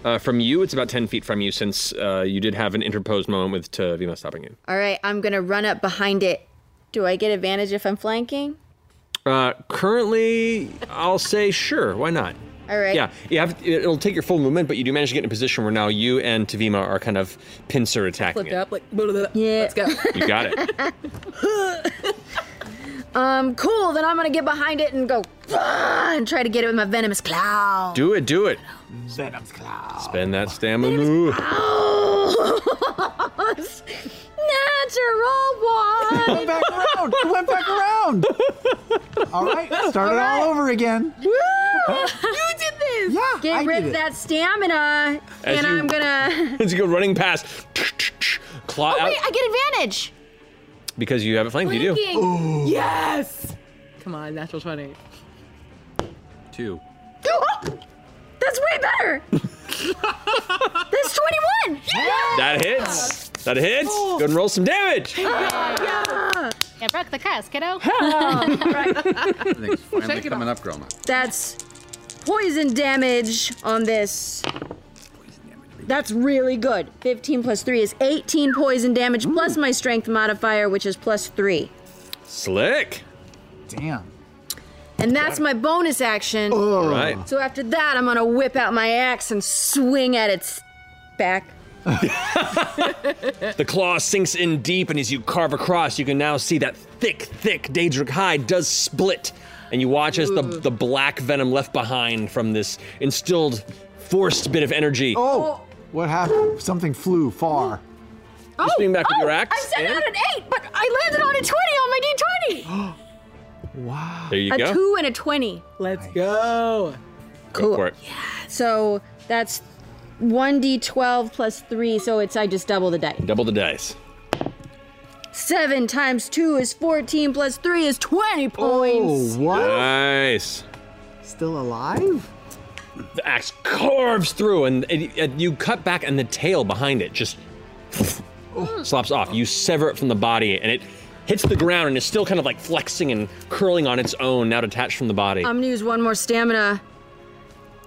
S2: Uh, from you, it's about 10 feet from you since uh, you did have an interposed moment with Tavima stopping you.
S10: All right, I'm gonna run up behind it. Do I get advantage if I'm flanking?
S2: Uh, currently, I'll say sure. Why not?
S10: All right.
S2: Yeah, you have, it'll take your full movement, but you do manage to get in a position where now you and Tavima are kind of pincer attacking
S6: Flipped
S2: it.
S6: up, like, blah, blah, blah. let's go.
S2: You got it.
S10: Um, cool. Then I'm gonna get behind it and go "Ah," and try to get it with my venomous claw.
S2: Do it, do it.
S10: Venomous claw.
S2: Spend that stamina.
S10: Natural one.
S12: Went back around. It went back around. All right, start it all over again.
S10: you did this. Yeah, get
S12: I
S10: rid
S12: did
S10: of
S12: it.
S10: that stamina,
S2: As
S10: and
S2: you-
S10: I'm gonna.
S2: As you go running past, claw
S10: Oh
S2: out
S10: wait, I get advantage.
S2: because you have it flanked. You do.
S10: Flanking.
S6: Yes! Come on, natural 20.
S5: Two.
S10: That's way better. That's 21.
S2: That hits. That hits. Go ahead and roll some damage.
S7: Yeah, broke the curse, kiddo.
S5: Everything's finally
S10: Check it
S5: coming up, Grelnok.
S10: That's poison damage on this. That's really good. 15 plus 3 is 18 poison damage plus my strength modifier, which is plus 3.
S2: Slick.
S12: Damn.
S3: And that's my bonus action.
S12: Oh.
S11: Right.
S3: So after that, I'm gonna whip out my axe and swing at its back.
S2: The claw sinks in deep, and as you carve across, you can now see that thick, thick Daedric hide does split. And you watch as the,
S11: Ooh.
S2: the black venom left behind from this instilled, forced bit of energy.
S1: Oh! What happened? Something flew far.
S2: You swing back with your axe.
S3: Oh. I said
S2: and-
S3: not an eight, but I landed on a 20 on my
S2: There you
S3: d20.
S2: go.
S3: a two and a 20.
S6: Let's go.
S2: Go for it.
S3: So that's 1d12 plus 3, so it's I just double the dice.
S2: Double the dice.
S3: 7 times 2 is 14 plus 3 is
S2: Oh.
S3: 20 points.
S2: Nice.
S3: Still alive?
S2: The axe carves through, and, and- and you cut back, and the tail behind it just
S3: Oh.
S2: slops off. You sever it from the body, and it hits the ground, and is still kind of like flexing and curling on its own, now detached from the body.
S10: Um,
S3: I'm gonna use one more stamina,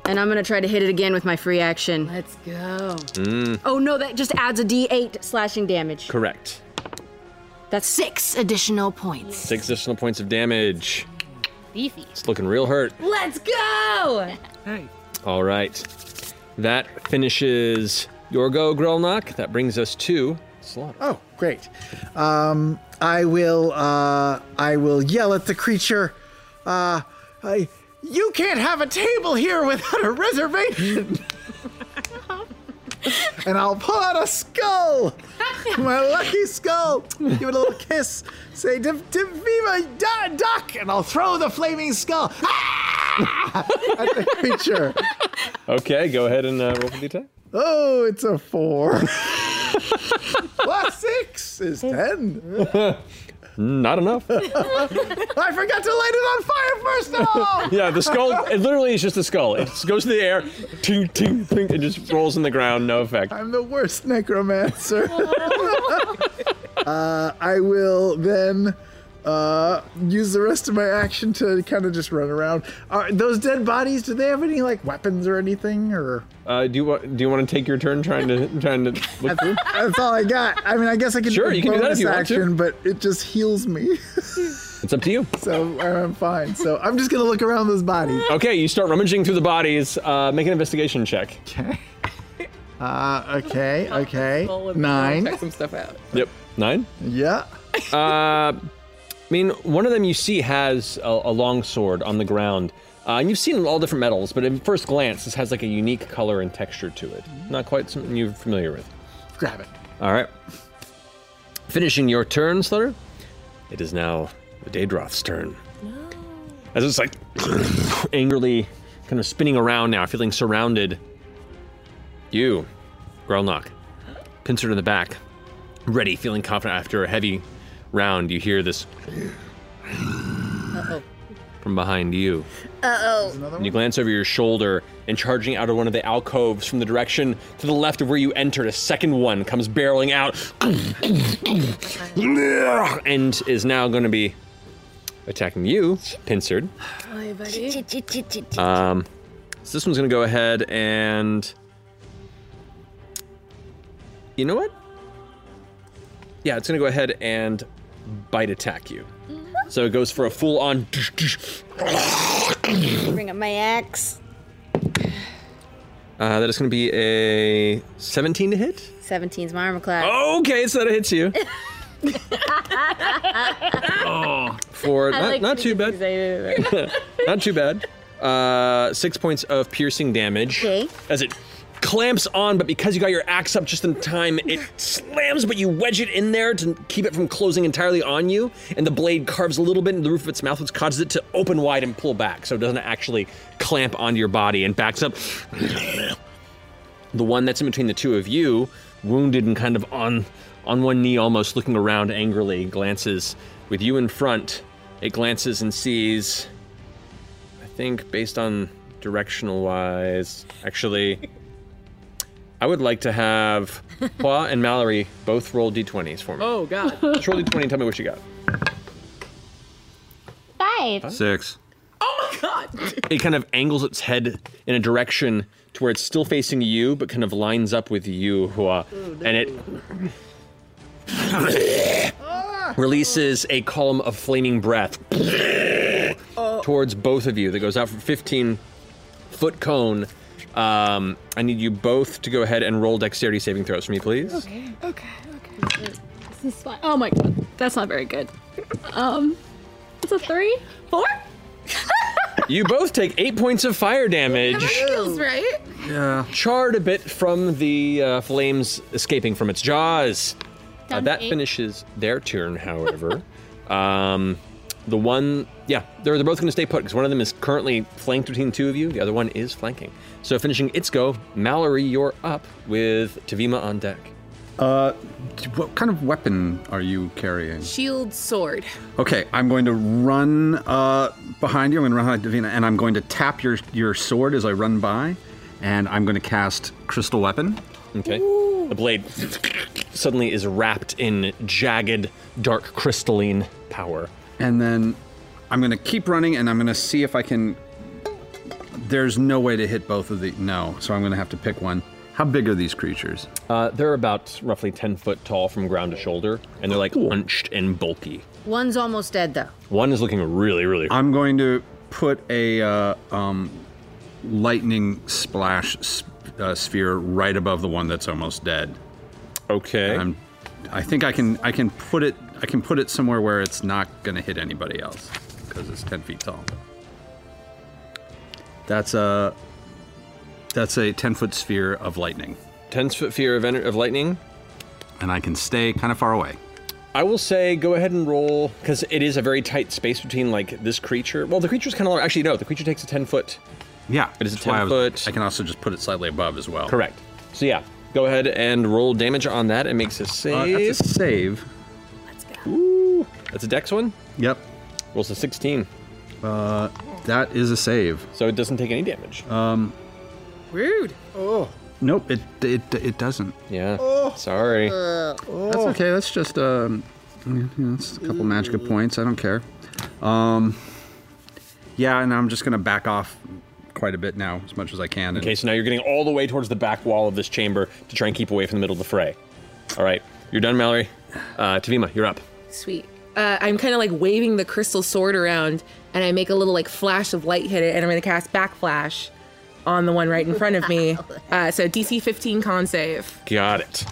S3: and I'm gonna try to hit it again with my free action. Let's go.
S2: Mm,
S3: Oh no, that just adds a d8 slashing damage.
S2: correct.
S3: That's six additional points.
S2: Six additional points of damage.
S3: Beefy.
S2: It's looking real hurt.
S3: Let's go!
S2: All right. That finishes your go, Grelnok. That brings us to Slaughter.
S4: Oh, great. Um, I will. Uh, I will yell at the creature. Uh, I, you can't have a table here without a reservation. and I'll pull out a skull, my lucky skull. Give it a little kiss. Say, "Div- div- viva da- duck," and I'll throw the flaming skull Ah! at the creature.
S2: Okay, go ahead and uh, roll for the attack.
S4: Oh, it's a four. Plus six is ten.
S2: Not enough.
S4: I forgot to light it on fire first of all.
S2: yeah, the skull, it literally is just a skull. It just goes to the air, ting, ting, ting, it just rolls in the ground, no effect.
S4: I'm the worst necromancer. uh, I will then uh, use the rest of my action to kind of just run around. Are those dead bodies? Do they have any like weapons or anything? Or
S2: Uh, do you want, do you want to take your turn trying to trying to look through?
S4: that's all I got. I mean, I guess I can
S2: Sure,
S4: do a
S2: you can do that
S4: bonus
S2: if you want to.
S4: action, but it just heals me,
S2: It's up to you.
S4: so I'm fine. So I'm just gonna look around those bodies.
S2: Okay, you start rummaging through the bodies. Uh, make an investigation check.
S4: Okay. Uh, okay, okay. Nine.
S6: Check some stuff out.
S2: Yep. Nine.
S4: Yeah.
S2: Uh, I mean, one of them you see has a, a long sword on the ground, uh, and you've seen all different metals, but at first glance, this has like a unique color and texture to it. Not quite something you're familiar with.
S4: Grab it.
S2: All right. Finishing your turn, Slutter. It is now the Daedroth's turn. As it's like angrily kind of spinning around now, feeling surrounded. You, Grelnok, pincered in the back, ready, feeling confident after a heavy round. You hear this
S11: Uh-oh.
S2: from behind you.
S11: Uh-oh.
S2: And you glance over your shoulder, and charging out of one of the alcoves from the direction to the left of where you entered, a second one comes barreling out and is now going to be attacking you, pincered.
S11: Hi, buddy.
S2: Um, so this one's going to go ahead and. You know what? Yeah, it's going to go ahead and bite attack you. So it goes for a full on.
S3: Bring up my axe.
S2: Uh, that is going to be a 17 to hit.
S3: 17's my armor class.
S2: Okay, so that hits you. oh, for
S3: I
S2: not,
S3: like
S2: not
S3: to
S2: too bad. not too bad. Uh, six points of piercing damage.
S3: Okay.
S2: As it clamps on, but because you got your axe up just in time, it slams, but you wedge it in there to keep it from closing entirely on you. And the blade carves a little bit into the roof of its mouth, which causes it to open wide and pull back, so it doesn't actually clamp onto your body and backs up. the one that's in between the two of you, wounded and kind of on on one knee, almost looking around angrily, glances with you in front. It glances and sees. I think, based on directional wise, actually, I would like to have Hua and Mallory both roll d20s for me.
S6: Oh God.
S2: Just roll d20 and tell me what you got.
S15: Five.
S2: Six.
S6: Oh my God.
S2: It kind of angles its head in a direction to where it's still facing you, but kind of lines up with you, Hua, and it
S6: Ah. Oh.
S2: releases a column of flaming breath towards both of you that goes out for 15 foot cone. Um, I need you both to go ahead and roll dexterity saving throws for me, please.
S7: Okay, okay, okay. This is fine. Oh my god, that's not very good. Um, it's a three, four.
S2: You both take eight points of fire damage,
S11: Feels right.
S2: yeah. charred a bit from the uh, flames escaping from its jaws. Uh,
S11: Done
S2: that
S11: eight.
S2: finishes their turn, however. um, the one, yeah, they're, they're both going to stay put because one of them is currently flanked between the two of you, the other one is flanking. So, finishing its go, Mallory, you're up with Tavima on deck.
S5: Uh, what kind of weapon are you carrying?
S6: Shield sword.
S5: Okay, I'm going to run uh, behind you. I'm going to run behind Davina, and I'm going to tap your your sword as I run by, and I'm going to cast Crystal Weapon.
S2: Okay. The blade suddenly is wrapped in jagged, dark crystalline power.
S5: And then I'm going to keep running, and I'm going to see if I can. There's no way to hit both of the. No, so I'm going to have to pick one. How big are these creatures?
S2: Uh, they're about roughly 10 foot tall from ground to shoulder, and they're like hunched and bulky.
S10: One's almost dead, though.
S2: One is looking really, really.
S5: I'm going to put a uh, um, lightning splash s- uh, sphere right above the one that's almost dead.
S2: Okay.
S5: I'm, I think I can I can put it I can put it somewhere where it's not going to hit anybody else because it's 10 feet tall. That's a that's a 10 foot sphere of lightning.
S2: 10 foot sphere of, ener- of lightning.
S5: And I can stay kind of far away.
S2: I will say go ahead and roll, because it is a very tight space between like this creature. Well, the creature's kind of Actually, no, the creature takes a 10 foot.
S5: Yeah,
S2: It is a
S5: that's why I
S2: 10
S5: was-
S2: foot.
S5: I can also just put it slightly above as well.
S2: Correct. So, yeah, go ahead and roll damage on that. It makes a save.
S5: Uh, that's a save.
S2: Ooh, that's a dex one?
S5: Yep.
S2: Rolls a 16.
S5: Uh, that is a save.
S2: So it doesn't take any damage.
S5: Um,
S6: Rude.
S4: Oh.
S5: nope, it it it doesn't.
S2: Yeah.
S4: Oh.
S2: Sorry.
S5: That's okay. That's just um, yeah, yeah, that's a couple magic points. I don't care. Um, yeah, and I'm just gonna back off quite a bit now, as much as I can. And
S2: Okay, so now you're getting all the way towards the back wall of this chamber to try and keep away from the middle of the fray. All right, you're done, Mallory. Uh, Tavima, you're up.
S6: Sweet. Uh, I'm kind of like waving the crystal sword around, and I make a little like flash of light hit it, and I'm gonna cast backflash on the one right in front of me. Uh, so DC 15 con save.
S2: Got it.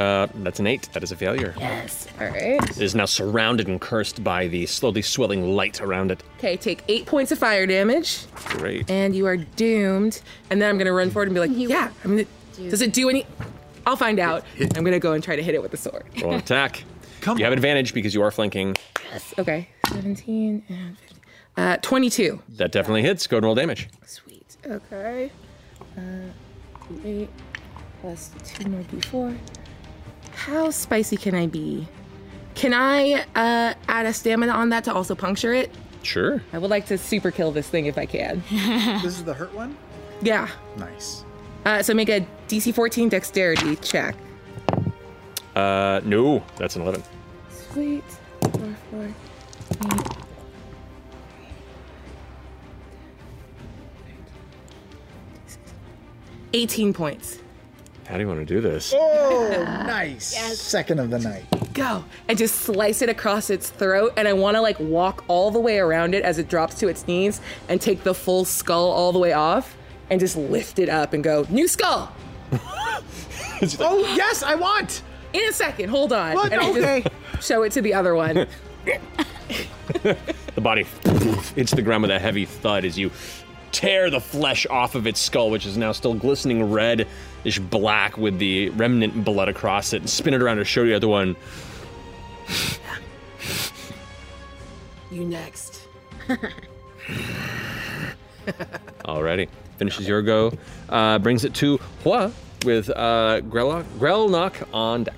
S2: Uh, that's an eight. That is a failure.
S6: Yes. All right.
S2: It is now surrounded and cursed by the slowly swelling light around it.
S6: Okay, take eight points of fire damage,
S2: Great.
S6: and you are doomed. And then I'm gonna run forward and be like, yeah. I'm gonna, does it do any? I'll find out. I'm gonna go and try to hit it with the sword.
S2: Roll an attack. you have advantage because you are flanking.
S6: Yes. Okay. 17 and 15. Uh, 22.
S2: That definitely hits. Go and roll damage.
S6: Okay. Uh, eight plus two more d4. How spicy can I be? Can I uh, add a stamina on that to also puncture it?
S2: Sure.
S6: I would like to super kill this thing if I can.
S4: this is the hurt one?
S6: yeah.
S4: Nice.
S6: Uh, so make a DC 14 dexterity check.
S2: Uh, no, that's an 11.
S6: Sweet. Four, four, eight. Eighteen points.
S2: How do you want to do this?
S4: Oh, nice. Second of the night.
S6: go and just slice it across its throat and i want to like walk all the way around it as it drops to its knees and take the full skull all the way off and just lift it up and go new skull
S4: oh yes i want
S6: in a second hold on
S4: What?
S6: And I just
S4: Okay.
S6: show it to the other one
S2: The body hits the ground with a heavy thud as you tear the flesh off of its skull, which is now still glistening reddish black with the remnant blood across it, and spin it around to show the other one.
S6: you next
S2: Alrighty. Finishes your go. Uh, brings it to Hua with uh, Grelok, Grelnok on deck.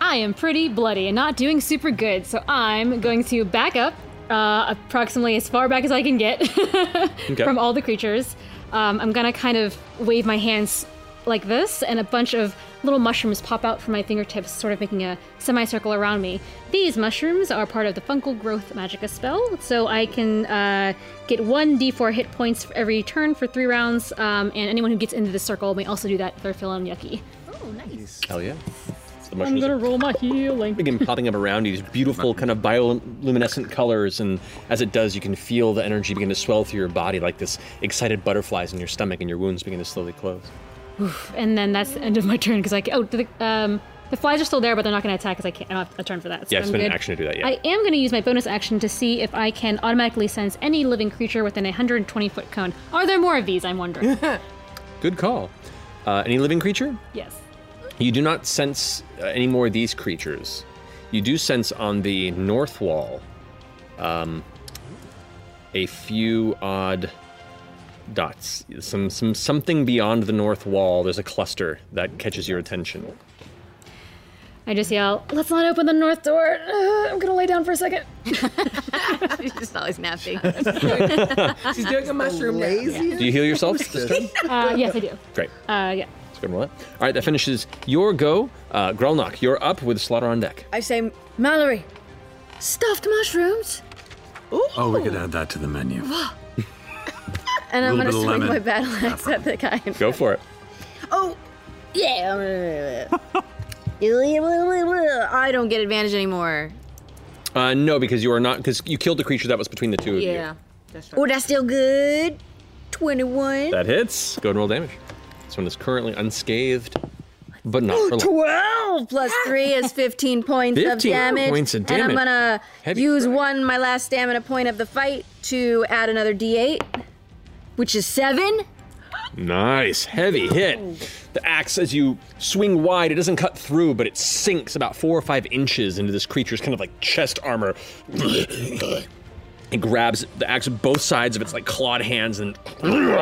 S7: I am pretty bloody and not doing super good, so I'm going to back up uh, approximately as far back as I can get
S11: Okay.
S7: from all the creatures. Um, I'm gonna kind of wave my hands like this, and a bunch of little mushrooms pop out from my fingertips, sort of making a semicircle around me. These mushrooms are part of the Fungal Growth Magicka spell, so I can uh, get one d4 hit points for every turn for three rounds, um, and anyone who gets into this circle may also do that if they're feeling yucky.
S2: Hell yeah. The mushrooms
S17: gonna roll my healing.
S2: begin popping up around you, these beautiful kind of bioluminescent colors, and as it does, you can feel the energy begin to swell through your body like this excited butterflies in your stomach, and your wounds begin to slowly close.
S7: Oof, and then that's the end of my turn because I ca- oh the um the flies are still there but they're not going to attack because I can't I don't have a turn for that.
S2: Yeah, it's
S7: I'm
S2: been an
S7: good.
S2: action to do that, yeah.
S7: I am going to use my bonus action to see if I can automatically sense any living creature within a 120 foot cone. Are there more of these? I'm wondering.
S2: Good call. Uh, any living creature?
S7: yes.
S2: You do not sense uh, any more of these creatures. You do sense on the north wall um, a few odd dots. Some, some something beyond the north wall. There's a cluster that catches your attention.
S7: I just yell, "Let's not open the north door." Uh, I'm going to lay down for a second.
S18: She's just always napping.
S6: She's doing a mushroom
S18: lazy.
S2: Do you heal yourself? this turn?
S7: Uh, yes, I do.
S2: Great.
S7: Uh, yeah.
S2: Let's go and roll it. All right, that finishes your go. Uh, Grelnok, you're up with Slaughter on deck.
S10: I say, Mallory, stuffed mushrooms.
S5: Oh, we could add that to the menu.
S10: and I'm
S5: Little bit
S10: gonna
S5: of
S10: swing
S5: lemon.
S10: my battle axe at the guy. in
S2: Go for it.
S10: Oh, yeah. I don't get advantage anymore.
S2: Uh, no, because you are not, because you killed the creature that was between the two of you.
S10: Oh, that's still good. 21.
S2: That hits. Go and roll damage. This one is currently unscathed, but not for long.
S10: 12 plus 3 is 15 points of
S2: 15
S10: damage.
S2: points of
S10: And I'm
S2: damage.
S10: going to
S2: Heavy
S10: use one, my last stamina point of the fight, to add another d8, which is 7.
S2: Nice, heavy hit. The axe, as you swing wide, it doesn't cut through, but it sinks about four or five inches into this creature's kind of like chest armor. It grabs the axe with both sides of its like clawed hands and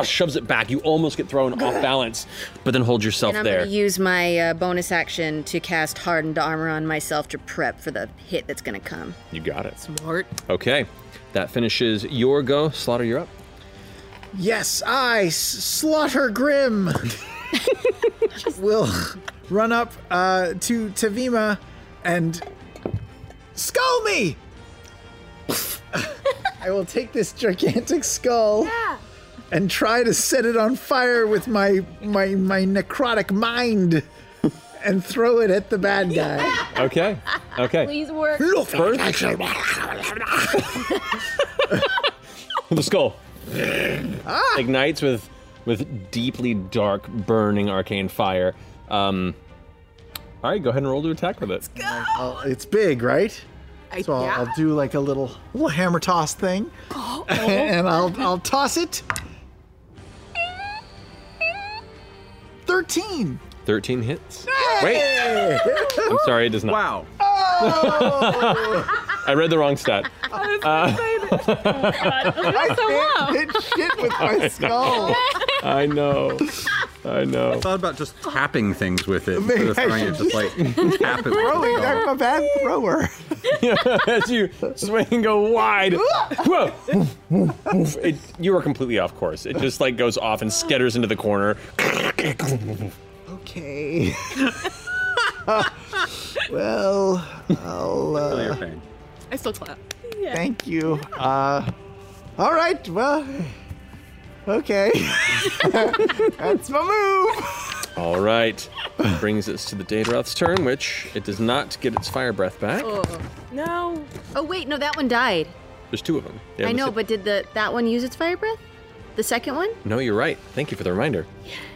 S2: shoves it back. You almost get thrown off balance, but then hold yourself
S10: and I'm
S2: there.
S10: going to use my uh, bonus action to cast Hardened Armor on myself to prep for the hit that's going to come.
S2: you got it.
S10: Smart.
S2: Okay, that finishes your go. Slaughter, you're up.
S4: Yes, I, S- Slaughter Grim, will run up uh, to Tavima and skull me! I will take this gigantic skull and try to set it on fire with my, my, my necrotic mind and throw it at the bad guy.
S2: Okay, okay.
S7: Please work.
S2: the skull
S4: Ah.
S2: ignites with with deeply dark burning arcane fire um all right go ahead and roll to attack with it
S4: I'll- it's big, right? so I'll, I'll do like a little little hammer toss thing, and I'll I'll toss it. Thirteen.
S2: 13 hits wait i'm sorry it does not wow i read the wrong stat Uh,
S17: I
S4: can't hit shit with
S5: I know.
S4: my skull.
S2: I know. I know.
S5: I thought about just tapping things with it instead of
S4: Maybe I
S5: throwing it,
S4: should
S5: just like tap it. with
S4: Throwing,
S5: the
S4: I'm a bad thrower.
S2: as you swing and go wide whoa it, you are completely off course it just like goes off and scatters into the corner
S4: Okay. well, I'll. Uh,
S6: I still clap.
S4: Thank you. Uh, all right. Well, okay. That's my move.
S2: All right. Brings us to the Daedroth's turn, which it does not get its fire breath back.
S10: No. Oh, wait, no, that one died.
S2: There's two of them. They
S10: I
S2: haven't
S10: know,
S2: said-
S10: but did the that one use its fire breath? The second one?
S2: No, you're right. Thank you for the reminder.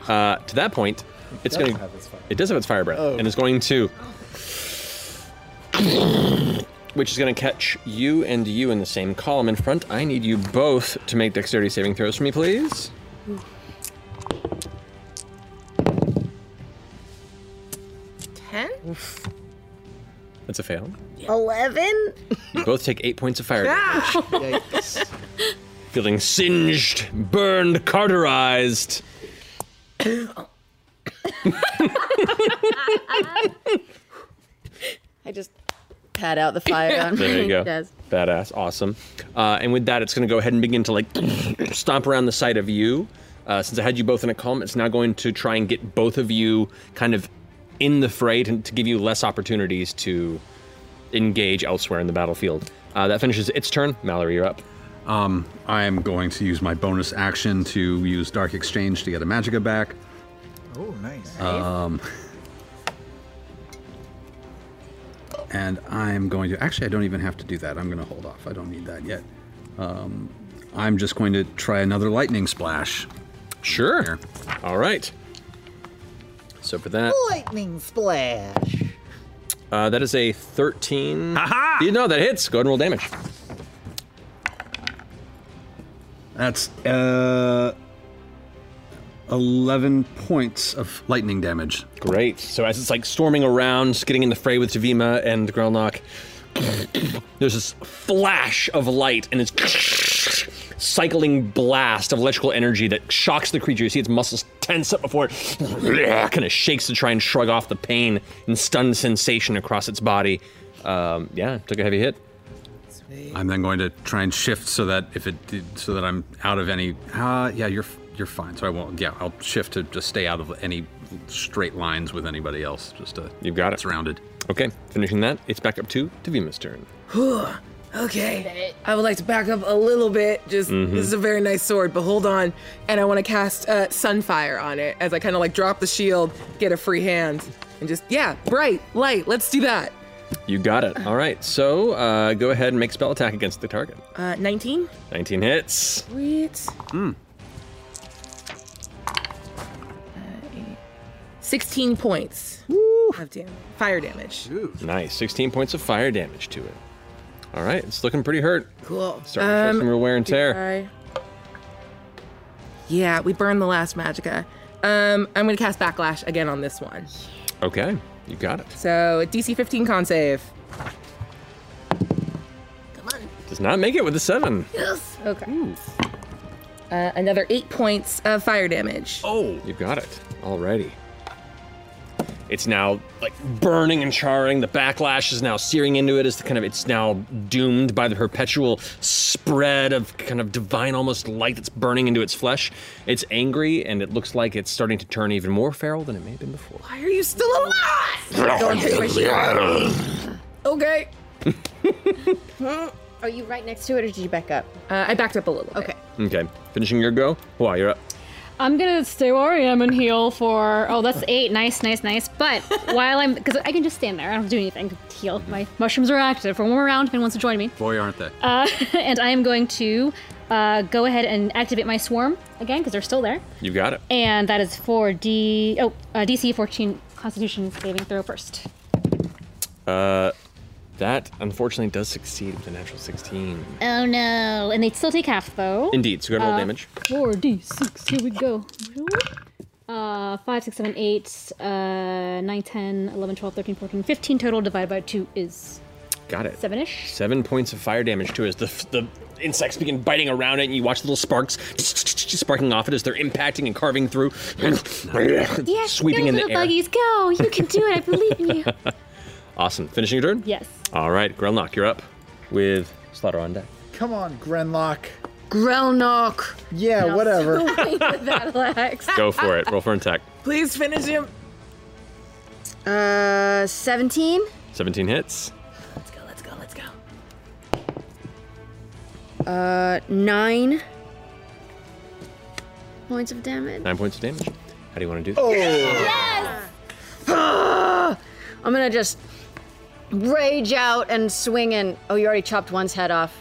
S2: Uh, to that point, it's
S10: does
S2: going to.
S10: have its fire
S2: It does have its fire breath,
S10: Oh.
S2: and it's going to. Which is going to catch you and you in the same column in front. I need you both to make dexterity saving throws for me, please.
S6: Ten?
S2: That's a fail.
S10: 11?
S2: You both take eight points of fire damage.
S10: Yikes.
S2: feeling singed, burned, carterized.
S10: I just pat out the fire on
S2: There you go.
S10: Yes.
S2: Badass. Awesome. Uh, and with that, it's going to go ahead and begin to like stomp around the side of you. Uh, since I had you both in a column, it's now going to try and get both of you kind of in the fray to, to give you less opportunities to engage elsewhere in the battlefield. Uh, that finishes its turn. Mallory, you're up.
S5: Um, I am going to use my bonus action to use Dark Exchange to get a Magica back.
S4: Oh, nice.
S5: Um, and I'm going to actually I don't even have to do that. I'm going to hold off. I don't need that yet. Um, I'm just going to try another lightning splash.
S2: Sure. All right. So for that,
S4: Lightning splash.
S2: uh, that is a 13. Aha! You know that hits. Go ahead and roll damage.
S5: That's uh, 11 points of lightning damage.
S2: Great. So as it's like storming around, getting in the fray with Javima and Grelnok, there's this flash of light and it's cycling blast of electrical energy that shocks the creature. You see its muscles tense up before it kind of shakes to try and shrug off the pain and stunned sensation across its body. Um, yeah, took a heavy hit.
S5: I'm then going to try and shift so that if it did- so that I'm out of any uh yeah, you're you're fine. So I won't yeah, I'll shift to just stay out of any straight lines with anybody else just to
S2: You've got it.
S5: Surrounded.
S2: Okay, finishing that, it's back up to Tavima's turn.
S6: okay. I would like to back up a little bit. Just
S2: Mhm.
S6: this is a very nice sword, but hold on. And I want to cast uh, Sunfire on it as I kind of like drop the shield, get a free hand, and just yeah, bright light. Let's do that.
S2: You got it. All right, so uh, go ahead and make spell attack against the target.
S6: Uh, 19.
S2: 19 hits.
S6: Sweet.
S2: Hmm.
S6: 16 points of damage. Fire damage.
S2: Nice. 16 points of fire damage to it. All right. It's looking pretty hurt.
S6: Cool. Um,
S2: Starting to show some real wear and tear.
S6: I- Yeah, we burned the last magica. Um, I'm gonna cast backlash again on this one.
S2: Okay. You got it.
S6: So DC 15 con save.
S2: Does not make it with a 7.
S6: Yes. Okay. Uh, another eight points of fire damage.
S2: Oh. You got it. Alrighty. It's now like burning and charring. The backlash is now searing into it as the kind of it's now doomed by the perpetual spread of kind of divine almost light that's burning into its flesh. It's angry and it looks like it's starting to turn even more feral than it may have been before.
S6: Why are you still alive? Go and pick my shield. Okay.
S10: Hmm.
S15: Are you right next to it, or did you back up?
S6: Uh, I backed up a little. Okay.
S2: Okay. Finishing your go. Why you're up.
S7: I'm gonna stay where I am and heal for. Oh, that's eight. Nice, nice, nice. But while I'm, because I can just stand there, I don't have to do anything. Heal. My mushrooms are active for one more round if anyone wants to join me.
S5: Boy, aren't they?
S7: Uh, and I am going to uh, go ahead and activate my swarm again because they're still there.
S2: You got it.
S7: And that is for D. Oh, uh, DC 14 Constitution saving throw first.
S2: Uh, that unfortunately does succeed with a natural 16.
S7: Oh no! And they still take half though. Uh,
S2: Indeed, so go ahead and roll damage.
S7: Four D6. Here we go. Uh, 5, 6, 7, 8, uh, 9, 10, 11, 12, 13, 14, 15 total divided by 2 is
S2: Got it.
S7: 7 ish.
S2: Seven points of fire damage to it as the, the insects begin biting around it, and you watch the little sparks sparking off it as they're impacting and carving through,
S7: Yes,
S2: sweeping
S7: go,
S2: in the
S7: little
S2: air.
S7: buggies, go! You can do it, I believe in you.
S2: awesome. Finishing your turn?
S7: Yes.
S2: All right, Grelnok, you're up with Slaughter on deck.
S12: Come on, Grenlock.
S10: Grelnok.
S12: Yeah, whatever.
S10: that, Lex.
S2: Go for it. Roll for an attack.
S6: Please finish him.
S10: Uh, 17?
S2: 17 hits.
S10: Let's go, let's go. Uh, 9 points of damage.
S2: Nine points of damage. How do you want to do
S10: Oh.
S2: this?
S10: I'm gonna just rage out and swing and oh, you already chopped one's head off.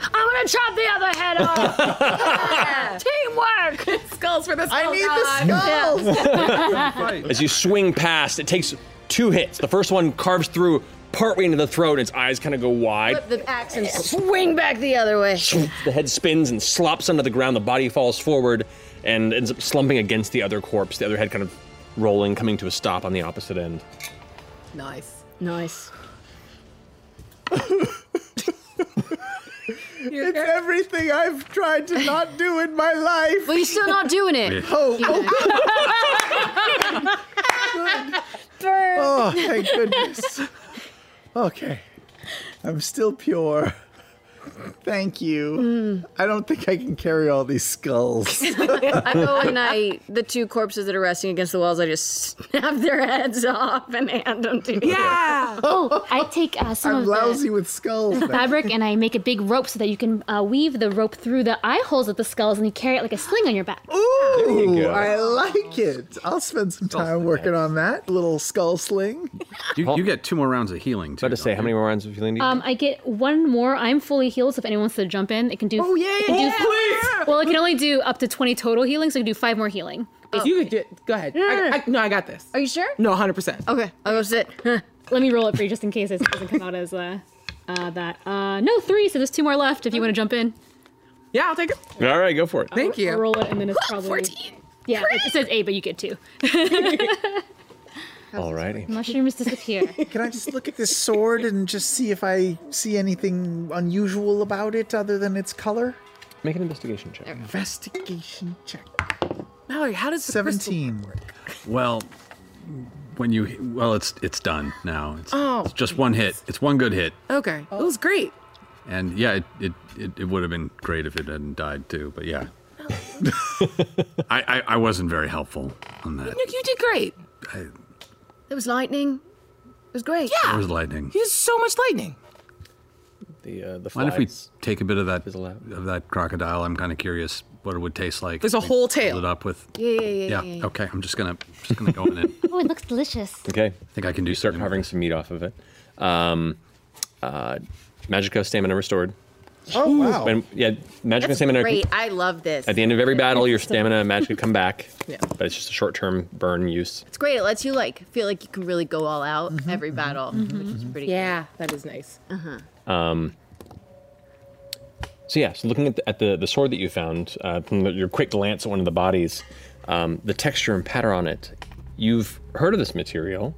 S10: I'm gonna chop the other head off.
S6: Teamwork. skulls for the skulls.
S11: I need the skulls.
S2: As you swing past, it takes two hits. The first one carves through partway into the throat, and its eyes kind of go wide.
S10: Flip the axe and swing back the other way.
S2: The head spins and slops onto the ground. The body falls forward and ends up slumping against the other corpse. The other head kind of rolling, coming to a stop on the opposite end.
S6: Nice.
S10: Nice.
S12: it's everything I've tried to not do in my life.
S10: But you're still not doing it.
S12: Oh, oh.
S10: Burn.
S12: Oh, thank goodness. Okay. I'm still pure. Thank you.
S10: Hmm.
S12: I don't think I can carry all these skulls.
S10: I go and I the two corpses that are resting against the walls. I just snap their heads off and hand them to you.
S7: Yeah. Oh, I take uh, some
S12: I'm
S7: of
S12: lousy
S7: the
S12: with skulls. man.
S7: fabric and I make a big rope so that you can uh, weave the rope through the eye holes of the skulls and you carry it like a sling on your back.
S12: Ooh,
S11: go.
S12: I like it. I'll spend some time working on that little skull sling.
S5: You, you get two more rounds of healing. Too, about to say, how many
S2: more rounds of healing do
S7: Um, I get one more. I'm fully healed, so if anyone wants to jump in, it can do. Oh yeah, Oh, it can do, Well, it can only do up to twenty total healing, so it can do five more healing. Oh.
S6: If you could get, go ahead. I- I- no, I got this.
S7: Mm. Are you sure?
S6: No, 100%.
S7: Okay, I'll go sit. Let me roll it for you just in case it doesn't come out as uh, uh, that. Uh, no, three, so there's two more left if you want to jump in.
S6: Yeah, I'll take it.
S2: All right, go for it.
S6: Thank you.
S7: I'll roll it and then it's probably. 14. Yeah, it- it says eight, but you get two.
S2: Alrighty.
S7: Mushrooms disappear.
S12: Can I just look at this sword and just see if I see anything unusual about it other than its color?
S2: Make an investigation check.
S12: Investigation check.
S6: Mallory, how does the
S12: seventeen work?
S5: Well, when you well, it's it's done now. It's,
S6: Oh.
S5: it's just one hit. It's one good hit,
S6: Okay. It was great.
S5: and yeah, it it, it, it would have been great if it hadn't died too. But yeah, I, I I wasn't very helpful on that.
S6: Nick, you did great.
S10: There was lightning. It was great.
S5: There was lightning.
S6: There's so much lightning.
S2: The uh, the
S5: Mind if we take a bit of that of that crocodile? I'm kind of curious what it would taste like.
S7: There's a
S5: We
S7: whole
S5: filled
S7: tail.
S5: It up with
S7: Yeah, yeah, yeah, yeah, yeah.
S5: Okay, I'm just gonna just gonna go in. it.
S7: oh, it looks delicious.
S2: Okay. I
S5: think I can do.
S2: You start carving some meat off of it. Um, uh, Magicka stamina restored.
S10: Oh, wow.
S2: When- yeah, Magicka
S10: That's
S2: stamina.
S10: great. I love this.
S2: At the end of every battle, your stamina and magic come back.
S10: Yeah.
S2: But it's just a short-term burn use.
S10: It's great. It lets you like feel like you can really go all out every battle, which is pretty.
S6: Mm-hmm. Yeah, that is nice.
S10: Uh huh.
S2: Um, so yeah, so looking at the, at the, the sword that you found, uh, from the- your quick glance at one of the bodies, um, the texture and pattern on it, you've heard of this material.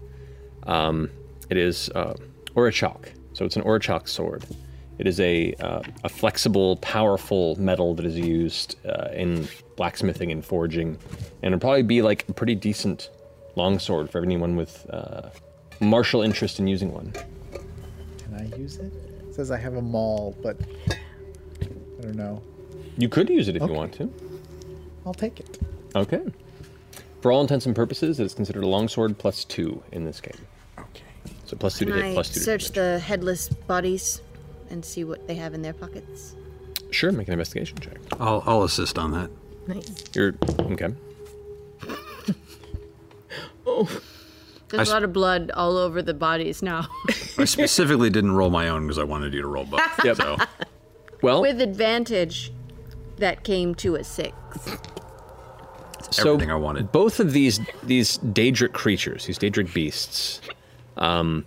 S2: Um, it is uh, orichalc, so it's an orichalc sword. It is a uh, a flexible, powerful metal that is used uh, in blacksmithing and forging, and it'd probably be like a pretty decent longsword for anyone with uh, martial interest in using one.
S12: Can I use it? It says I have a maul, but I don't know.
S2: You could use it if you want to.
S12: I'll take it.
S2: Okay. For all intents and purposes, it is considered a longsword plus two in this game. Okay. So plus two
S10: Can
S2: to hit,
S10: I
S2: plus two to
S10: search the headless bodies and see what they have in their pockets?
S2: Sure, make an investigation check.
S5: I'll I'll assist on that.
S10: Nice.
S2: You're okay.
S10: Oh.
S5: I
S10: There's
S5: s-
S10: a lot of blood all over the bodies now.
S5: I specifically didn't roll my own because I wanted you to roll both.
S10: Yep.
S5: So.
S2: Well,
S10: With advantage, that came to a six.
S2: so everything I wanted. Both of these these Daedric creatures, these Daedric beasts, um,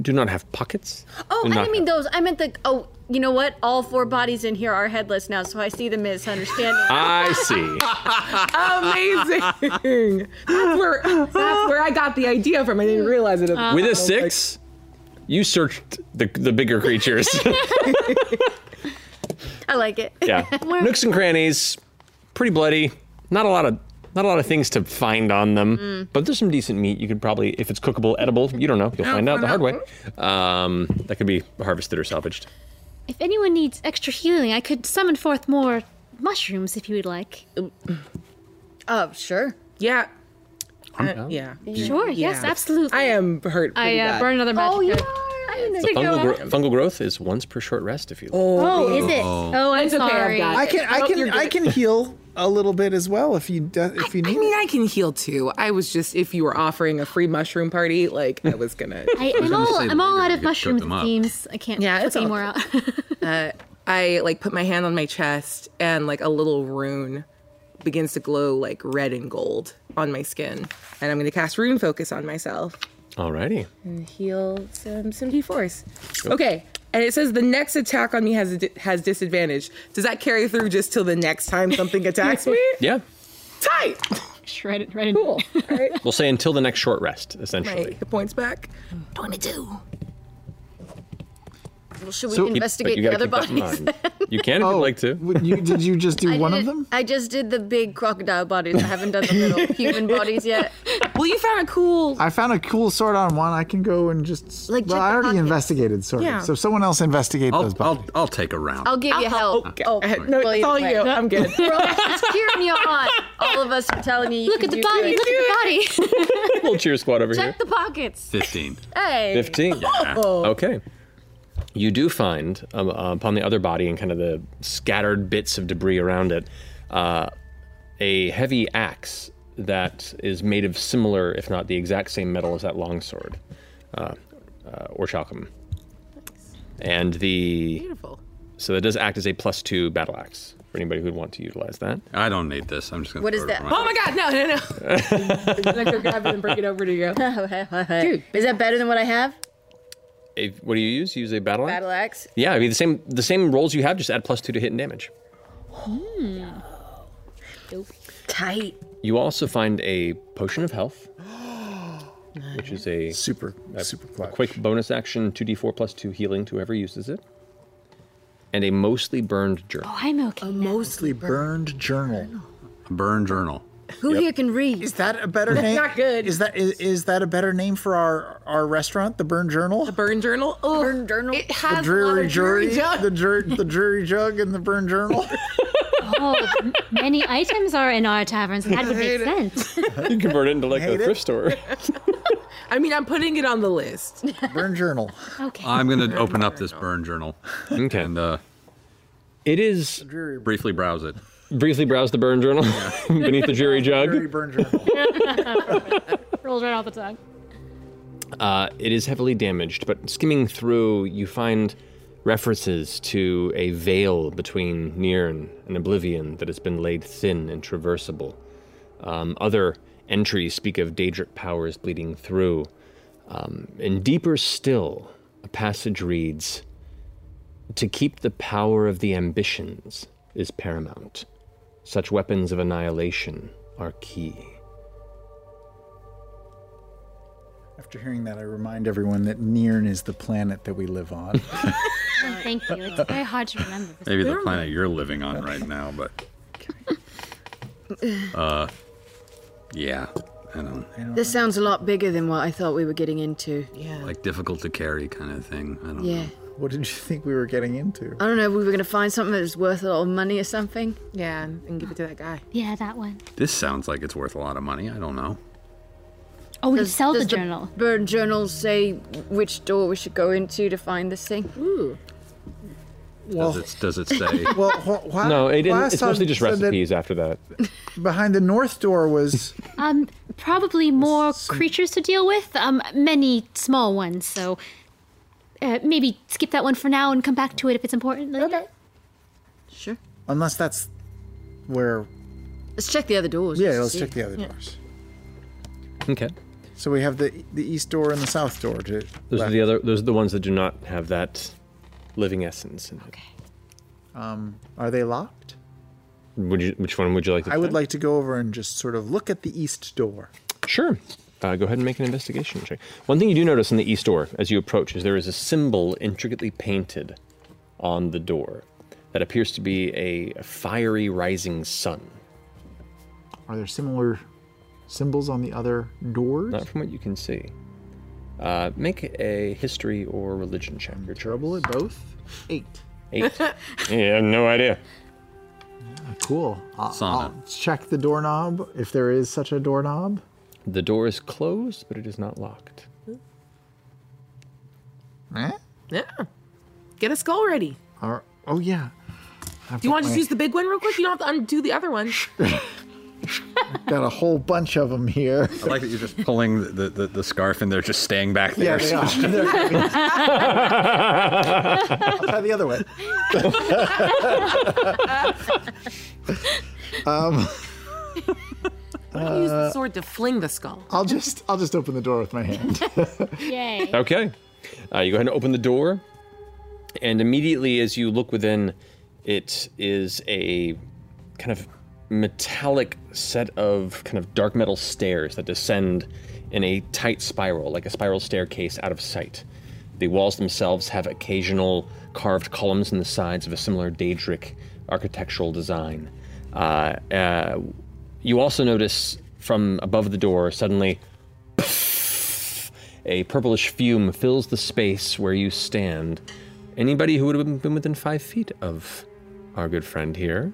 S2: do not have pockets.
S10: Oh,
S2: Do
S10: I
S2: not
S10: didn't mean those. I meant the. Oh, you know what? All four bodies in here are headless now, so I see the misunderstanding.
S2: I see.
S6: Amazing. that's, where, that's where I got the idea from. I didn't realize it. at the
S2: With
S6: time.
S2: a six, you searched the the bigger creatures.
S10: I like it.
S2: yeah, nooks and crannies, pretty bloody. Not a lot of not a lot of things to find on them,
S10: Mm.
S2: but there's some decent meat you could probably, if it's cookable, edible. You don't know. You'll
S10: Oh,
S7: Yeah,
S2: find out the
S7: find
S2: hard way. Um, that could be harvested or salvaged.
S7: If anyone needs extra healing, I could summon forth more mushrooms if you would like.
S10: Oh, sure.
S6: Yeah. Uh, yeah.
S7: Sure, yes, absolutely.
S6: I am hurt.
S7: I,
S6: pretty
S7: uh,
S6: bad.
S7: burn another magic
S6: Oh, yeah.
S2: The
S6: Take
S2: fungal,
S6: that
S2: gro-
S6: off.
S2: fungal growth is once per short rest if you.
S7: Oh, is it? Oh, I'm
S6: It's okay, I've
S7: sorry.
S6: got it.
S12: I can I
S6: Oh,
S12: can
S6: you're
S12: I
S6: good.
S12: can heal a little bit as well if you do, if you need.
S6: I mean, I can heal too. I was just, if you were offering a free mushroom party, like, I was gonna.
S7: I, I'm all, I'm all out of mushrooms, it seems. I can't
S6: Yeah,
S7: yeah,
S6: it's
S7: any
S6: all
S7: more out.
S6: uh, I like put my hand on my chest and like a little rune begins to glow like red and gold on my skin. And I'm gonna cast rune focus on myself
S12: Oh.
S2: Alrighty.
S6: and heal some some d4s. Okay. And it says the next attack on me has a di- has disadvantage. Does that carry through just till the next time something attacks me?
S2: Yeah,
S6: Tight.
S7: Shred it right in.
S6: Cool. All right.
S2: we'll say until the next short rest,
S6: My
S2: essentially.
S6: hit points back. 22.
S10: Well, should we
S2: So- But you
S10: investigate the
S2: gotta
S10: other
S2: keep that in
S10: bodies?
S2: mind. You can if you'd like to.
S12: Oh, You, did you just do one
S10: did-
S12: of them?
S10: I just did the big crocodile bodies. I haven't done the little human bodies yet.
S6: Well, you found a cool.
S12: I found a cool sword on one. I can go and just.
S10: Like,
S12: well,
S10: check
S12: I
S10: the
S12: already
S10: pockets.
S12: investigated, sorry.
S10: Yeah.
S12: So someone else investigate
S5: I'll,
S12: those.
S5: I'll I'll take a round.
S10: I'll give you help. Oh,
S6: no,
S10: well,
S6: it's all
S10: either
S6: you.
S10: way.
S6: I'm good.
S10: We're all just cheering you on. All of us are telling you. you
S7: Look
S10: can
S7: at the
S10: do
S7: body,
S10: great.
S7: look at the body.
S2: Little cheer squad over here.
S10: Check the pockets.
S5: Fifteen.
S10: Hey.
S2: 15.
S10: Oh.
S2: Okay. You do find um, uh, upon the other body and kind of the scattered bits of debris around it uh, a heavy axe that is made of similar, if not the exact same metal as that longsword, uh, uh, or chalcum. And the
S6: Beautiful.
S2: so that does act as a plus two battle axe for anybody who'd want to utilize that.
S5: I don't need this. I'm just
S6: What is that? Oh my god, no, no, no. I'm gonna go grab it and bring it over to you.
S10: Dude, is that better than what I have?
S2: If- what do you use? You use a battle axe.
S10: Battle axe.
S2: Yeah, I mean the same the same rolls you have, just add plus two to hit and damage.
S10: Hmm. Tight.
S2: You also find a potion of health, which is a super super quick bonus action, two d four plus two healing to whoever uses it, and a mostly burned journal.
S7: Oh, I'm okay.
S6: mostly
S2: burned journal.
S5: A burn journal.
S10: Who
S5: Yep.
S10: here can read?
S4: Is that a better
S5: That's
S4: name?
S5: not
S6: good.
S4: Is that is, is that a better name for our our restaurant, the Burn Journal? The
S6: Burn Journal. Oh, Burn
S10: Journal.
S6: It
S4: The
S6: has a lot
S4: Dreary
S6: of dreary
S4: Jury,
S6: junk.
S4: the dreary, the dreary jug, and the Burn Journal.
S7: Oh, m- many items are in our taverns. That would make sense.
S2: You convert it into like a thrift store.
S6: I mean, I'm putting it on the list.
S4: Burn journal.
S7: Okay.
S5: I'm going to open up this burn journal.
S2: Okay.
S5: And uh,
S2: it is
S5: briefly browse it.
S2: Briefly browse the burn journal beneath the jury jug.
S7: Rolls right off the tongue.
S2: Uh, it is heavily damaged, but skimming through, you find references to a veil between Nirn and Oblivion that has been laid thin and traversable. Um, other entries speak of Daedric powers bleeding through. Um, and deeper still, a passage reads To keep the power of the ambitions is paramount. Such weapons of annihilation are key.
S4: After hearing that, I remind everyone that Nirn is the planet that we live on.
S7: Oh, thank you. It's very hard to remember. this.
S5: Maybe the planet you're living on right now, but. Uh, yeah. I don't.
S10: This sounds a lot bigger than what I thought we were getting into. Yeah.
S5: Like difficult to carry kind of thing. I don't
S10: Yeah.
S5: know.
S4: What did you think we were getting into?
S10: I don't know if we were going to find something that was worth a lot of money or something.
S6: Yeah, and give it to that guy.
S7: Yeah, that one.
S5: This sounds like it's worth a lot of money. I don't know.
S7: Oh, we
S10: Does-
S7: sell the
S10: does
S7: journal.
S10: Burn journals say which door we should go into to find this thing. Ooh.
S5: does, it, does it say?
S4: Well, wh- why-
S2: no, it,
S4: last
S2: it's mostly
S4: time
S2: just
S4: said that
S2: recipes after that.
S4: Behind the north door was
S7: Um, probably more creatures to deal with. Um, many small ones. So, uh, maybe skip that one for now and come back to it if it's important later. Okay.
S10: Sure.
S4: unless that's where.
S10: Let's check the other doors.
S4: Yeah,
S10: just to
S4: let's
S10: see.
S4: check the other
S10: Yeah.
S4: doors.
S2: Okay.
S4: So we have the the east door and the south door. To,
S2: Those are the other. Those are the ones that do not have that living essence. In okay.
S4: um, are they locked?
S2: Would you, which one would you like to?
S4: I would
S2: try?
S4: like to go over and just sort of look at the east door.
S2: Sure. Uh, go ahead and make an investigation check. One thing you do notice in the east door as you approach is there is a symbol intricately painted on the door that appears to be a, a fiery rising sun.
S4: Are there similar symbols on the other doors?
S2: Not from what you can see. Uh, make a history or religion check. You're terrible
S4: at both. Eight.
S2: Eight. yeah, I have no idea.
S4: Cool. I'll, I'll check the doorknob if there is such a doorknob.
S2: The door is closed, but it is not locked.
S6: Yeah. Get a skull ready.
S4: Or, oh yeah. I've
S6: Do you
S4: got
S6: want to just
S4: my-
S6: use the big one real quick? You don't have to undo the other one.
S4: Got a whole bunch of them here.
S5: I like that you're just pulling the, the, the, the scarf and they're just staying back
S4: Yeah,
S5: there.
S4: they are. I'll try the other way. um,
S6: use the
S4: uh,
S6: sword to fling the skull.
S4: I'll just I'll just open the door with my hand.
S7: Yay.
S2: Okay. Uh, you go ahead and open the door, and immediately as you look within, it is a kind of metallic set of kind of dark metal stairs that descend in a tight spiral, like a spiral staircase out of sight. The walls themselves have occasional carved columns in the sides of a similar Daedric architectural design. Uh, uh, you also notice from above the door suddenly a purplish fume fills the space where you stand. Anybody who would have been within five feet of our good friend here.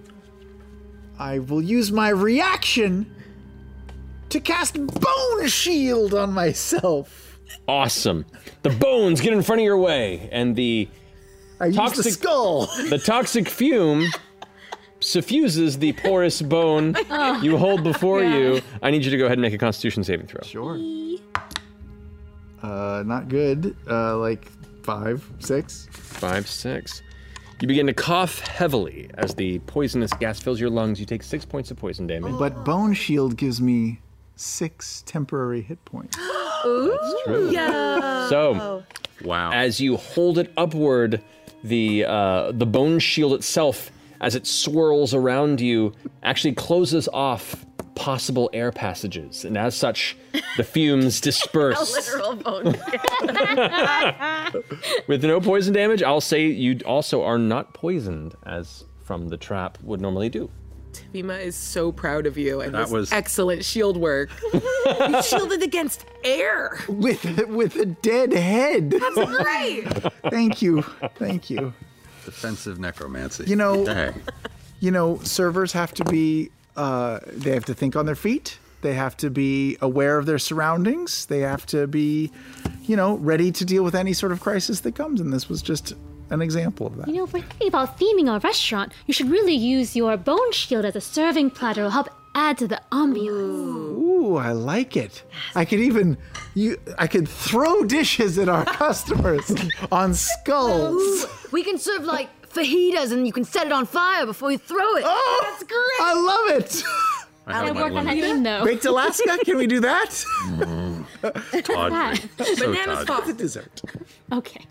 S4: I will use my reaction to cast Bone Shield on myself.
S2: Awesome. The bones get in front of your way, and the
S4: I use the
S2: toxic
S4: skull.
S2: The toxic fume suffuses the porous bone
S19: Oh.
S2: you hold before
S19: Yeah.
S2: you. I need you to go ahead and make a Constitution saving throw.
S4: Sure. Uh, not good. Uh, like five, six.
S2: Five, six. You begin to cough heavily as the poisonous gas fills your lungs. You take six points of poison damage.
S4: But Bone Shield gives me six temporary hit points.
S19: Ooh.
S2: True. So,
S5: wow.
S2: Oh. As you hold it upward, the uh, the bone shield itself, as it swirls around you, actually closes off possible air passages, and as such, the fumes disperse.
S20: literal bone.
S2: With no poison damage, I'll say you also are not poisoned, as from the trap would normally do.
S6: Vima is so proud of you and
S2: That
S6: that
S2: was-
S6: was excellent shield work. you shielded against air.
S4: With with a dead head.
S6: That's great.
S4: Thank you. Thank you.
S5: Defensive necromancy.
S4: You know-
S5: Dang.
S4: you know, servers have to be, uh, they have to think on their feet. They have to be aware of their surroundings. They have to be, you know, ready to deal with any sort of crisis that comes. And this was just an example of that.
S7: You know, if we're thinking about theming our restaurant, you should really use your bone shield as a serving platter. It'll help add to the ambiance.
S4: Ooh, I like it. I could even, you, I could throw dishes at our customers on skulls.
S10: We can serve like fajitas and you can set it on fire before you throw it. Oh, that's great. I
S4: love it.
S5: I
S7: have Gotta my work on that limits. theme, though.
S4: Baked Alaska, can we do that?
S5: Todd. So
S20: Banana's
S5: Todd.
S20: fault.
S4: It's a dessert.
S7: Okay.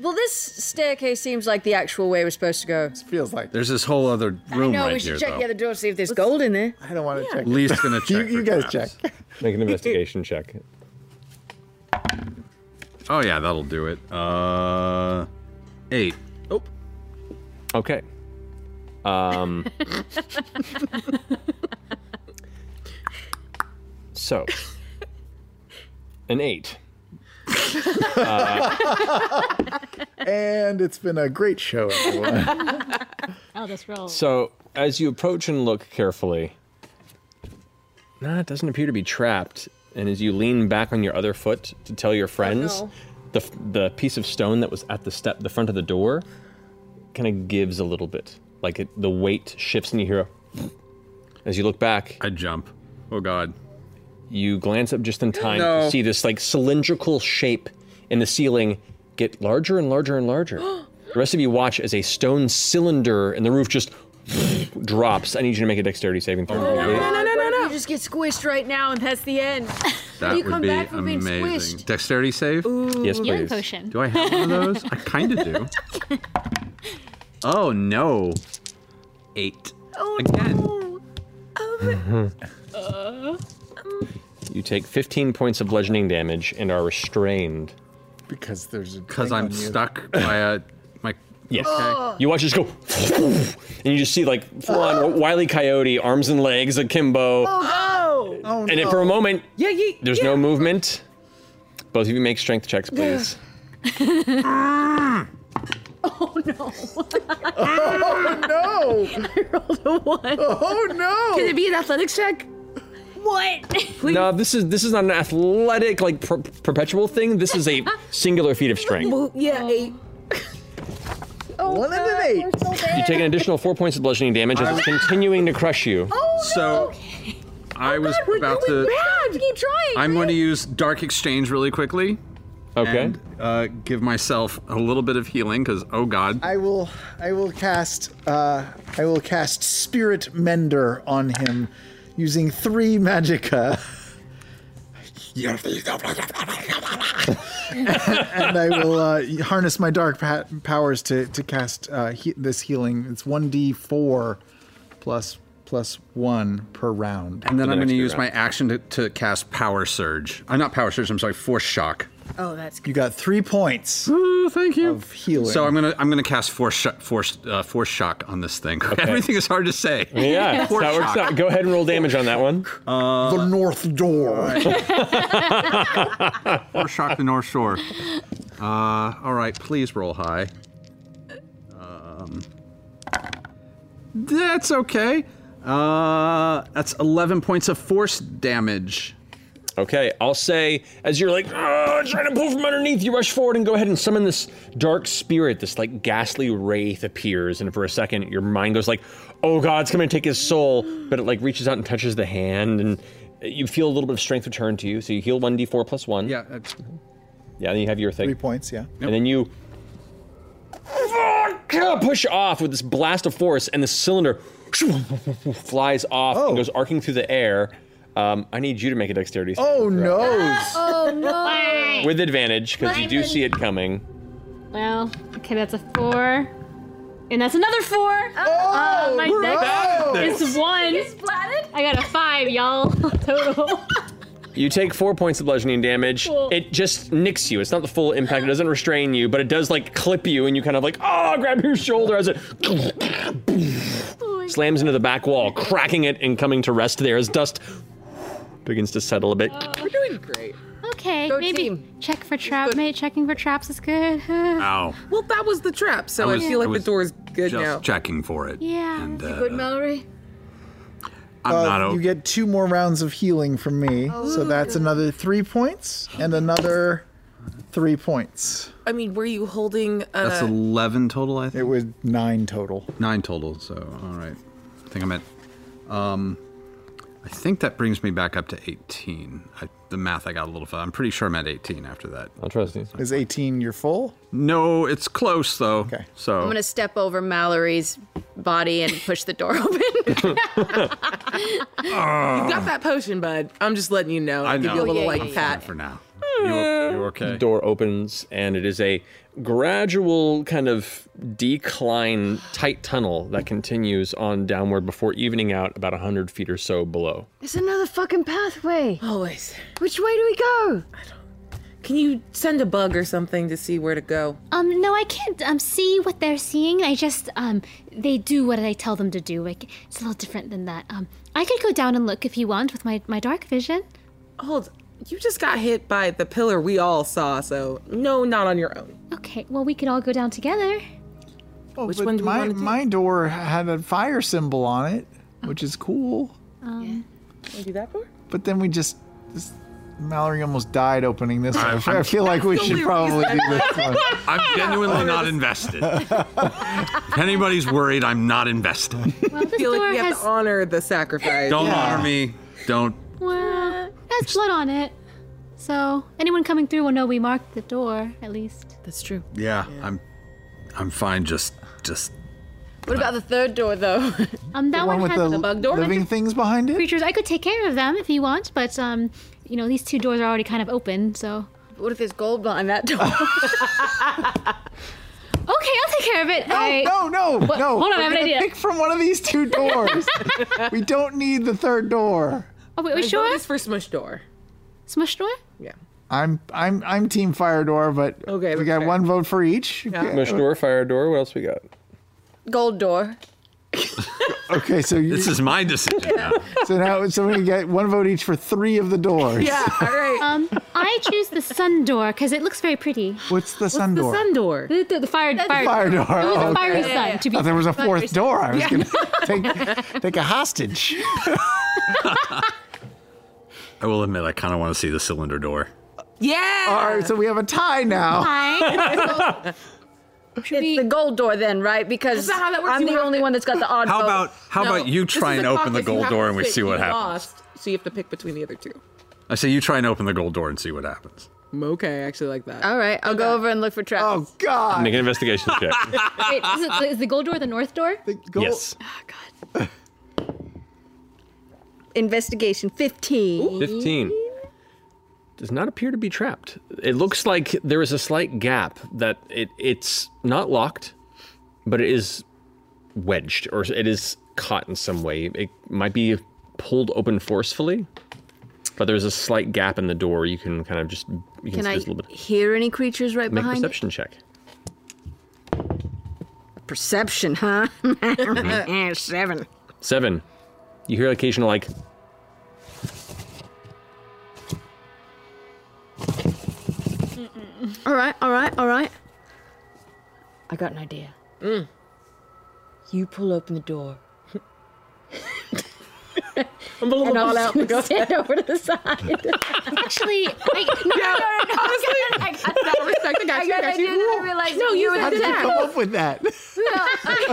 S20: well, this staircase seems like the actual way we're supposed to go. It
S4: feels like
S5: There's this whole other room right here, though.
S20: door, see if there's gold in there.
S4: I don't want to
S5: Lee's gonna check.
S4: you
S5: for
S4: guys
S5: traps.
S2: Make an investigation check.
S5: Oh yeah, that'll do it. Uh, eight. Oh.
S2: Okay. Um. so, an eight.
S5: Uh,
S2: Uh,
S4: and it's been a great show, everyone.
S7: Oh, this roll.
S2: So, as you approach and look carefully, nah, it doesn't appear to be trapped. And as you lean back on your other foot to tell your friends,
S19: no.
S2: the f- the piece of stone that was at the step, the front of the door, kind of gives a little bit. Like it, the weight shifts, and you hear. A as you look back,
S5: I jump. Oh God!
S2: You glance up just in time
S5: No.
S2: to see this like cylindrical shape in the ceiling get larger and larger and larger. the rest of you watch as a stone cylinder in the roof just drops. I need you to make a dexterity saving throw.
S5: Oh,
S10: No, no, no, no, no, no. You just get squished right now and that's the end.
S5: That
S10: you
S5: would
S10: come
S5: be
S10: back from being
S5: amazing.
S10: squished.
S5: Dexterity save.
S10: Ooh.
S5: Yes,
S10: Healing
S5: please.
S10: potion.
S5: Do I have one of those? I kind of do. Oh no! Eight.
S19: Oh,
S5: Again.
S2: Oh.
S19: Uh,
S2: You take 15 points of bludgeoning damage and are restrained.
S4: Because there's a
S5: Because I'm stuck by a my.
S2: Yes.
S5: Okay.
S2: You watch this go, and you just see like full on Wiley Coyote, arms and legs akimbo.
S19: oh,
S4: oh
S2: and if for a moment,
S19: Yeah, yeah,
S2: there's no movement. Both of you make strength checks, please.
S19: oh no!
S20: What?
S19: Oh, no.
S20: Can it be an athletics check? What?
S2: No, this is this is not an athletic like per- perpetual thing. This is a singular feat of strength.
S6: Well, yeah,
S5: Oh.
S6: eight.
S4: One and an eight.
S2: You take an additional four points of bludgeoning damage as it's continuing to crush you.
S5: Oh. So I was about to.
S20: Keep trying.
S5: I'm going to use Dark Exchange really quickly.
S2: Okay.
S5: And, uh, give myself a little bit of healing because oh god.
S4: I will I will cast uh, I will cast Spirit Mender on him using three magica. and I will uh, harness my dark pa- powers to to cast uh, he- this healing. It's one d four plus plus one per round.
S5: And then I'm going to use my action to, to cast Power Surge. I'm not Power Surge. I'm sorry, Force Shock.
S10: Oh, that's
S4: You got three points.
S5: thank you.
S4: Of healing.
S5: So I'm gonna I'm gonna cast force sh- force uh, force shock on this thing.
S2: Okay.
S5: Everything is hard to say.
S2: Yeah, that's
S5: Force
S2: how it works
S5: shock. Uh,
S2: out. Go ahead and roll damage on that one.
S4: the north door.
S5: force shock the North Shore. Uh, all right, please roll high. Um, that's okay. Uh, that's 11 points of force damage.
S2: Okay, I'll say as you're like, "Ah, gonna try to pull from underneath. You rush forward and go ahead and summon this dark spirit. This like ghastly wraith appears, and for a second, your mind goes like, "Oh God, it's coming to take his soul!" But it like reaches out and touches the hand, and you feel a little bit of strength return to you. So you heal one d4 plus one. Yeah. Yeah. Then you have your thing.
S21: Three points, yeah.
S2: And then you push off with this blast of force, and the cylinder flies off and goes arcing through the air. Um, I need you to make a dexterity save
S4: Oh no!
S7: Oh no!
S2: with advantage because you do
S7: Blimey.
S2: see it coming.
S7: Well, okay, that's a four. And that's another four.
S10: Uh,
S7: Oh, my
S22: gross.
S7: next is one. I got a five, y'all. Total.
S2: You take four points of bludgeoning damage.
S7: Cool.
S2: It just nicks you. It's not the full impact. It doesn't restrain you, but it does like clip you, and you kind of like oh, grab your shoulder as it slams into the back wall, cracking it and coming to rest there as dust begins to settle a bit.
S7: We're doing great. Okay, maybe check for trap, mate. Checking for traps is good.
S5: Ow.
S6: Well, that was the trap, so
S5: I
S6: I,
S5: was-
S6: feel
S5: I
S6: like the
S5: was
S6: door's good
S5: just
S6: now.
S5: checking for it.
S7: Yeah.
S5: And, uh,
S23: Good, Mallory.
S5: I'm
S10: Ah!
S4: Uh,
S10: Oh.
S5: not o-
S4: You get two more rounds of healing from me, so that's another three points and another three points.
S6: I mean, were you holding? Uh,
S5: That's 11 total, I think. It
S4: was 9 total.
S5: 9 total, so all right. I think I'm at um I think that brings me back up to 18. I, the math I got a little fun. I'm pretty sure I'm at 18 after that.
S2: I'll trust you.
S4: Is 18 your full?
S5: No, it's close though. Okay. So
S10: I'm gonna step over Mallory's body and push the door open.
S6: you got that potion, bud. I'm just letting you know.
S2: I
S6: Give you
S2: know.
S6: a little
S2: Yeah,
S6: like
S2: yeah, yeah.
S6: pat
S5: for now.
S2: You're okay. The door opens, and it is a gradual kind of decline, tight tunnel that continues on downward before evening out about 100 feet or so below.
S23: There's another fucking pathway.
S6: Always.
S23: Which way do we go?
S6: Can you send a bug or something to see where to go?
S7: Um, no, I can't um see what they're seeing. I just um they do what I tell them to do. Like it's a little different than that. Um, I could go down and look if you want with my my dark vision.
S6: Hold. You just got hit by the pillar we all saw, so no, not on your own.
S7: Okay, well we could all go down together.
S4: Oh,
S6: Which
S4: but
S6: one do we
S4: my,
S6: wanna do?
S4: My door had a fire symbol on it, which is cool.
S7: Um,
S6: Wanna do that for?
S4: But then we just. This, Mallory almost died opening this
S5: I-
S4: one. I feel like we should probably do this one.
S5: I'm genuinely not invested. if anybody's worried, I'm not invested.
S7: Well,
S6: I feel like we have to honor the sacrifice.
S5: Don't honor me. Don't.
S10: Eh.
S7: Well, it has blood on it. So anyone coming through will know we marked the door at least.
S10: That's true.
S5: Yeah, I'm I'm fine just just
S10: What about the third door though?
S7: Um, that
S10: The
S7: one,
S10: one with
S7: has
S10: the The bug door? living
S4: things behind it.
S7: Creatures, I could take care of them if you want, but um, you know these two doors are already kind of open, so.
S10: What if there's gold behind that door?
S7: Okay, I'll take care of it.
S4: No,
S7: I-
S4: no, no,
S7: What-
S4: no.
S7: Hold on, I
S4: We're
S7: have an
S4: gonna
S7: idea.
S4: Pick from one of these two doors. we don't need the third door.
S7: Oh, wait,
S6: My
S7: we
S6: vote
S7: sure?
S6: is for smush door.
S7: Smush door?
S6: Yeah.
S4: I'm I'm I'm team fire door, but okay, we got one vote for each. Okay.
S2: Mush door, fire door, what else we got?
S10: gold door.
S4: Okay, so you,
S5: This is my decision now.
S4: so now so we get one vote each for three of the doors.
S7: all right. Um, I choose the sun door because it looks very pretty.
S4: What's the sun door?
S7: door? The, the- the fire, fire,
S4: Fire door.
S7: It was
S4: okay.
S7: a fiery sun. To be
S4: Oh, there was a
S7: fiery
S4: fourth
S7: sun.
S4: door. I was
S7: Yeah.
S4: gonna take take a hostage.
S5: I will admit I kinda wanna see the cylinder door.
S6: Yeah.
S4: All right, so we have a tie now.
S10: it's the gold door then, right? Because
S6: That's not how that works.
S10: I'm
S6: You
S10: the
S6: have
S10: only
S6: to-
S10: one that's got the odd
S5: How
S10: vote.
S5: about how about you
S6: This
S5: try
S6: is
S5: and
S6: a
S5: open the
S6: contest. You
S5: gold
S6: have
S5: door
S6: to
S5: and we
S6: pick.
S5: see what
S6: You
S5: happens.
S6: Lost, so you have to pick between the other two.
S5: I say you try and open the gold door and see what happens.
S6: Okay, I actually like that.
S10: All right, I'll go over and look for traps. Oh
S4: God!
S2: Make an investigation check.
S7: Wait, is, it, is the gold door the north door?
S2: Yes.
S10: Investigation 15.
S2: 15 does not appear to be trapped. It looks like there is a slight gap that it it's not locked, but it is wedged or it is caught in some way. It might be pulled open forcefully, but there's a slight gap in the door. You can kind of just you can,
S10: Can
S2: see
S10: I
S2: this little bit.
S10: hear any creatures right
S2: Make a
S10: behind? it?
S2: perception check.
S10: Perception, huh?
S5: Mm-hmm.
S10: Seven.
S2: Seven. You hear occasional like
S10: All right, all right, all right. I got an idea. You pull open the door.
S3: I'm a little
S7: I'm
S3: ball
S7: just
S3: out. but
S7: gonna
S3: go
S7: stand
S3: ahead. over to the side.
S7: Actually, wait, no, no, no, no, no.
S3: honestly,
S7: I got it.
S3: I gotta respect the guy,
S7: I
S3: too,
S7: got
S3: guy,
S7: it.
S3: too.
S7: I didn't realize
S3: No,
S7: that
S3: you
S7: were
S3: did
S7: the
S3: that.
S7: dad.
S3: Come
S12: up with that.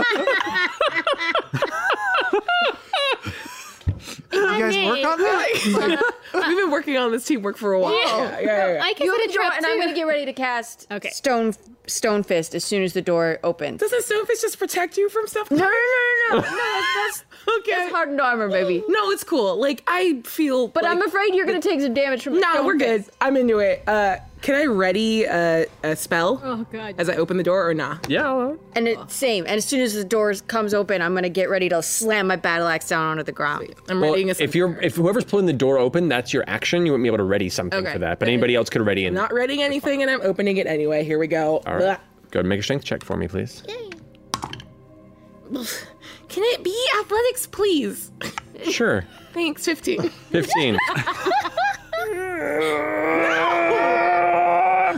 S6: You
S12: guys work on that?
S6: We've been working on this teamwork for a while.
S10: Yeah.
S6: Yeah, yeah, yeah. yeah.
S7: I
S10: you have a door,
S7: trap
S10: and I'm
S7: too.
S10: gonna get ready to cast
S7: Okay.
S10: stone stone fist as soon as the door opens.
S6: Doesn't Stonefish just protect you from stuff?
S10: No, no, no, no, no. that's,
S6: that's okay. That's
S10: hardened armor, baby.
S6: No, it's cool. Like I feel,
S10: but I'm afraid you're gonna take some damage from.
S6: No, we're good. I'm into it. Uh, can I ready a, a spell?
S7: Oh god.
S6: As I open the door or nah?
S2: Yeah.
S10: And it's same. And as soon as the door comes open, I'm gonna get ready to slam my battle axe down onto the ground.
S6: I'm
S2: Well, if you're if whoever's pulling the door open, that's your action. You wouldn't be able to ready something
S6: Okay.
S2: for that, but anybody else could ready
S6: I'm
S2: and
S6: not readying anything, and I'm opening it anyway. Here we go.
S2: All right. Go ahead and make a strength check for me, please.
S6: Blah. Can it be athletics, please?
S2: Sure.
S6: Thanks. Fifteen.
S2: 15.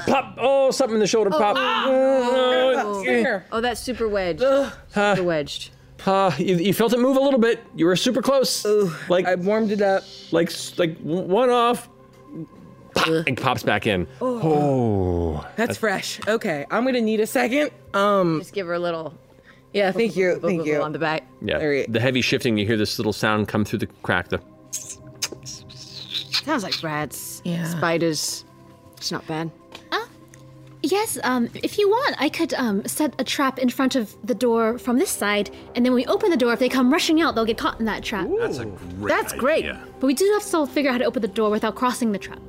S2: pop. Oh, something in the shoulder pop.
S6: ah!
S10: Oh,
S2: eh.
S10: Oh, that's super wedged.
S2: Super
S10: wedged.
S2: Uh, you, you felt it move a little bit. You were super close. like I
S6: warmed it up.
S2: Like s- like w- one off. It pops back in.
S6: Oh.
S2: Oh.
S6: That's fresh. Okay, I'm gonna need a second. Um,
S10: just give her a little.
S6: Yeah, thank you, thank you.
S10: On the back.
S2: Yeah. The heavy shifting. You hear this little sound come through the crack. The
S10: Sounds like rats. Spiders. It's not bad.
S7: Yes, um, if you want, I could um, set a trap in front of the door from this side, and then when we open the door, if they come rushing out, they'll get caught in that trap.
S11: That's a great.
S7: That's great.
S11: idea.
S7: But we do have to figure out how to open the door without crossing the trap.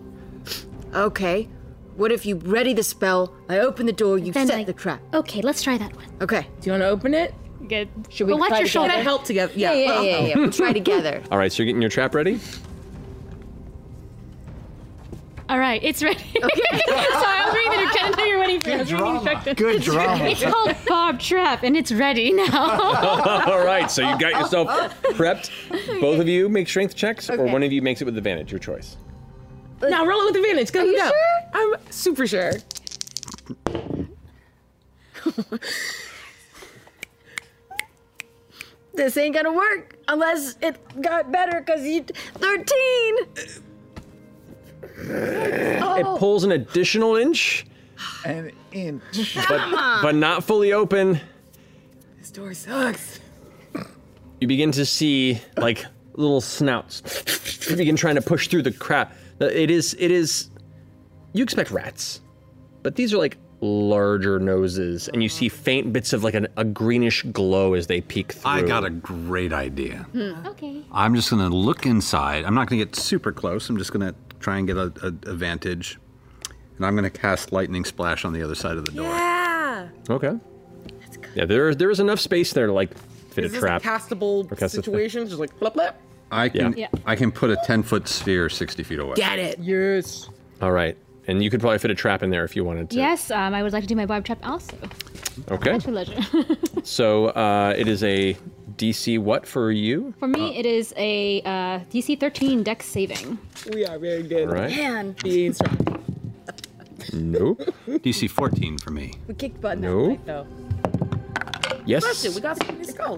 S10: Okay. What if you ready the spell? I open the door. You
S7: Then
S10: set
S7: I-
S10: the trap.
S7: Okay, let's try that one.
S10: Okay.
S6: Do you want to open it?
S7: Good.
S10: Should we
S7: But watch
S10: try
S7: your
S10: together?
S7: shoulder.
S6: help together.
S10: Yeah, yeah, yeah, yeah. yeah. We'll try together.
S2: All right. So you're getting your trap ready.
S7: All right, it's ready. Sorry, I was reading the directions. I know you're waiting for. I was reading the directions.
S12: Good drama.
S7: It's called Bob Trap, and it's ready now.
S2: All right, so you got yourself prepped. Both of you make strength checks, or
S6: Okay.
S2: one of you makes it with advantage. Your choice.
S6: Now roll it with advantage. Go, Are you go. Sure? I'm super sure.
S10: This ain't gonna work unless it got better because you. 13!
S2: It pulls an additional inch,
S12: An inch.
S2: but, but not fully open.
S6: This door sucks.
S2: You begin to see like little snouts. you begin trying to push through the crap. It is. It is. You expect rats, but these are like larger noses, and you see faint bits of like an, a greenish glow as they peek through.
S5: I got a great idea.
S7: Okay.
S5: I'm just going to look inside. I'm not going to get super close. I'm just going to try and get a, a advantage. And I'm going to cast lightning splash on the other side of the door.
S6: Yeah.
S2: Okay. Yeah, there there is enough space there to like fit
S6: Is
S2: a
S6: this
S2: trap.
S6: a castable
S2: Or cast a-
S6: situation? Just like blip blip.
S5: I can
S6: Yeah.
S5: I can put a 10 foot sphere 60 feet away.
S6: Get it. Yes.
S2: All right, and you could probably fit a trap in there if you wanted to.
S7: yes, um, I would like to do my Bob Trap also.
S2: Okay.
S7: At your leisure.
S2: So uh, it is a DC what for you?
S7: For me, it is a uh, DC 13 Dex saving.
S6: We are very good.
S2: All right.
S7: Man.
S6: Being strong.
S2: Nope.
S5: DC 14 for me.
S6: We kicked butt.
S2: No.
S6: Night, though.
S2: Yes.
S6: Bless you. We got something to go.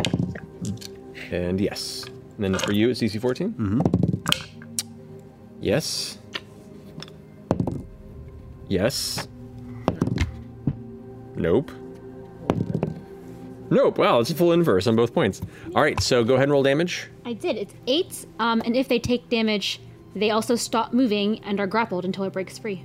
S2: And yes. And then for you, it's DC 14? Mm-hmm. Yes. Yes. Nope. Nope. Wow, it's a full inverse on both points. All right, so go ahead and roll damage.
S7: I did. It's eight, um, and if they take damage, they also stop moving and are grappled until it breaks free.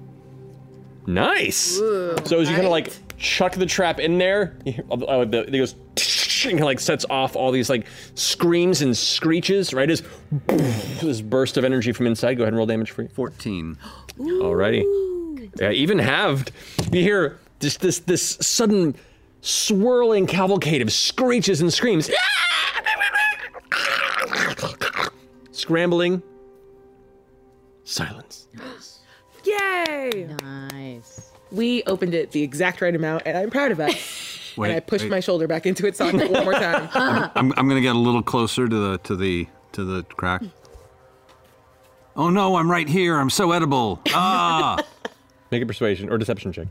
S2: Nice. so as you kind of like chuck the trap in there, you- uh, the, it goes and kinda, like sets off all these like screams and screeches. Right as this burst of energy from inside. Go ahead and roll damage for you.
S5: Fourteen.
S2: Alrighty. Yeah, even halved. You hear just this this sudden swirling cavalcade of screeches and screams. Scrambling. Silence.
S6: Yay! Nice. We opened it the exact right amount, and I'm proud of us.
S5: Wait,
S6: and I pushed
S5: wait.
S6: my shoulder back into its socket one more time.
S5: I'm, I'm gonna get a little closer to the to the to the crack. Oh no, I'm right here. I'm so edible. Ah.
S2: Make a persuasion or deception check.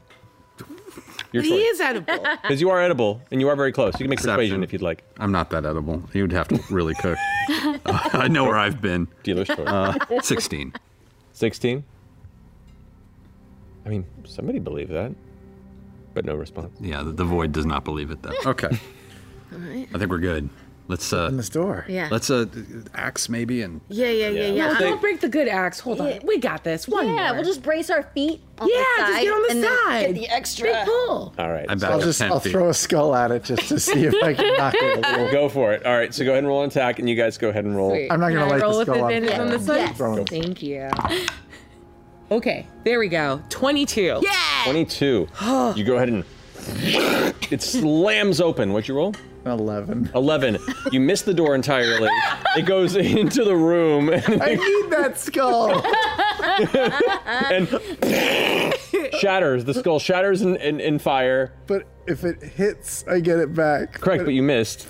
S2: Your
S6: He
S2: choice.
S6: is edible.
S2: Because you are edible and you are very close. You can make persuasion if you'd like.
S5: I'm not that edible. You'd have to really cook. I know where I've been.
S2: Dealer's choice.
S5: Uh, 16.
S2: 16? I mean, somebody believed that, but no response.
S5: Yeah, the, the void does not believe it, though. Okay.
S10: All right.
S5: I think we're good. Let's uh, open this door.
S10: Yeah.
S5: Let's uh, axe maybe and
S10: Yeah, yeah, yeah, yeah.
S6: No, don't break the good axe. Hold on. We got this. One
S15: yeah,
S6: more.
S15: we'll just brace our feet. On
S6: Yeah,
S15: the
S6: just
S15: side
S6: get on the
S15: and then
S6: side.
S15: Get the extra
S6: Big pull.
S2: All right.
S5: I'm
S2: so-
S5: back
S12: I'll just I'll throw a skull at it just to see if I can knock it a little.
S2: Go for it. All right, so go ahead and roll an attack, and you guys go ahead and roll.
S12: I'm not gonna
S6: Can I
S12: light
S6: roll
S12: the
S6: with
S12: skull on
S6: advantage on
S12: fire.
S6: this one?
S12: Yes. Throw it.
S6: Thank you. Okay, there we go. 22. Yeah.
S2: 22. you go ahead and it slams open. What'd you roll?
S12: 11.
S2: 11. You miss the door entirely. it goes into the room and,
S12: I need that skull.
S2: and shatters. The skull shatters in, in, in fire.
S12: But if it hits, I get it back.
S2: Correct, but you missed.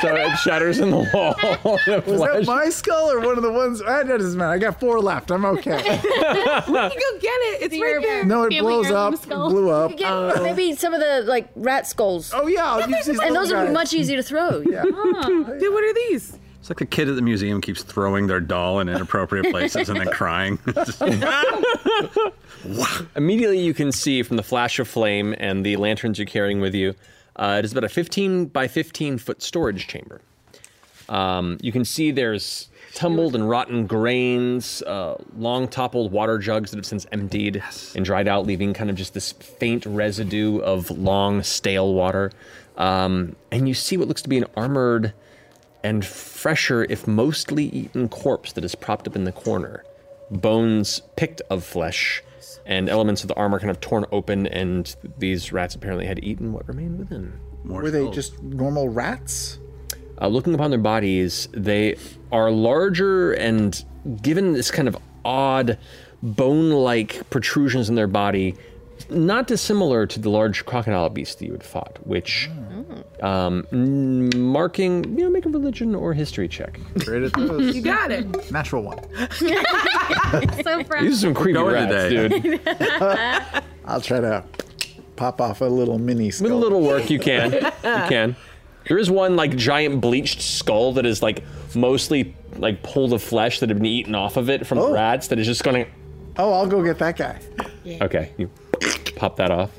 S2: so it shatters in the wall. in a
S12: Was that
S2: flash.
S12: my skull or one of the ones? Ah, That doesn't matter. I got four left. I'm okay.
S6: go get it. It's right there.
S12: No, it blows up. It blew up. Uh,
S10: Get maybe some of the like rat skulls.
S12: Oh yeah, I'll use these
S10: and
S12: little
S10: those would be
S12: guys.
S10: much easier to throw.
S12: Yeah.
S6: Ah. Then what are these?
S5: It's like the kid at the museum keeps throwing their doll in inappropriate places and then crying.
S2: Immediately, you can see from the flash of flame and the lanterns you're carrying with you, uh, it is about a 15 by 15 foot storage chamber. Um, you can see there's tumbled and rotten grains, uh, long toppled water jugs that have since emptied and dried out, leaving kind of just this faint residue of long, stale water. Um, and you see what looks to be an armored and fresher, if mostly eaten, corpse that is propped up in the corner. Bones picked of flesh, and elements of the armor kind of torn open, and these rats apparently had eaten what remained within.
S12: Were they just normal rats?
S2: Uh, looking upon their bodies, they are larger and given this kind of odd bone like protrusions in their body, not dissimilar to the large crocodile beast that you had fought, which um, n- marking, you know, make a religion or history check.
S12: Great at
S6: those. You got it.
S12: Natural one.
S7: so proud.
S2: These are some creepy
S12: Going
S2: rats,
S12: today.
S2: dude.
S12: I'll try to pop off a little mini skull.
S2: With a little work, you can. You can. There is one like giant bleached skull that is like mostly like pulled of flesh that had been eaten off of it from the rats that is just going to
S12: Oh, I'll go get that guy.
S2: Okay, you pop that off.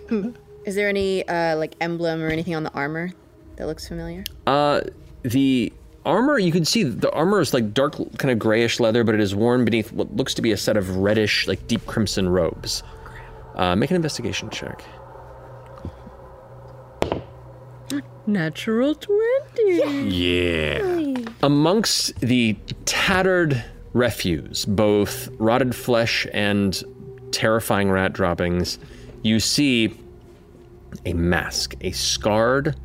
S10: Is there any uh, like emblem or anything on the armor that looks familiar?
S2: Uh, the armor you can see the armor is like dark, kind of grayish leather, but it is worn beneath what looks to be a set of reddish, like deep crimson robes. Uh, make an investigation check.
S6: Natural 20.
S2: Yeah. Amongst the tattered refuse, both rotted flesh and terrifying rat droppings, you see a mask, a scarred,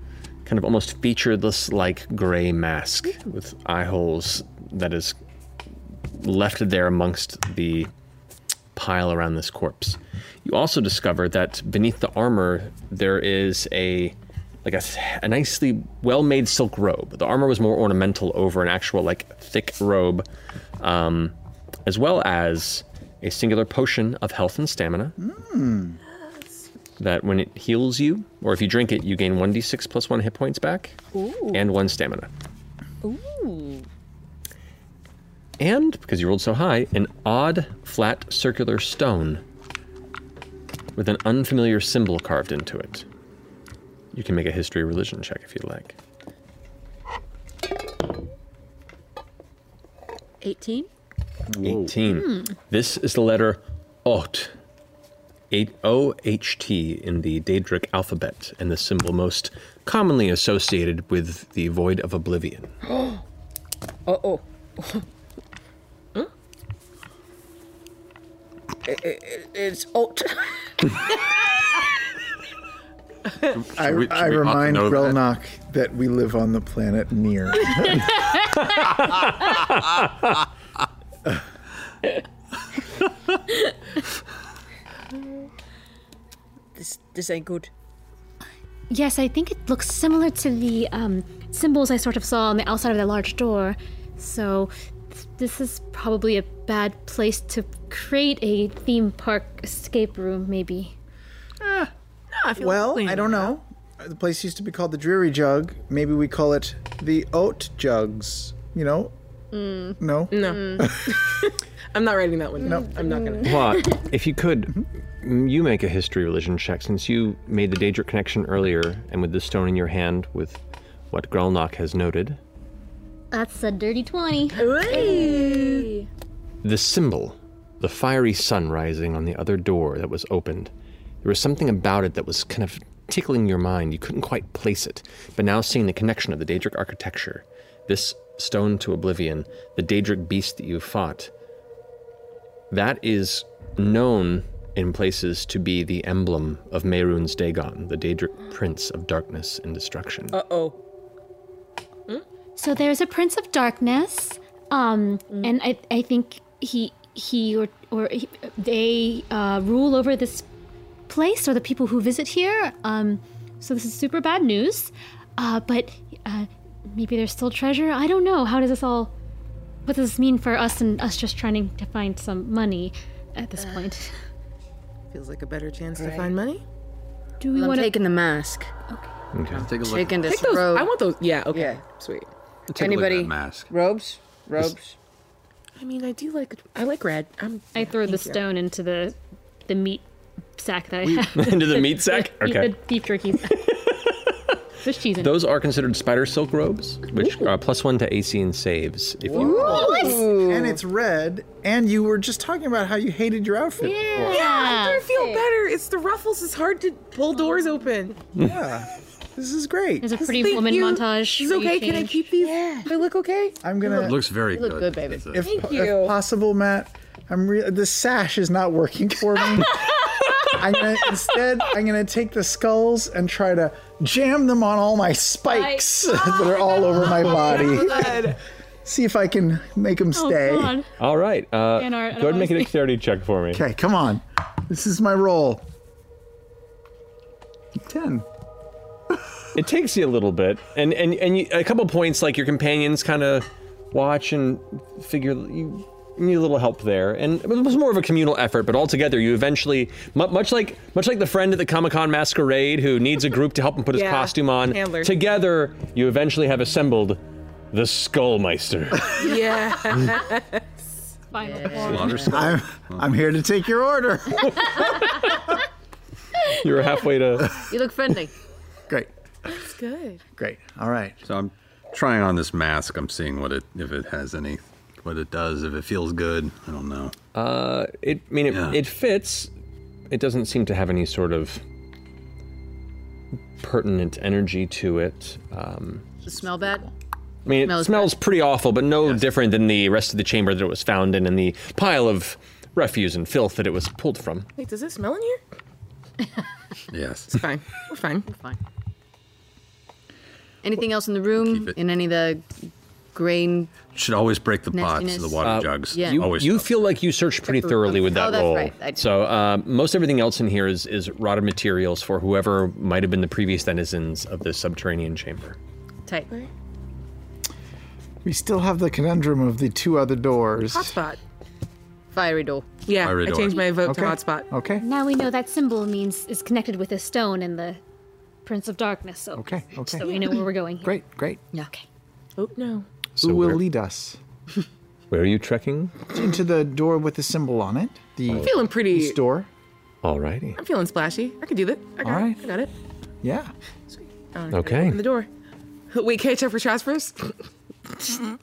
S2: kind of almost featureless like gray mask with eye holes that is left there amongst the pile around this corpse. You also discover that beneath the armor there is a like a, a nicely well-made silk robe. The armor was more ornamental over an actual like thick robe, um, as well as a singular potion of health and stamina
S11: Hmm.
S2: that when it heals you, or if you drink it, you gain 1d6 plus 1 hit points back
S11: Ooh.
S2: and 1 stamina.
S11: Ooh.
S2: And, because you rolled so high, an odd, flat, circular stone with an unfamiliar symbol carved into it. You can make a history or religion check if you'd like.
S10: 18.
S2: 18.
S10: Hmm.
S2: This is the letter Oht. Eight- O-H-T in the Daedric alphabet, and the symbol most commonly associated with the void of oblivion.
S10: oh oh. It, it, it's oat.
S12: I,
S10: we- should
S12: I
S10: we ought to
S12: remind
S10: know that?
S12: Grelnok that? we live on the planet near.
S10: this this ain't good.
S7: Yes, I think it looks similar to the um, symbols I sort of saw on the outside of the large door. So th- this is probably a bad place to create a theme park escape room, maybe.
S4: I feel Eh, well, I don't know. Uh, The place used to be called the Dreary Jug. Maybe we call it the Oat Jugs. You know?
S6: Mm.
S4: No.
S6: No. I'm not writing that one. No. I'm not going to.
S2: What? if you could, m- you make a history religion check since you made the Daedric connection earlier, and with the stone in your hand, with what Grelnok has noted,
S7: That's a dirty 20. Hey.
S2: the symbol, the fiery sun rising on the other door that was opened. There was something about it that was kind of tickling your mind. You couldn't quite place it, but now seeing the connection of the Daedric architecture, this stone to oblivion, the Daedric beast that you fought, that is known in places to be the emblem of Merun's Dagon, the Daedric prince of darkness and destruction.
S6: Uh oh.
S7: So there's a Prince of Darkness, um, and I, I think he he or or he, they uh, rule over this place or the people who visit here. Um, so this is super bad news, uh, but uh, maybe there's still treasure. I don't know. How does this all? What does this mean for us and us just trying to find some money at this point?
S6: Feels like a better chance to find money.
S7: Do
S10: we
S7: we
S10: well,
S7: want
S10: I'm
S7: to?
S10: taking the mask.
S2: Okay.
S5: Take a look.
S10: Taking this
S6: Take those.
S10: robe.
S6: I want those. Yeah. Okay. Sweet.
S5: Take a look at
S10: Anybody?
S5: that mask.
S10: Robes? Robes?
S6: I mean, I do like. I like red. I'm,
S7: I throw the
S6: thank you.
S7: stone into the the meat sack that I
S2: We-
S7: have.
S2: Into the meat sack?
S7: The-
S2: Okay.
S7: The beef jerky. sack. There's cheese in. it.
S2: Those are considered spider silk robes, which are plus one to AC and saves. If you
S4: Ooh. And it's red, and you were just talking about how you hated your outfit.
S6: Yeah. I feel better. It's the ruffles. It's hard to pull doors open.
S4: Yeah. This is great.
S7: There's a
S6: pretty Thank woman you. montage It's where you okay. Can I change. keep these?
S4: Yeah.
S6: They look okay?
S4: I'm gonna.
S5: It looks very You look good. good, baby.
S4: If,
S5: Thank
S4: if
S5: you.
S4: possible, Matt, I'm re- the sash is not working for me. I'm gonna instead. I'm gonna take the skulls and try to jam them on all my spikes that are all over
S5: Oh
S4: my body. See if I can make them stay.
S2: All right. Uh,
S4: And our- and
S2: go ahead and make a
S4: our-
S2: dexterity check for me.
S4: Okay, come on. This is my roll. Ten.
S2: It takes you a little bit, and and and you, a couple points. Like your companions kind of watch and figure you need a little help there, and it was more of a communal effort. But altogether, you eventually, mu- much like much like the friend at the Comic Con masquerade who needs a group to help him put his
S6: Yeah,
S2: costume on.
S6: handler.
S2: Together, you eventually have assembled the Skullmeister.
S6: Yeah.
S7: Final
S4: I'm, I'm here to take your order.
S2: You're halfway to.
S10: You look friendly.
S4: Great.
S6: That's good.
S4: Great. All right.
S5: So I'm trying on this mask. I'm seeing what it if it has any what it does, if it feels good. I don't know.
S2: Uh, it I mean it, it fits. It doesn't seem to have any sort of pertinent energy to it. Um,
S10: Does it smell bad?
S2: I mean, it smells, pretty awful, but no different than the rest of the chamber that it was found in and the pile of refuse and filth that it was pulled from.
S6: Wait, does it smell in here?
S5: Yes.
S6: It's fine. We're fine.
S10: We're fine. Anything else in the room? In any of the grain?
S5: Should always break the pots, the
S10: Nastiness.
S5: water
S10: Uh,
S5: jugs.
S10: yeah.
S2: You,
S5: Always.
S2: you feel like you searched pretty thoroughly with that
S10: Oh, that's
S2: roll.
S10: right. I did.
S2: So uh, most everything else in here is, is rotted materials for whoever might have been the previous denizens of the subterranean chamber.
S10: Tight.
S4: We still have the conundrum of the two other doors.
S6: Hotspot.
S10: Fiery door.
S6: Yeah,
S4: Fiery I door. changed my vote to Okay.
S6: hotspot.
S4: Okay.
S7: Now we know that symbol means is connected with a stone and the Prince of Darkness. So
S4: Okay, okay.
S7: So we know where we're going. Here.
S4: Great, great.
S7: Okay.
S6: Oh no.
S4: Who will lead us?
S2: Where are you trekking? Oh.
S4: Into the door with the symbol on it. The
S6: I'm feeling pretty-
S4: This door.
S2: Alrighty.
S6: I'm feeling splashy. I can do that. I got
S4: All right.
S6: it. I got it.
S4: Yeah.
S6: I don't know.
S2: Okay.
S6: Open the door. Wait, can I check for traps first?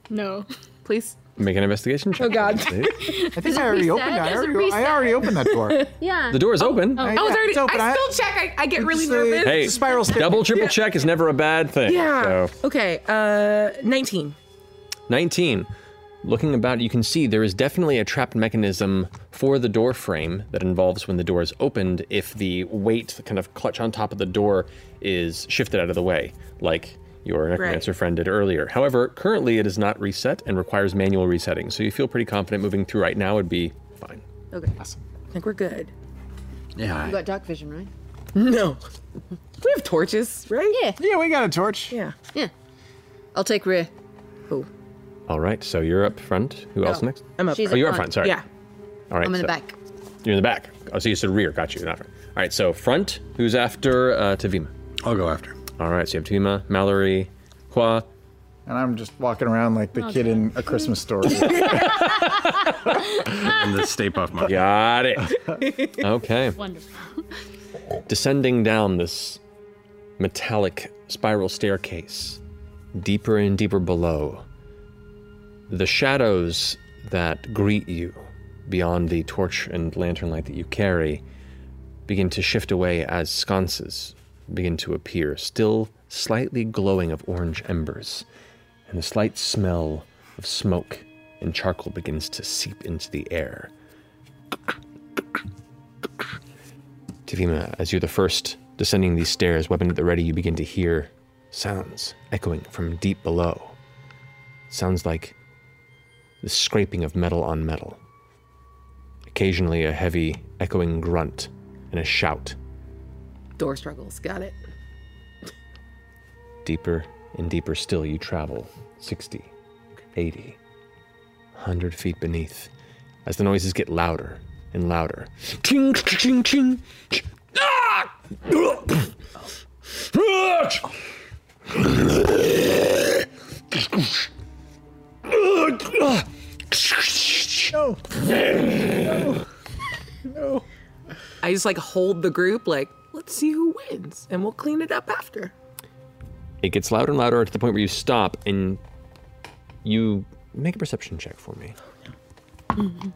S7: no.
S6: Please.
S2: Make an investigation check.
S6: Oh, God.
S2: please.
S4: I
S6: Is
S4: think
S6: it
S4: I already
S6: reset?
S4: opened. I
S6: Is it
S4: already, I
S6: reset?
S4: already opened that door.
S7: Yeah.
S2: The door is open.
S6: Oh, it's already. I still check. I, I get really nervous.
S2: Hey, double, triple check is never a bad thing.
S6: Yeah.
S2: So.
S6: Okay. Uh, nineteen.
S2: 19. Looking about, you can see there is definitely a trap mechanism for the door frame that involves when the door is opened, if the weight, the kind of clutch on top of the door, is shifted out of the way, like your necromancer friend did earlier. However, currently it is not reset and requires manual resetting, so you feel pretty confident moving through right now would be fine.
S6: Okay. Awesome. I think we're good.
S2: Yeah.
S10: You got dark vision, right?
S6: No. We have torches, right? Yeah.
S4: Yeah, we got a torch.
S6: Yeah.
S10: Yeah. I'll take Rhea.
S2: All right, so you're up front. Who else next?
S10: I'm up She's
S2: oh,
S10: up
S2: you're up
S10: front.
S2: front, sorry.
S10: Yeah.
S2: All right,
S10: I'm in the
S2: so-
S10: back.
S2: You're in the back. Oh, so you said rear. Got you. Not front. All right, so front, who's after uh, Tavima?
S5: I'll go after.
S2: All right, so you have Tavima, Mallory, Hua.
S12: And I'm just walking around like the kid in a Christmas story.
S5: and the Stay Puft Mark.
S2: Got it. Okay.
S7: Wonderful.
S2: Descending down this metallic spiral staircase, deeper and deeper below, the shadows that greet you beyond the torch and lantern light that you carry begin to shift away as sconces begin to appear, still slightly glowing of orange embers, and the slight smell of smoke and charcoal begins to seep into the air. Tavima, as you're the first descending these stairs, weapon at the ready, you begin to hear sounds echoing from deep below. Sounds like the scraping of metal on metal. Occasionally, a heavy, echoing grunt and a shout,
S6: Door struggles. Got it.
S2: deeper and deeper still you travel 60 80 100 feet beneath as the noises get louder and louder ching ching ching ch- Ah!
S11: No. No.
S6: No. I just like hold the group, like, let's see who wins and we'll clean it up after.
S2: it gets louder and louder to the point where you stop and you make a perception check for me Mm-hmm.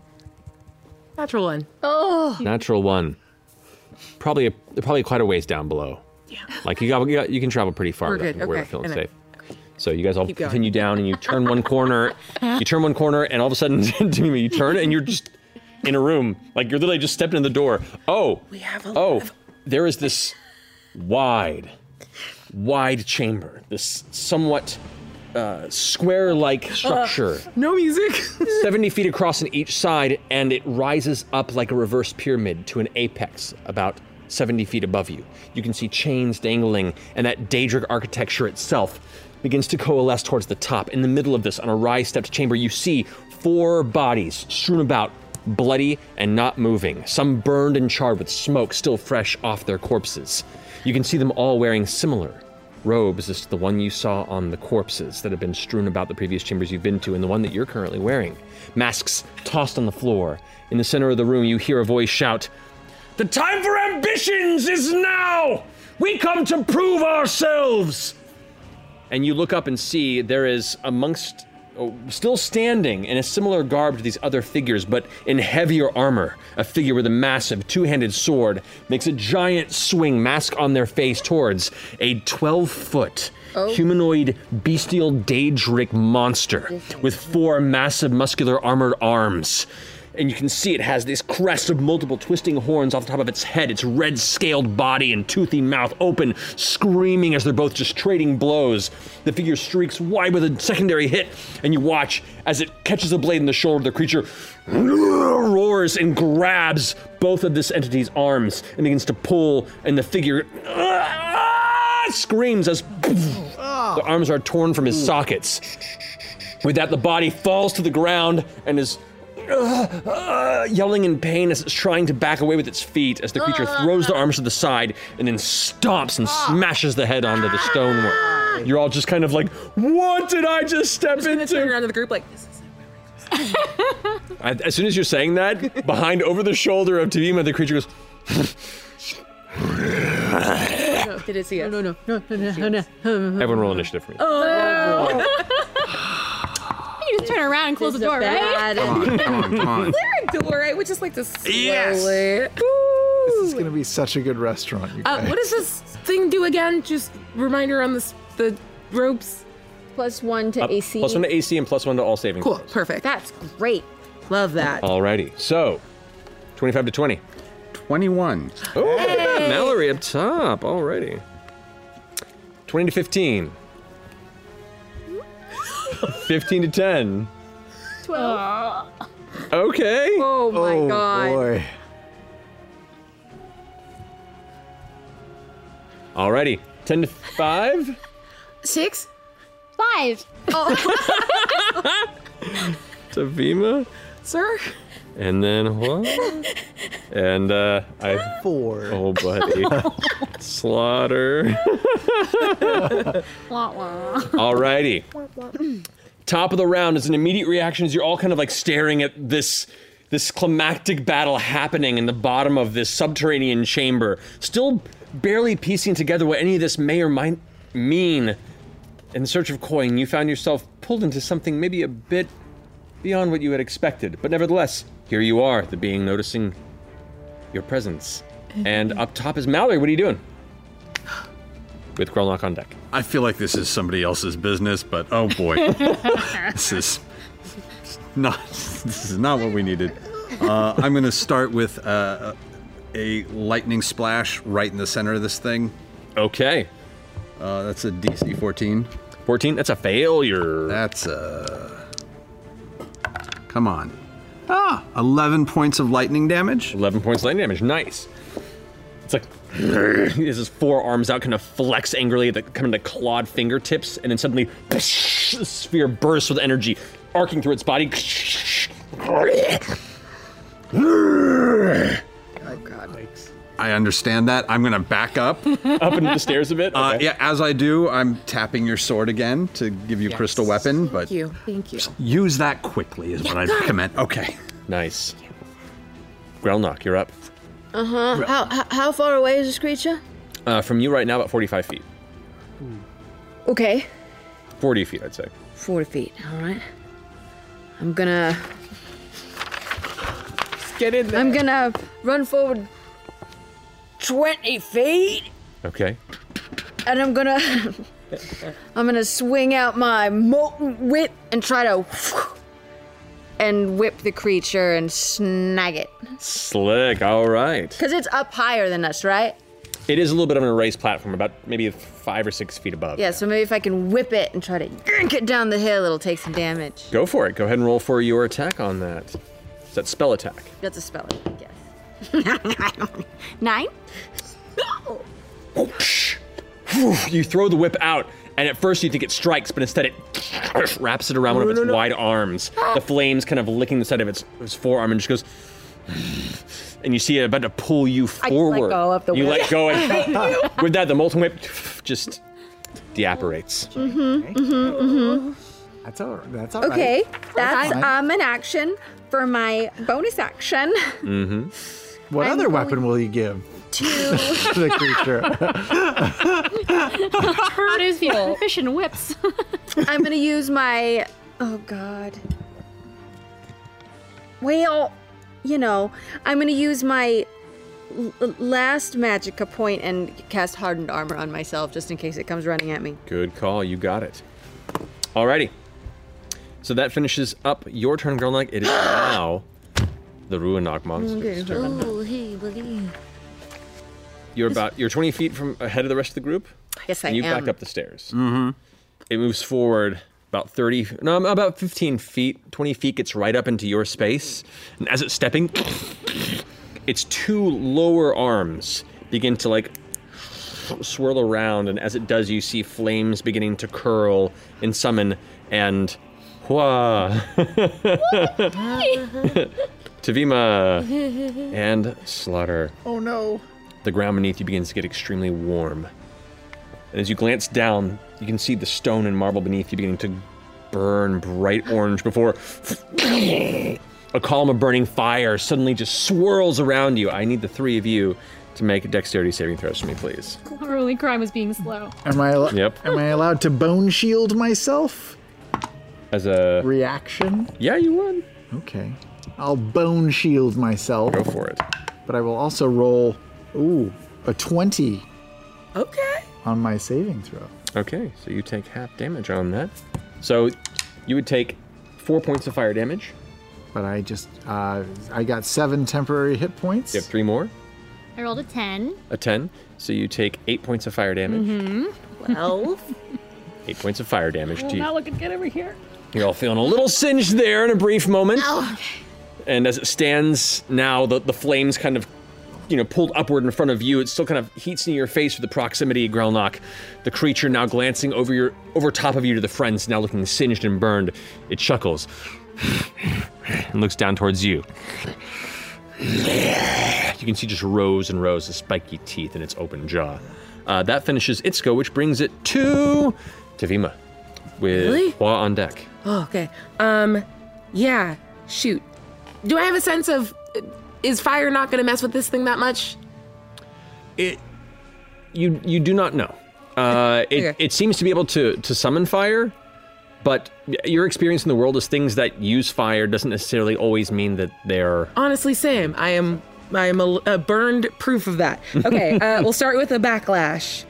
S6: Natural one. Oh.
S2: natural one probably a, probably quite a ways down below yeah like you got, you, got, you can travel pretty far
S6: We're
S2: without-
S6: good,
S2: without
S6: okay,
S2: feeling
S6: I know.
S2: safe so you guys all
S6: Keep going.
S2: continue down and you turn one corner you turn one corner and all of a sudden Tavima, you turn and you're just in a room like you're literally just stepping in the door oh we have a oh there is this wide wide chamber this somewhat uh, square-like structure
S6: no music.
S2: 70 feet across on each side, and it rises up like a reverse pyramid to an apex about 70 feet above you. You can see chains dangling, and that Daedric architecture itself begins to coalesce towards the top. In the middle of this, on a rise stepped chamber, you see four bodies strewn about, bloody and not moving, some burned and charred with smoke still fresh off their corpses. You can see them all wearing similar robes is the one you saw on the corpses that have been strewn about the previous chambers you've been to and the one that you're currently wearing. Masks tossed on the floor. In the center of the room, you hear a voice shout, The time for ambitions is now! We come to prove ourselves! And you look up and see there is amongst, oh, still standing in a similar garb to these other figures, but in heavier armor, a figure with a massive two handed sword makes a giant swing, mask on their face, towards a 12 foot.
S9: Oh.
S2: Humanoid bestial Daedric monster with four massive muscular armored arms. And you can see it has this crest of multiple twisting horns off the top of its head, its red scaled body and toothy mouth open, screaming as they're both just trading blows. The figure streaks wide with a secondary hit, and you watch as it catches a blade in the shoulder of the creature, roars and grabs both of this entity's arms and begins to pull, and the figure Ah, screams as the arms are torn from his sockets. With that, the body falls to the ground and is uh, yelling in pain as it's trying to back away with its feet as the creature throws the arms to the side and then stomps and smashes the head onto the stonework. You're all just kind of like, what did I just step into? Turn
S6: around to the group like,
S2: I- as soon as you're saying that, behind over the shoulder of Tavima, the creature goes,
S6: no, did it Oh, see us? No, no, no, no, no, no.
S2: everyone roll initiative for me.
S10: Oh.
S7: you just turn around and close the door, right?
S2: Come on, come on, come on.
S6: Is there a door? I would just like to slowly.
S12: This is going to be such a good restaurant, you
S6: Uh,
S12: guys.
S6: what does this thing do again? Just reminder on this the ropes.
S24: Plus one to
S2: Up-
S24: AC.
S2: Plus one to AC and plus one to all saving.
S24: Cool.
S2: throws.
S6: Perfect.
S24: That's great.
S6: Love that.
S2: Alrighty, so 25 to 20.
S5: 21.
S2: Oh, Mallory up top. Alrighty. 20 to 15. 15 to 10.
S24: 12.
S2: Okay.
S24: Oh my Oh, God. boy.
S2: Alrighty, 10 to 5.
S24: Six?
S7: Five.
S24: Oh.
S2: Tavima.
S6: sir?
S2: And then what? and uh, I
S1: four.
S2: Oh, buddy, slaughter.
S7: Wah, wah.
S2: Alrighty.
S7: Wah, wah.
S2: Top of the round is an immediate reaction as you're all kind of like staring at this this climactic battle happening in the bottom of this subterranean chamber, still barely piecing together what any of this may or might mean. In search of coin, you found yourself pulled into something maybe a bit beyond what you had expected, but nevertheless, here you are, the being noticing your presence. And up top is Mallory. What are you doing? With Grolnock on deck.
S5: I feel like this is somebody else's business, but oh boy, this is not this is not what we needed. Uh, I'm going to start with uh, a lightning splash right in the center of this thing.
S2: Okay,
S5: uh, that's a DC 14.
S2: 14. That's a failure.
S5: That's a come on. Ah, 11 points of lightning damage.
S2: 11 points of lightning damage. Nice. It's like his his forearms out, kind of flex angrily, at the coming to clawed fingertips, and then suddenly the sphere bursts with energy, arcing through its body.
S6: Oh,
S5: I understand that. I'm going to back up.
S2: Up into the stairs a bit?
S5: Uh,
S2: Okay.
S5: yeah, as I do, I'm tapping your sword again to give you crystal weapon, but
S6: Thank you. Thank you.
S5: use that quickly is what I recommend. Okay.
S2: Nice. Grelnock, you're up.
S10: Uh huh. How, how how far away is this creature?
S2: Uh, from you right now, about 45 feet.
S10: Okay,
S2: 40 feet, I'd say.
S10: forty feet. All right. I'm gonna.
S6: Get in there.
S10: I'm gonna run forward twenty feet,
S2: Okay.
S10: and I'm gonna I'm gonna swing out my molten whip and try to and whip the creature and snag it.
S2: Slick, all right.
S10: Cause it's up higher than us, right?
S2: It is a little bit of an erased platform, about maybe five or six feet above.
S10: Yeah, so maybe if I can whip it and try to yank it down the hill, it'll take some damage.
S2: Go for it. Go ahead and roll for your attack on that. It's that spell attack.
S10: That's a spell, I guess.
S7: Nine?
S2: Whew, you throw the whip out, and at first you think it strikes, but instead it wraps it around one of
S11: No,
S2: its
S11: no, no.
S2: wide arms. The flames kind of licking the side of its, its forearm and just goes. And you see it about to pull you
S11: I just let
S2: forward.
S11: go of the
S2: you
S11: whip.
S2: let go,
S11: Thank you.
S2: and with that, the molten whip just deapparates.
S10: Mm-hmm.
S6: Oh,
S10: Mm-hmm. Mm-hmm.
S1: That's all. That's all right.
S24: Okay,
S1: That's
S24: that's
S1: fine.
S24: um an action for my bonus action.
S1: Mm-hmm. What
S24: I'm
S1: other
S24: going
S1: weapon will you give to the creature?
S7: Produce fuel. Fish and whips.
S24: I'm gonna use my. Oh God. Well, you know, I'm gonna use my l- l- last magica point and
S10: Cast hardened armor on myself just in case it comes running at me.
S2: Good call. You got it. Alrighty. So that finishes up your turn, Grelnag. It is now the Ruinok monster's turn.
S24: Oh, hey, buddy.
S2: You're about you're 20 feet from ahead of the rest of the group.
S10: Yes, I
S2: and you
S10: am.
S2: backed up the stairs. Mm-hmm. It moves forward about 30, no, about 15 feet. 20 feet gets right up into your space, and as it's stepping, its two lower arms begin to like swirl around, and as it does, you see flames beginning to curl and summon, and hua, Tavima, and Slaughter.
S12: oh no.
S2: The ground beneath you begins to get extremely warm. And as you glance down, you can see the stone and marble beneath you beginning to burn bright orange before a column of burning fire suddenly just swirls around you. I need the three of you to make dexterity saving throws for me, please.
S7: Early crime was being slow.
S12: Am I? Al-
S2: Yep.
S12: Am I allowed to bone shield myself?
S2: As a
S12: reaction.
S2: Yeah, you would.
S12: Okay. I'll bone shield myself. Go
S2: for it.
S12: But I will also roll. Ooh, a twenty
S6: Okay.
S12: on my saving throw.
S2: Okay, so you take half damage on that. So you would take four points of fire damage.
S12: But I just, uh, I got seven temporary hit points.
S2: You have three more,
S7: I rolled a 10.
S2: a 10. So you take eight points of fire damage.
S7: Mm-hmm. Well.
S2: Eight points of fire damage to you.
S7: looking good over here.
S2: You're all feeling a little singed there in a brief moment.
S7: Ow.
S2: And as it stands now, the, the flames kind of, you know, pulled upward in front of you. It still kind of heats in your face with the proximity, Grelnok. The creature now glancing over your over top of you to the friends, now looking singed and burned. It chuckles. and looks down towards you. You can see just rows and rows of spiky teeth in its open jaw. Uh, that finishes its go, which brings it to Tavima with
S6: Really?
S2: Hua on deck.
S6: Oh, okay. Um, yeah. Shoot. Do I have a sense of uh, is fire not going to mess with this thing that much?
S2: It you you do not know. Uh, it,
S6: Okay.
S2: it seems to be able to to summon fire, but your experience in the world is things that use fire doesn't necessarily always mean that they're
S6: Honestly, Sam, I am I am a, a burned proof of that. Okay, uh, we'll start with a backlash.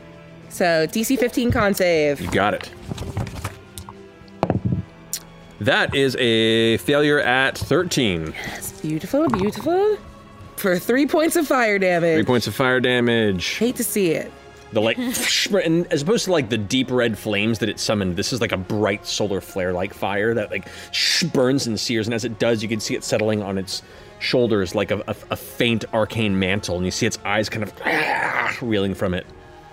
S6: So DC 15 con save.
S2: You got it. That is a failure at 13.
S6: Beautiful, beautiful. For three points of fire damage.
S2: Three points of fire damage.
S6: Hate to see it.
S2: The like, and as opposed to like the deep red flames that it summoned, this is like a bright solar flare like fire that like burns and sears. And as it does, you can see it settling on its shoulders like a, a, a faint arcane mantle. And you see its eyes kind of reeling from it.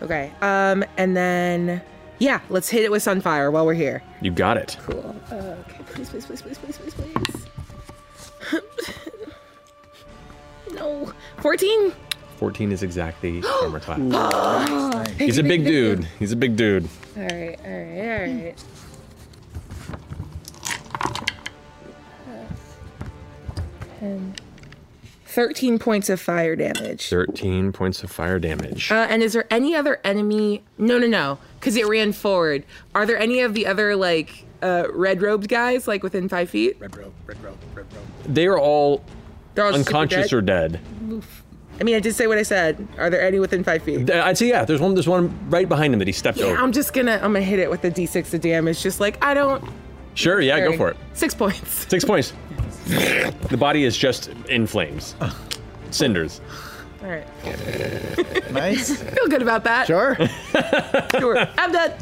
S6: Okay. Um, and then yeah, let's hit it with sunfire while we're here.
S2: You got it.
S6: Cool. Uh, okay, please, please, please, please, please, please, please. no. 14?
S2: 14 is exactly armor class.
S6: Oh,
S2: He's a
S6: big, big,
S2: big
S6: big.
S2: dude. He's a big dude.
S6: All right, all right, all right. Ten. 13 points of fire damage.
S2: 13 points of fire damage.
S6: Uh, and is there any other enemy? No, no, no, because it ran forward. Are there any of the other, like, uh, red robed guys, like within five feet? Red robe, red robe, red robe.
S2: They are all,
S6: They're all super
S2: unconscious
S6: dead?
S2: or dead.
S6: I mean, I did say what I said. Are there any within five feet?
S2: Th- I'd say yeah. There's one. There's one right behind him that he stepped
S6: Yeah,
S2: over.
S6: I'm just gonna, I'm gonna hit it with a d6 of damage. Just like, I don't.
S2: sure. Yeah. Go
S6: Sorry.
S2: for it.
S6: Six points.
S2: Six points. the body is just in flames, cinders.
S6: All right.
S2: nice.
S6: Feel good about that.
S2: Sure.
S6: sure. I'm done.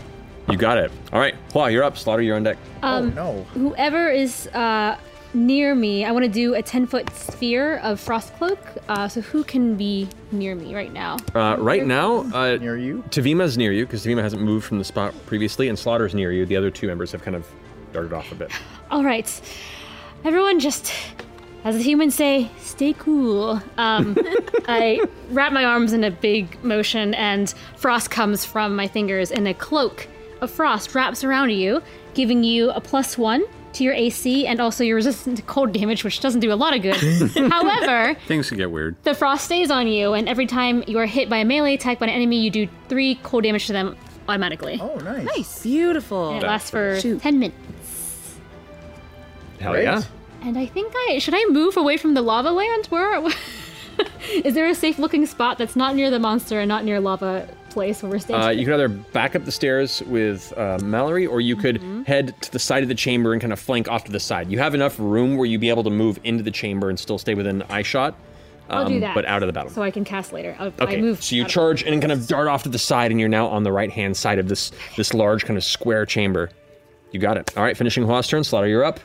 S2: You got it. All right. Hua, you're up. Slaughter, you're on deck.
S6: Oh,
S7: Um,
S2: Oh,
S7: Whoever is uh, near me, I want to do a 10 foot sphere of frost cloak. Uh, so who can be near me right now?
S2: Uh, right now, uh, near you. Tavima's near you because Tavima hasn't moved from the spot previously, and Slaughter's near you. The other two members have kind of darted off a bit.
S7: All right. Everyone just, as the humans say, stay cool. Um, I wrap my arms in a big motion, and frost comes from my fingers, and a cloak of frost wraps around you, giving you a plus one to your AC and also your resistance to cold damage, which doesn't do a lot of good. However,
S5: Things can get weird.
S7: the frost stays on you, and every time you are hit by a melee attack by an enemy, you do three cold damage to them automatically. Oh,
S12: nice.
S7: Nice.
S6: Beautiful.
S7: And it lasts for
S6: Shoot.
S7: 10 minutes.
S2: Hell
S7: Great.
S2: yeah.
S7: And I think I should I move away from the lava land? Where is there a safe looking spot that's not near the monster and not near lava place where we're staying?
S2: Uh, you can either back up the stairs with uh, Mallory, or you could
S7: Mm-hmm.
S2: head to the side of the chamber and kind of flank off to the side. You have enough room where you'd be able to move into the chamber and still stay within eye shot,
S7: I'll do
S2: um,
S7: that.
S2: but out of the battle.
S7: so I can cast later. I,
S2: okay,
S7: I move.
S2: so you
S7: out of-
S2: charge and kind of dart off to the side, and you're now on the right hand side of this this large kind of square chamber. You got it. All right, finishing Hua's turn. Slaughter, you're up.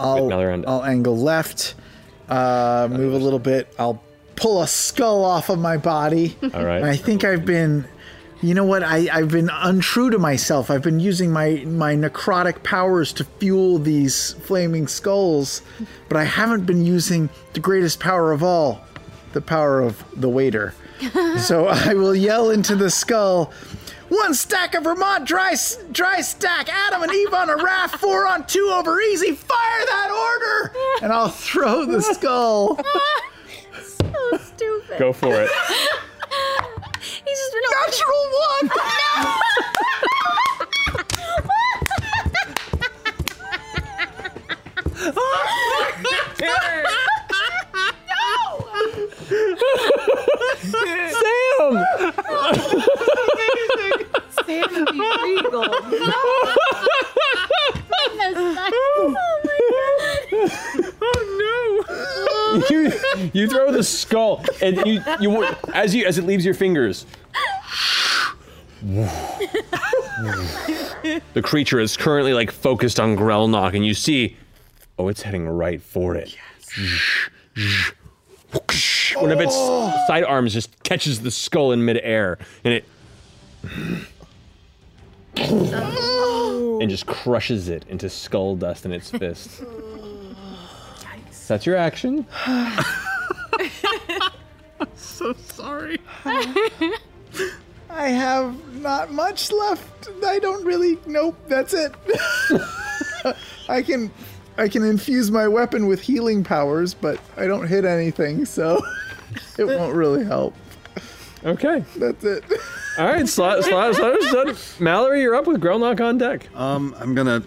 S12: I'll,
S2: Another round.
S12: I'll angle left, uh, move a little bit. I'll pull a skull off of my body.
S2: All right.
S12: And I think I've been, you know what? I, I've been untrue to myself. I've been using my, my necrotic powers to fuel these flaming skulls, but I haven't been using the greatest power of all the power of the waiter. so I will yell into the skull.
S4: One stack of Vermont dry s- dry stack. Adam and Eve on a raft. Four on two over easy. Fire that order.
S12: and I'll throw the skull.
S11: so stupid.
S2: Go for it.
S11: He's just been natural one.
S2: Sam!
S11: Sam would be regal. oh
S2: you, you throw the skull, and you, you as you as it leaves your fingers, the creature is currently like focused on Grelnok, and you see, oh, it's heading right for it. One of its sidearms just catches the skull in midair, and it and just crushes it into skull dust in its fist. That's your action.
S11: so sorry.
S12: I have not much left. I don't really. Nope, that's it. I can, I can infuse my weapon with healing powers, but I don't hit anything, so it won't really help.
S2: Okay,
S12: that's it.
S2: All right, slot, slot, slot, slot. Mallory, you're up with Grelnock on deck.
S5: Um, I'm gonna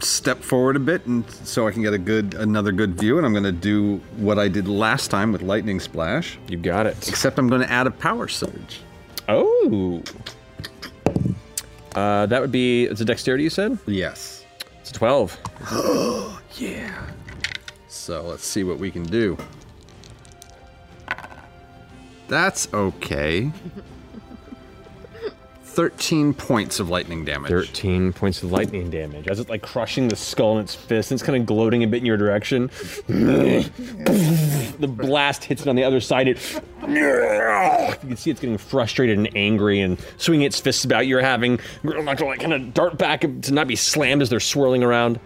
S5: step forward a bit, and so I can get a good, another good view, and I'm gonna do what I did last time with lightning splash.
S2: You got it.
S5: Except I'm gonna add a power surge.
S2: Oh. Uh, that would be it's a dexterity you said.
S5: Yes.
S2: It's a twelve.
S5: yeah. So let's see what we can do. That's okay. 13 points of lightning damage.
S2: 13 points of lightning damage. As it's like crushing the skull in its fist and it's kind of gloating a bit in your direction. the blast hits it on the other side. It. You can see it's getting frustrated and angry and swinging its fists about. You're having. I'm not going to kind of dart back to not be slammed as they're swirling around.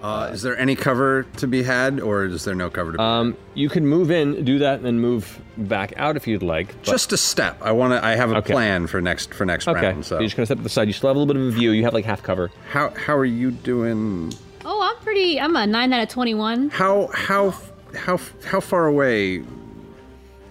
S5: Uh, is there any cover to be had, or is there no cover to be
S2: um, You can move in, do that, and then move back out if you'd like. but-
S5: Just a step. I want to. I have a plan for next for next
S2: Okay.
S5: round. So
S2: You're just gonna step to the side. You still have a little bit of a view. You have like half cover.
S5: How how are you doing?
S7: Oh, I'm pretty. I'm a nine out of twenty-one.
S5: How how how how far away?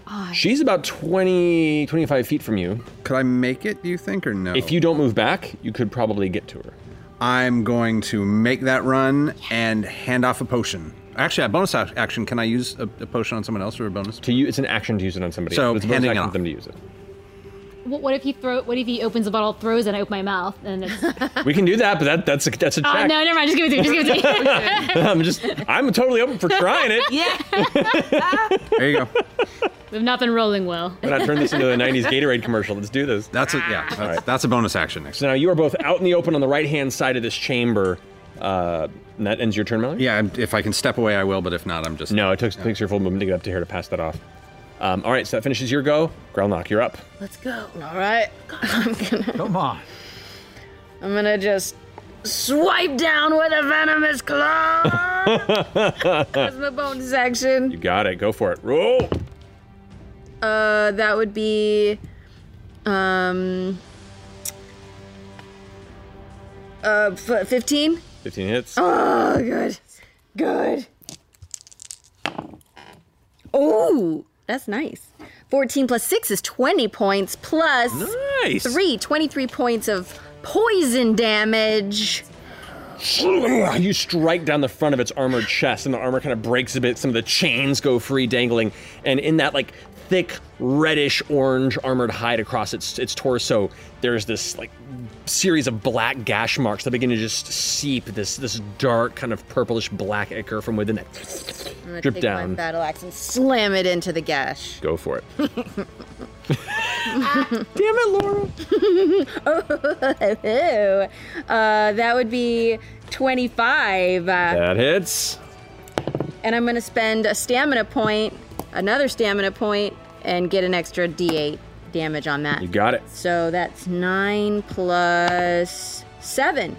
S7: Ah.
S2: She's about 20, 25 feet from you.
S5: Could I make it? Do you think or no?
S2: If you don't move back, you could probably get to her.
S5: I'm going to make that run and hand off a potion. Actually, a bonus ac- action. Can I use a, a potion on someone else or a bonus?
S2: To you, it's an action to use it on somebody.
S5: So
S2: else. It's a bonus
S5: handing
S2: action
S5: off.
S2: for them to use it.
S7: What, what if he throw? What if he opens the bottle, throws, it, and I open my mouth, and it's
S2: We can do that, but that, that's a that's a check.
S7: oh, no, never mind. Just give it to me. Just give it to me.
S2: I'm just I'm totally open for trying it.
S7: Yeah,
S5: There you go.
S7: we've not been rolling well.
S2: But I turned this into a '90s Gatorade commercial. Let's do this.
S5: That's a, yeah. That's, that's a bonus action. Next.
S2: So now you are both out in the open on the right-hand side of this chamber. Uh, and that ends your turn, Mallory.
S5: Yeah. I'm- If I can step away, I will. But if not, I'm just
S2: no. It takes takes your full movement to get up to here to pass that off. Um, all right, so that finishes your go. Grelnock, you're up.
S10: Let's go. All right. I'm gonna. Come on. I'm gonna just swipe down with a venomous claw. That's my bonus action.
S2: You got it. Go for it. Roll.
S10: Uh, that would be, um, uh, fifteen.
S2: 15 hits.
S10: Oh, good, good. Oh, that's nice. 14 plus 6 is 20 points, plus
S11: Nice.
S10: 3, 23 points of poison damage.
S2: You strike down the front of its armored chest, and the armor kind of breaks a bit. Some of the chains go free, dangling, and in that like thick reddish orange armored hide across its its torso, there's this like series of black gash marks that begin to just seep this this dark kind of purplish black ichor from within it.
S10: I'm gonna
S2: Drip
S10: take
S2: down.
S10: my battle axe and slam it into the gash.
S2: Go for it.
S10: Damn it, Laura. oh, uh, that would be 25.
S2: That hits.
S10: and I'm gonna spend a stamina point, another stamina point, and get an extra D8 damage on that.
S2: You got it.
S10: So that's nine plus seven.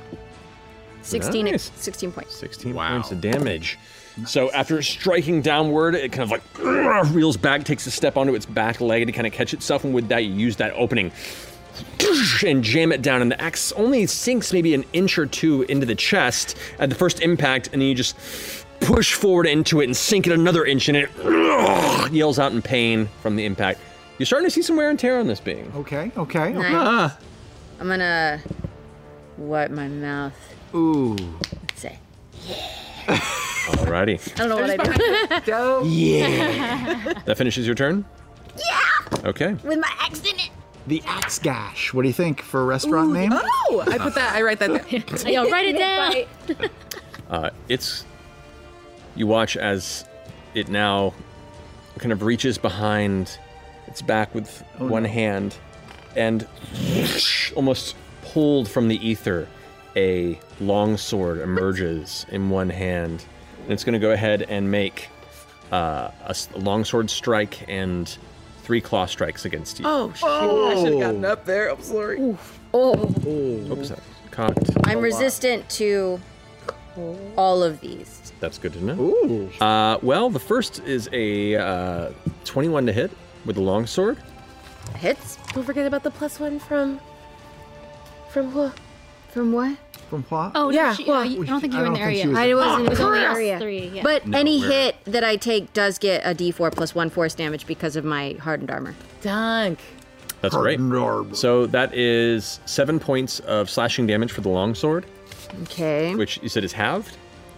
S10: 16,
S2: Nice.
S10: 16 points.
S2: 16 points of damage. So after striking downward, it kind of like reels back, takes a step onto its back leg to kind of catch itself, and with that, you use that opening and jam it down. And the axe only sinks maybe an inch or two into the chest at the first impact, and then you just push forward into it and sink it another inch, and it yells out in pain from the impact. You're starting to see some wear and tear on this being.
S4: Okay, okay.
S10: Nice.
S4: Ah.
S10: I'm gonna wipe my mouth.
S2: Ooh.
S10: Say,
S2: Alrighty.
S10: I don't know what I did. Dope.
S2: Yeah. That finishes your turn? Yeah! Okay.
S10: With my axe in it.
S4: The Axe Gash. What do you think for a restaurant name?
S6: Oh, I put that. I write that down.
S7: Yo, write it down.
S2: Uh, it's. You watch as it now kind of reaches behind its back with one hand and almost pulled from the ether, a long sword emerges in one hand. And it's going to go ahead and make uh, a s- a long sword strike and three claw strikes against you.
S6: Oh, shit. I should have gotten up there. I'm sorry.
S10: Oh.
S2: Oops, that's cocked.
S10: I'm resistant to
S24: all of these.
S2: That's good to know. Ooh. Uh, well, the first is a uh, 21 to hit with a long sword.
S24: Hits.
S25: Don't forget about the plus one from. From who? From what?
S4: From what?
S7: Oh,
S25: yeah.
S7: yeah. She, uh, you- I don't think you were in the area.
S24: I wasn't in
S7: Oh,
S24: the
S7: crap.
S24: area.
S7: Three, yeah.
S24: But
S7: No,
S24: any
S7: we're-
S24: hit that I take does get a D4 plus one force damage because of my hardened armor.
S6: Dunk.
S2: That's great. So that is seven points of slashing damage for the longsword,
S24: Okay.
S2: which you said is halved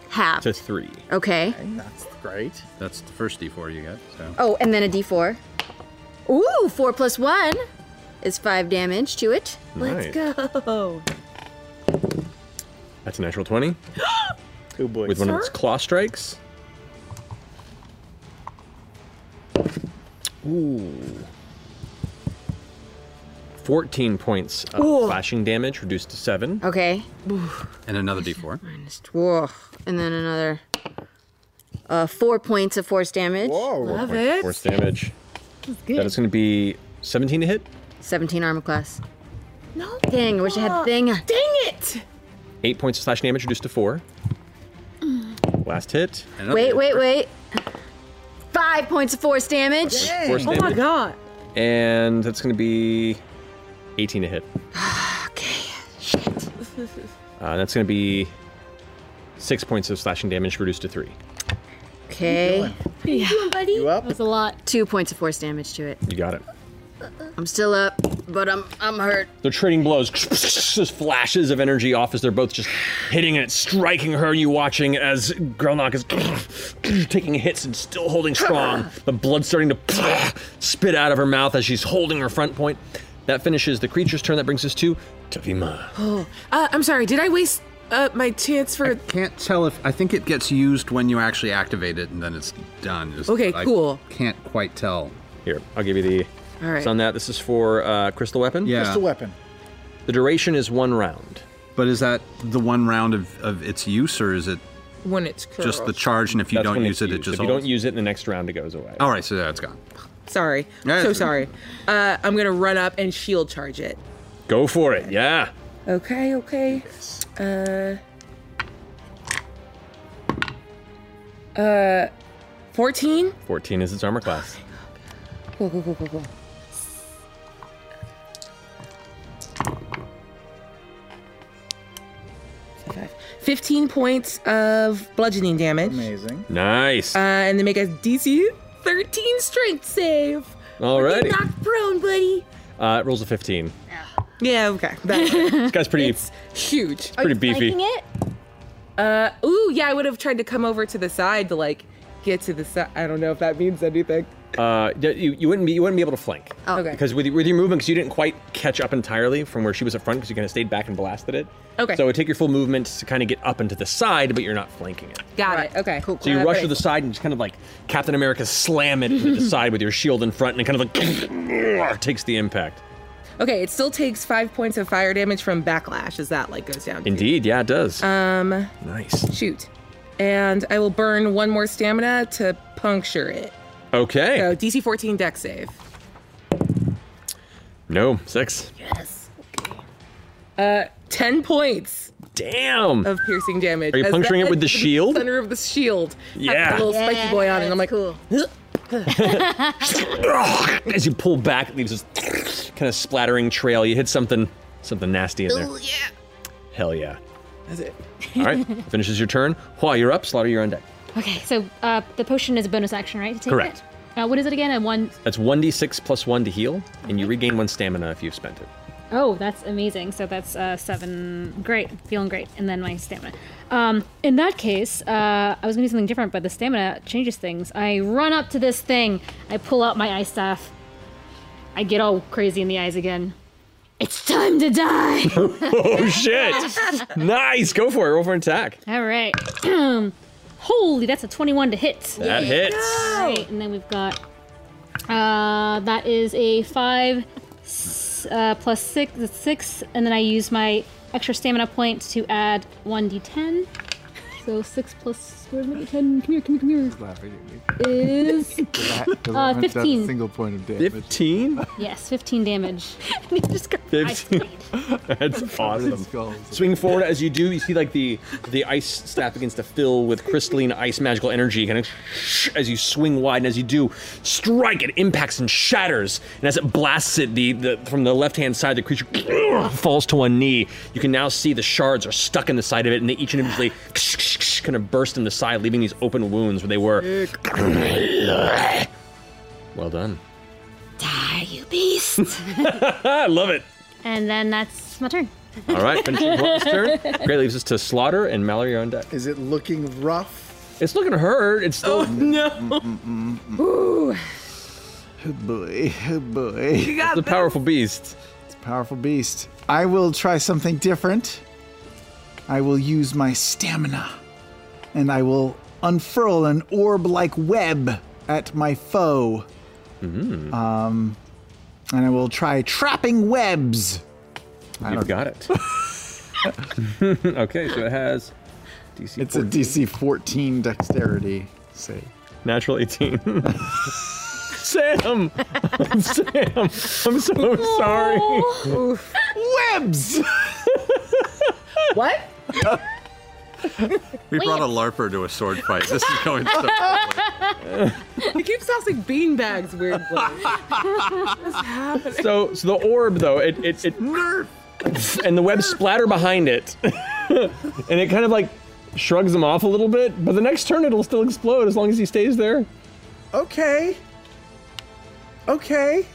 S24: Half.
S2: to three.
S24: Okay.
S2: That's great.
S5: That's the first D4 you get. So.
S24: Oh, and then a D4. Ooh, four plus one is five damage to it.
S2: Nice.
S24: Let's go.
S2: That's a natural 20
S9: Oh boy.
S2: with one of its claw strikes. Ooh. 14 points of
S24: Ooh.
S2: slashing damage reduced to seven.
S24: Okay.
S2: And another d4.
S24: Whoa. And then another uh, four points of force damage. Whoa.
S2: Four points of Oh, Force damage. That is going to be 17 to hit,
S24: 17 armor class. No. Dang, I wish I had thing. Dang it!
S2: eight points of slashing damage reduced to four. Last hit.
S24: Wait, wait, wait. Five points of force damage.
S2: Dang. Force Oh my damage.
S24: god.
S2: And that's going to be 18 to hit.
S24: Ah,
S2: Uh, that's going to be six points of slashing damage reduced to three.
S24: Okay.
S7: Yeah.
S24: buddy? You
S7: That was a lot.
S24: Two points of force damage to it.
S2: You got it.
S24: I'm still up, but I'm I'm hurt.
S2: They're trading blows. Just flashes of energy off as they're both just hitting and it's striking her. You watching as Grelnok is taking hits and still holding strong. The blood's starting to spit out of her mouth as she's holding her front point. That finishes the creature's turn. That brings us to Tavima.
S6: Oh, uh, I'm sorry. Did I waste uh, my chance for?
S5: Can't tell if I think it gets used when you actually activate it, and then it's done. Just-
S6: Okay,
S5: I
S6: cool.
S5: Can't quite tell.
S2: Here, I'll give you the.
S6: All right.
S2: It's on that. This is for uh, crystal weapon.
S5: Yeah. Crystal
S12: weapon.
S2: The duration is one round.
S5: But is that the one round of, of its use, or is it
S6: When it's curled.
S5: just the charge? And if you
S2: That's
S5: don't
S2: when
S5: use
S2: it's
S5: it, it
S2: used.
S5: just
S2: If you
S5: holds? Oh.
S2: don't use it in the next round, it goes away.
S5: All right, so that's gone.
S6: Sorry.
S5: Yeah,
S6: so
S5: it's-
S6: sorry. Uh, I'm gonna run up and shield charge it.
S2: Go for it. Yeah.
S6: Okay. Okay. Uh. Uh, fourteen.
S2: 14 is its armor class.
S6: Cool, cool, cool, cool, cool. Fifteen points of bludgeoning damage.
S12: Amazing.
S2: Nice.
S6: Uh, and they make a DC thirteen strength save.
S2: Alrighty.
S6: Knocked prone, buddy.
S2: Uh, it rolls a 15.
S6: Yeah. Okay.
S2: This guy's pretty.
S6: huge.
S2: It's pretty beefy.
S6: it? Uh, ooh, yeah, I would have tried to come over to the side to like get to the side. I don't know if that means anything.
S2: Uh, d- you, you wouldn't be you wouldn't be able to flank.
S6: Oh. Okay.
S2: Because with, with your movement, because you didn't quite catch up entirely from where she was up front, because you kind of stayed back and blasted it.
S6: Okay.
S2: So it would take your full movement to kind of get up and to the side, but you're not flanking it.
S6: Got it. Uh, Okay. Cool.
S2: So you rush to the side and just kind of like Captain America slam it into the side with your shield in front, and it kind of like takes the impact.
S6: Okay, it still takes five points of fire damage from backlash as that like goes down.
S2: Indeed, yeah, it does.
S6: Um.
S2: Nice.
S6: Shoot, and I will burn one more stamina to puncture it.
S2: Okay.
S6: So DC 14 deck save.
S2: No six.
S6: Yes. Uh, 10 points.
S2: Damn.
S6: Of piercing damage.
S2: Are you
S6: As
S2: puncturing it with the shield?
S6: Center of the shield. has
S2: Yeah.
S6: a little spiky boy on, it, and I'm like, cool.
S2: As you pull back, it leaves this kind of splattering trail. You hit something, something nasty in there.
S6: Ooh,
S2: yeah. Hell yeah.
S6: That's it.
S2: All right, finishes your turn. Hua, you're up. Slaughter, you're on deck.
S7: Okay, so uh, the potion is a bonus action, right? To take
S2: Correct.
S7: It? Uh, what is it again? A one
S2: That's 1d6 plus 1 to heal, and you regain 1 stamina if you've spent it.
S7: Oh, that's amazing. So that's uh, seven. Great. Feeling great. And then my stamina. Um, in that case, uh, I was going to do something different, but the stamina changes things. I run up to this thing. I pull out my ice staff. I get all crazy in the eyes again. It's time to die!
S2: oh, shit! nice! Go for it. Roll for an attack.
S7: all right. Holy, that's a 21 to hit.
S2: That hits.
S7: All right, and then we've got. Uh, that is a 5 s- uh, plus 6, that's 6, and then I use my extra stamina point to add 1d10. So So six plus where am I? ten. Come here, come here, come here.
S1: Laughing at me.
S7: Is uh,
S1: A
S7: fifteen.
S1: single point of damage.
S5: 15?
S7: Yes, fifteen damage.
S2: That's awesome. Swing forward as you do. You see like the the ice snap begins to fill with crystalline ice magical energy, kind of as you swing wide, and as you do, strike it impacts and shatters. And as it blasts it, the, the from the left hand side, the creature falls to one knee. You can now see the shards are stuck in the side of it, and they each individually kind of burst in the side, leaving these open wounds where they were. Well done.
S7: Die, you beast.
S2: I love it.
S7: and then that's my turn.
S2: All right, finishing Horton's turn. Great leaves us to Slaughter and Mallory are on deck. Is it looking rough? It's looking hurt. It's still. Oh, no.
S1: Ooh. Oh boy, oh boy.
S2: You got It's a powerful beast.
S1: It's a powerful beast. I will try something different. I will use my stamina and I will unfurl an orb like web at my foe.
S2: Mm-hmm.
S1: Um, and I will try trapping webs.
S2: You've got it. okay, so it has DC.
S1: It's a DC 14 dexterity save.
S2: Natural 18. Sam! Sam! I'm so sorry.
S1: Webs!
S6: what?
S5: We brought a LARPer to a sword fight. This is going so
S6: It keeps sounding beanbags weirdly. What's happening?
S2: So, so the orb though, it it, it and the webs splatter behind it, and it kind of like shrugs him off a little bit. But the next turn, it'll still explode as long as he stays there.
S1: Okay. Okay.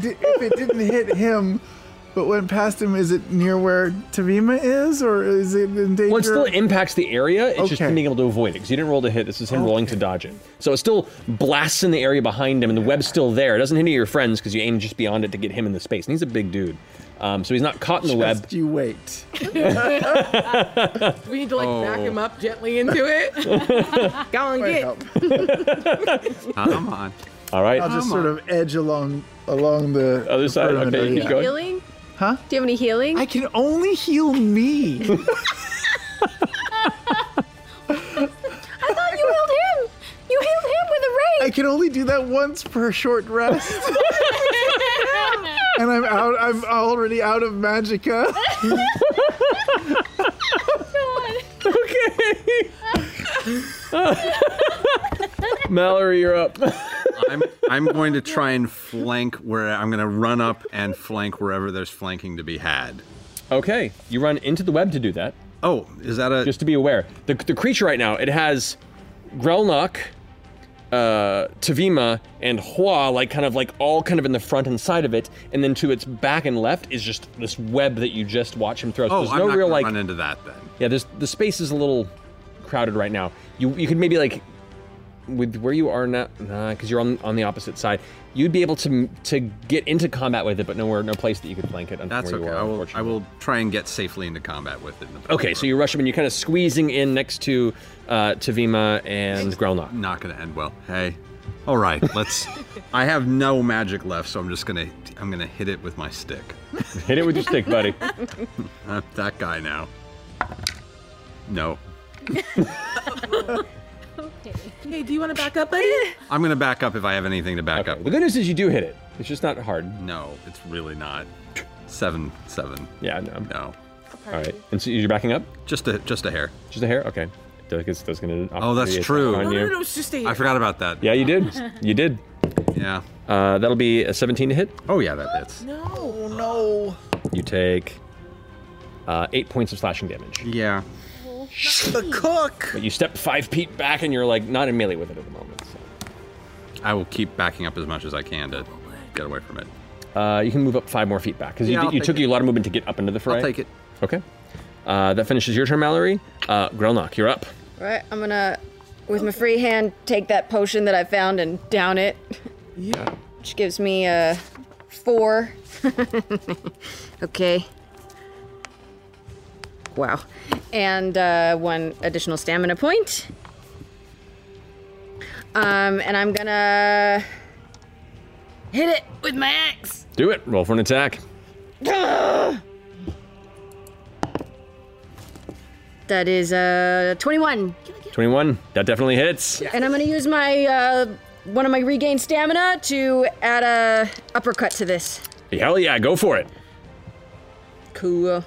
S1: D- if it didn't hit him, but went past him, is it near where Tavima is, or is it in danger?
S2: Well, it still impacts the area. It's just
S1: Okay.
S2: him being able to avoid it because you didn't roll to hit. This is him rolling to dodge it. So it still blasts in the area behind him, and the web's still there. It doesn't hit any of your friends because you aim just beyond it to get him in the space. And he's a big dude, um, so he's not caught in the web.
S1: You wait.
S6: we need to like back
S2: Oh.
S6: him up gently into it. Go on, get.
S5: Come on.
S2: All right.
S12: I'll just sort of edge along along the
S2: other side.
S12: perimeter, yeah.
S25: Healing?
S12: Huh?
S25: Do you have any healing? I
S1: can only heal me.
S25: I thought you healed him. You healed him with a ray.
S12: I can only do that once per short rest. and I'm out. I'm already out of magica.
S2: Oh, okay. Mallory, you're up.
S5: I'm I'm going to try and flank where I'm going to run up and flank wherever there's flanking to be had.
S2: Okay, you run into the web to do that.
S5: Oh, is that a?
S2: Just to be aware, the, the creature right now it has Grelnok, uh, Tavima, and Hua like kind of like all kind of in the front and side of it, and then to its back and left is just this web that you just watch him throw. So
S5: Oh,
S2: there's
S5: I'm
S2: no
S5: not
S2: real
S5: gonna
S2: like
S5: run into that then.
S2: yeah, there's the space is a little crowded right now. You you could maybe like with where you are now, nah, because you're on on the opposite side. You'd be able to to get into combat with it, but nowhere, no place that you could flank it.
S5: That's okay. I will I will try and get safely into combat with it.
S2: Okay, so you rush him and you're kind of uh, squeezing in next to uh, Tavima and Grelnok.
S5: Not gonna end well. Hey, all right, let's. I have no magic left, so I'm just gonna I'm gonna hit it with my stick.
S2: Hit it with your stick, buddy.
S5: I'm that guy now. No,
S6: okay. Hey, do you want to back up, buddy?
S5: I'm gonna back up if I have anything to back up. The
S2: good news is you do hit it. It's just not hard.
S5: No, it's really not. Seven, seven.
S2: Yeah, no.
S5: No.
S2: All right, and so you're backing up?
S5: Just a just a hair.
S2: Just a hair. Okay. Does, does gonna
S5: Oh, that's
S2: attack
S5: true.
S2: on
S5: No, no,
S2: you.
S5: no, it's just a I hair. forgot about that.
S2: Yeah, you did. You did.
S5: Yeah.
S2: Uh, that'll be a 17 to hit.
S5: Oh yeah, that hits.
S6: No,
S12: no.
S2: You take uh, eight points of slashing damage.
S5: Yeah.
S12: The cook.
S2: But you step five feet back, and you're like not in melee with it at the moment.
S5: I will keep backing up as much as I can to get away from it.
S2: Uh, you can move up five more feet back because
S5: Yeah,
S2: you,
S5: I'll
S2: you
S5: take
S2: took you a lot of movement to get up into the fray.
S5: I'll take it.
S2: Okay. Uh, that finishes your turn, Mallory. Uh, Grelnok, you're up.
S10: Right, I'm gonna, with my free hand, take that potion that I found and down it,
S2: Yeah.
S10: which gives me a four. okay. Wow. And uh, one additional stamina point. Um, and I'm gonna hit it with my axe.
S2: Do it. Roll for an attack.
S10: Ugh.
S3: That is uh 21.
S2: 21. That definitely hits.
S3: And I'm gonna use my uh, one of my regained stamina to add a uppercut to this.
S2: Hell yeah, go for it.
S3: Cool.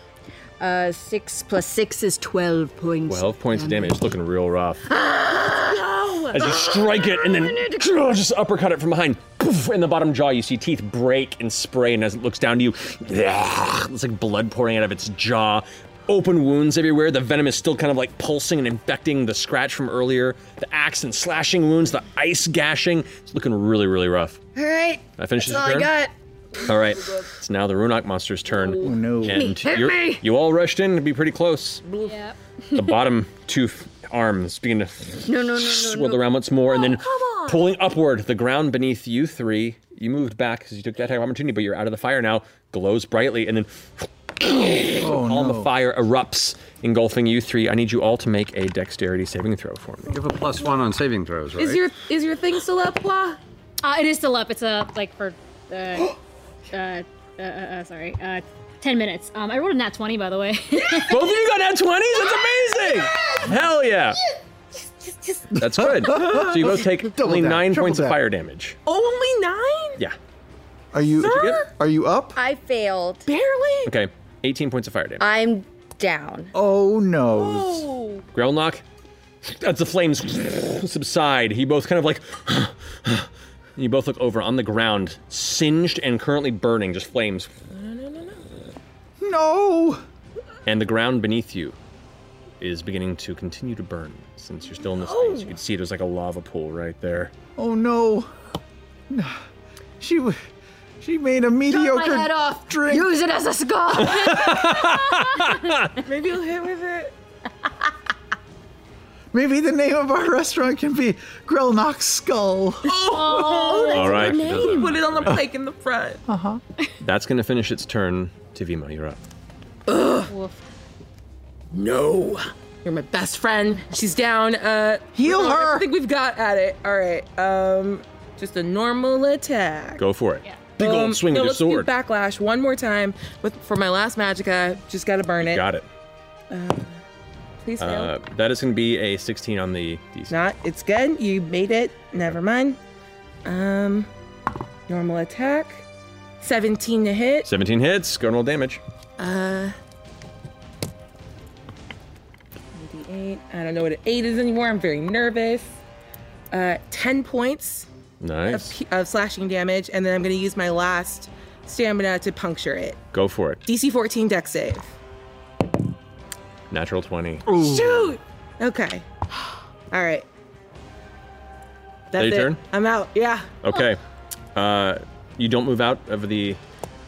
S3: Uh, six plus six is twelve points.
S2: 12 points of damage. It's looking real rough.
S3: No!
S2: As you strike it and then just uppercut it from behind, poof, in the bottom jaw, you see teeth break and spray. And as it looks down to you, it's like blood pouring out of its jaw. Open wounds everywhere. The venom is still kind of like pulsing and infecting the scratch from earlier. The axe and slashing wounds, the ice gashing. It's looking really, really rough.
S3: All right.
S2: That finishes
S3: That's all
S2: your
S3: I
S2: turn?
S3: got.
S2: All right, it's now the Runok monster's turn.
S3: Oh,
S2: no!
S3: Hit
S2: And
S3: me, hit
S2: you're-
S3: me!
S2: you all rushed in to be pretty close.
S3: Yeah.
S2: The bottom two f- arms begin to
S3: No, no, no, no,
S2: swirl around once more, and then pulling upward. The ground beneath you three, you moved back because you took that attack of opportunity, but you're out of the fire now. Glows brightly, and then
S5: Oh,
S2: all the fire erupts, engulfing you three. I need you all to make a dexterity saving throw for me.
S5: You have a plus one on saving throws, right?
S7: Is your is your thing still up, Qua? Uh, it is still up. It's uh, like for uh, uh, uh, uh, uh, sorry, uh, ten minutes. Um, I rolled a nat twenty, by the way.
S2: Both of you got nat twenties. That's amazing. Hell yeah! That's good. so you both take
S7: Double
S2: only
S7: down,
S2: nine
S7: triple
S2: points of
S7: down.
S2: fire damage.
S3: Only nine?
S2: Yeah.
S26: Are you? Are you up?
S3: I failed. Barely.
S2: Okay, 18 points of fire damage.
S3: I'm down.
S26: Oh no.
S3: Oh.
S2: Grelnok, as the flames subside, you both kind of like. you both look over on the ground, singed and currently burning, just flames.
S26: No.
S2: And the ground beneath you is beginning to continue to burn since you're still in this
S6: Oh.
S2: phase. You can see it was like a lava pool right there.
S12: Oh no. No. She w- she made a mediocre
S11: head off.
S12: drink.
S11: Use it as a skull.
S6: Maybe you'll hit with it.
S12: Maybe the name of our restaurant can be Grillnox Skull.
S6: Oh, that's
S2: All
S6: a
S2: right.
S6: good name. Put it on the
S2: Yeah.
S6: plaque in the front. Uh huh.
S2: That's going to finish its turn. Tivima, you're up.
S6: No. You're my best friend. She's down. Uh, Heal her. I think we've got at it. All right. Um, just a normal attack.
S2: Go for it. Big
S6: Um,
S2: old swing
S6: no,
S2: with your
S6: let's do
S2: sword.
S6: backlash one more time with for my last magica. Just gotta burn it.
S2: Got it.
S6: Uh, please fail.
S2: Uh, that is going to be a 16 on the DC.
S6: Not. It's good. You made it. Never mind. Um, normal attack. 17 to hit.
S2: 17 hits. Go and roll damage.
S6: Uh, 88. I don't know what an 8 is anymore. I'm very nervous. Uh, 10 points
S2: Nice.
S6: of, of slashing damage, and then I'm going to use my last stamina to puncture it.
S2: Go for it.
S6: DC 14 deck save.
S2: Natural 20.
S6: Shoot! Okay. All right. That's
S2: Is that your
S6: it.
S2: turn?
S6: I'm out. Yeah.
S2: Okay. Uh, you don't move out of the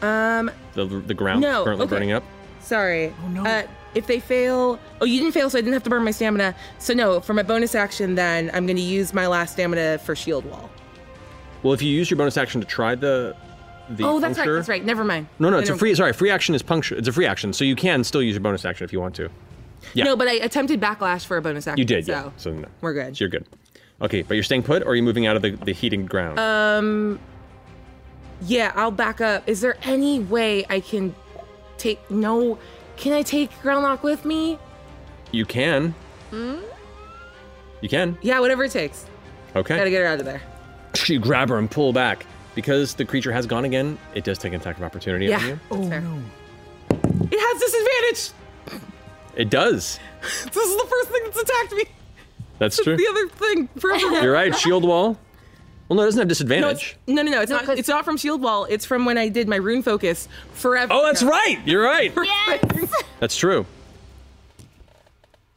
S6: Um,
S2: the, the ground
S6: No,
S2: currently
S6: okay.
S2: burning up.
S6: Sorry. Oh no. Uh, if they fail, oh, you didn't fail, so I didn't have to burn my stamina. So no, for my bonus action, then I'm going to use my last stamina for shield wall.
S2: Well, if you use your bonus action to try the the
S6: oh, that's
S2: puncture-
S6: right. That's right. Never mind.
S2: No, no, it's
S6: Then
S2: a
S6: I'm-
S2: free. Sorry, free action is puncture. It's a free action, so you can still use your bonus action if you want to. Yeah,
S6: No, but I attempted backlash for a bonus action.
S2: you did.
S6: So.
S2: yeah, so no.
S6: we're good.
S2: So you're good. Okay, but you're staying put, or are you moving out of the, the heated ground?
S6: Um. Yeah, I'll back up. Is there any way I can take? No, can I take Grelnok with me?
S2: you can.
S6: Hmm?
S2: You can.
S6: Yeah, whatever it takes.
S2: Okay.
S6: Gotta get her out of there.
S2: You grab her and pull back because the creature has gone again. It does take an attack of opportunity on
S6: yeah.
S2: you.
S6: Oh no. It has disadvantage.
S2: It does.
S6: This is the first thing that's attacked me.
S2: That's true.
S6: The other thing. Forever.
S2: You're right. Shield wall. Well, no, it doesn't have
S6: No,
S2: disadvantage.
S6: it's, no, no, no. It's not. It's not from Shield Wall. It's from when I did my rune focus forever.
S2: Oh, that's right. You're right. That's true.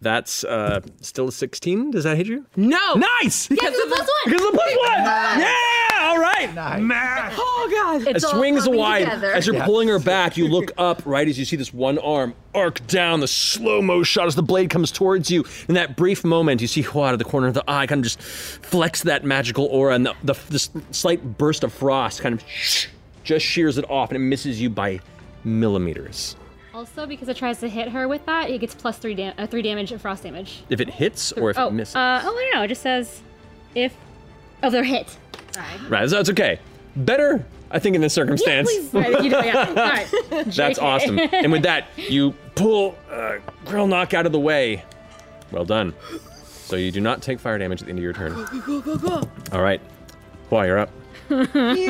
S2: That's uh, still a 16. Does that hit you?
S6: No.
S2: Nice. Because of the plus one. Because of the plus one. Yeah. All right. Math.
S6: Oh god.
S2: As swings wide, as you're pulling her back, you look up right as you see this one arm arc down. The slow mo shot as the blade comes towards you. In that brief moment, you see Hua out of the corner of the eye kind of just flex that magical aura, and the, the this slight burst of frost kind of just shears it off, and it misses you by millimeters.
S7: also, because it tries to hit her with that, it gets plus three, dam- uh, three damage and frost damage.
S2: If it hits or if
S7: oh,
S2: it misses.
S7: Uh, oh, I don't know. It just says if. Oh, they're hit. Sorry.
S2: Right, so it's okay. better, I think, in this circumstance.
S11: Right, you do, yeah. All right.
S2: That's
S11: JK.
S2: awesome. And with that, you pull uh, Grill Knock out of the way. Well done. So you do not take fire damage at the end of your turn.
S11: go, go, go.
S2: All right. Hua, you're up.
S11: you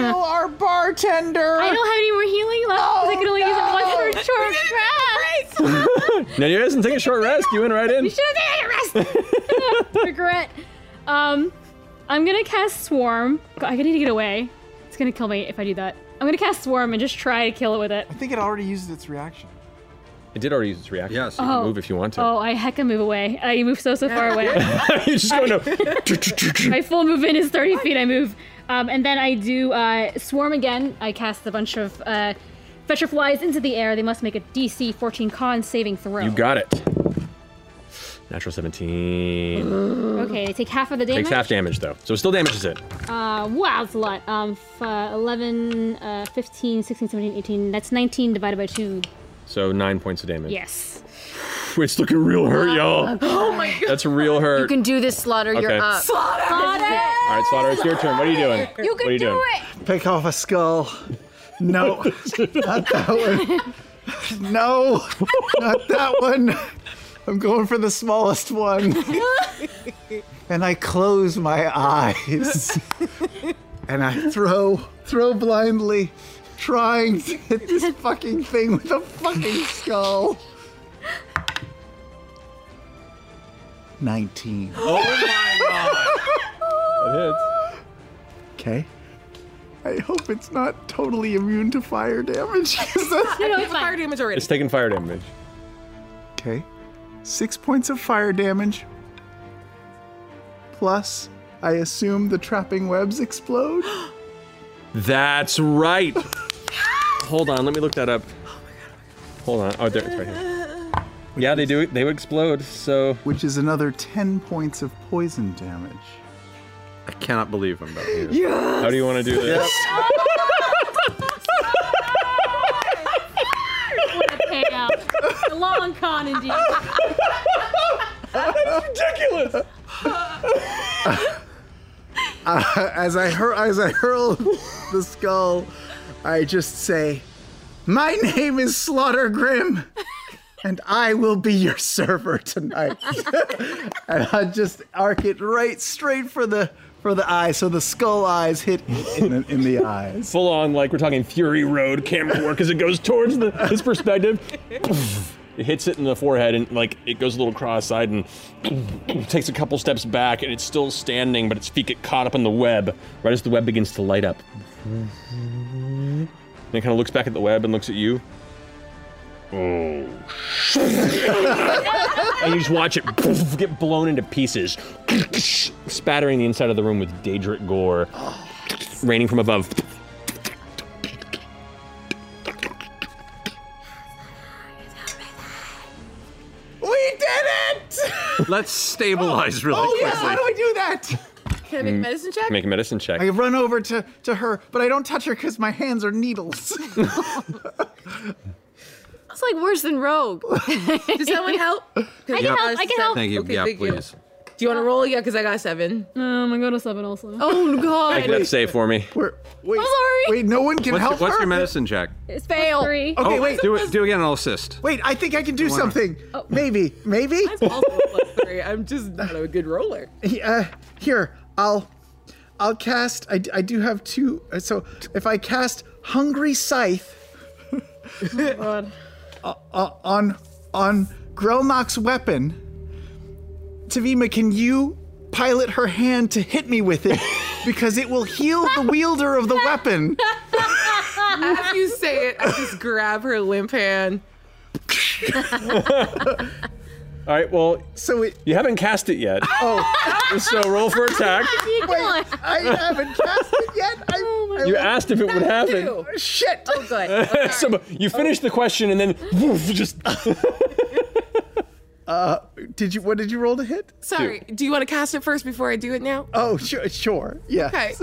S4: are
S7: Uh,
S4: bartender.
S11: I don't have any more healing left because
S7: Oh,
S11: I can only use it once for a short rest.
S2: No, you guys didn't take a short rest. You went right in.
S7: You should have taken a rest. Regret. Um, I'm gonna cast Swarm. God, I need to get away. It's gonna kill me if I do that. I'm gonna cast Swarm and just try to kill it with it.
S1: I think it already used its reaction.
S2: It did already use its reaction. Yeah, so you can move if you want to.
S7: Oh, I hecka move away. I move so so far away.
S2: you just go to.
S7: My full movement is 30 feet. I move, um, and then I do uh, Swarm again. I cast a bunch of uh, fetcher flies into the air. They must make a DC 14 Con saving throw.
S2: You got it. Natural 17.
S7: Okay, they take half of the damage.
S2: Takes half damage, though. So it still damages it.
S7: Uh, wow, that's a lot. Um, f- uh, 11, uh, 15, 16, 17, 18. That's 19 divided by 2.
S2: So nine points of damage.
S7: Yes.
S2: It's looking real hurt, y'all.
S7: Oh my
S2: That's real hurt.
S8: You can do this, Slaughter. You're
S2: Okay.
S8: up.
S11: Slaughter!
S2: All right, Slaughter, it's your turn. What are you doing?
S8: You
S2: what
S8: can
S2: are you
S8: do
S2: doing?
S8: it.
S4: Pick off a skull. No, not that one. No, not that one. I'm going for the smallest one. And I close my eyes. And I throw, throw blindly, trying to hit this fucking thing with a fucking skull. 19.
S19: Oh
S4: Okay. I hope it's not totally immune to fire damage. 'cause that's-
S6: I have fire damage already.
S2: It's taking fire damage.
S4: Okay. Six points of fire damage. Plus, I assume the trapping webs explode.
S2: That's right. Hold on, let me look that up. Hold on. Oh, there it's right here. Yeah, they do. They would explode. So,
S4: which is another ten points of poison damage.
S5: I cannot believe I'm about to hear this.
S4: Yes!
S2: How do you want to do this?
S7: what a payout. A long con indeed.
S11: That's ridiculous.
S4: Uh, as I hur- as I hurl the skull, I just say, "My name is Slaughter Grim, and I will be your server tonight." and I just arc it right straight for the for the eye, so the skull eyes hit in the, in the eye.
S2: Full on, like we're talking Fury Road camera work as it goes towards the, his perspective. It hits it in the forehead and like it goes a little cross-eyed and takes a couple steps back and it's still standing, but its feet get caught up in the web right as the web begins to light up. And it kind of looks back at the web and looks at you. Oh. and you just watch it get blown into pieces, spattering the inside of the room with Daedric gore raining from above.
S4: We did it!
S5: Let's stabilize really
S4: oh
S5: quickly.
S4: yeah, how do I do that? Can
S2: I make a Mm, medicine check? make a medicine check.
S4: I run over to, to her, but I don't touch her because my hands are needles.
S3: It's like worse than Rogue.
S6: Does someone help? I
S5: can Yep. help, I can help. Thank you, yeah, please.
S6: Do you want to roll? Yeah, because I got seven. Um, I got a seven also.
S3: Oh god.
S2: Make that save for me.
S4: Wait, Wait, no one can
S5: what's,
S4: help
S5: What's
S4: her?
S5: your medicine check?
S3: It's fail.
S4: Okay,
S5: oh,
S4: wait.
S5: Do it. Do again. and I'll assist.
S4: Wait, I think I can do
S5: Why not?
S4: something.
S3: Oh.
S4: Maybe, maybe.
S6: I'm just not a good roller.
S4: Uh, here, I'll, I'll cast. I, I do have two. uh, So if I cast Hungry Scythe, o- o- on on Grelnock's weapon, Tavima, can you pilot her hand to hit me with it? because it will heal the wielder of the weapon.
S6: As you say it, I just grab her limp hand.
S2: All right. Well,
S4: so
S2: you haven't cast it yet.
S4: Oh,
S2: so roll for attack.
S4: Wait, I haven't cast it yet. I, I
S2: You
S4: will
S2: asked if it would
S4: have
S2: happen.
S4: to. Shit. Oh,
S2: so you finish the question and then woof, just
S4: Uh, did you? What did you roll to hit?
S6: Sorry, do you want to cast it first before I do it now?
S4: Oh, sure, sure. Yeah.
S6: Okay.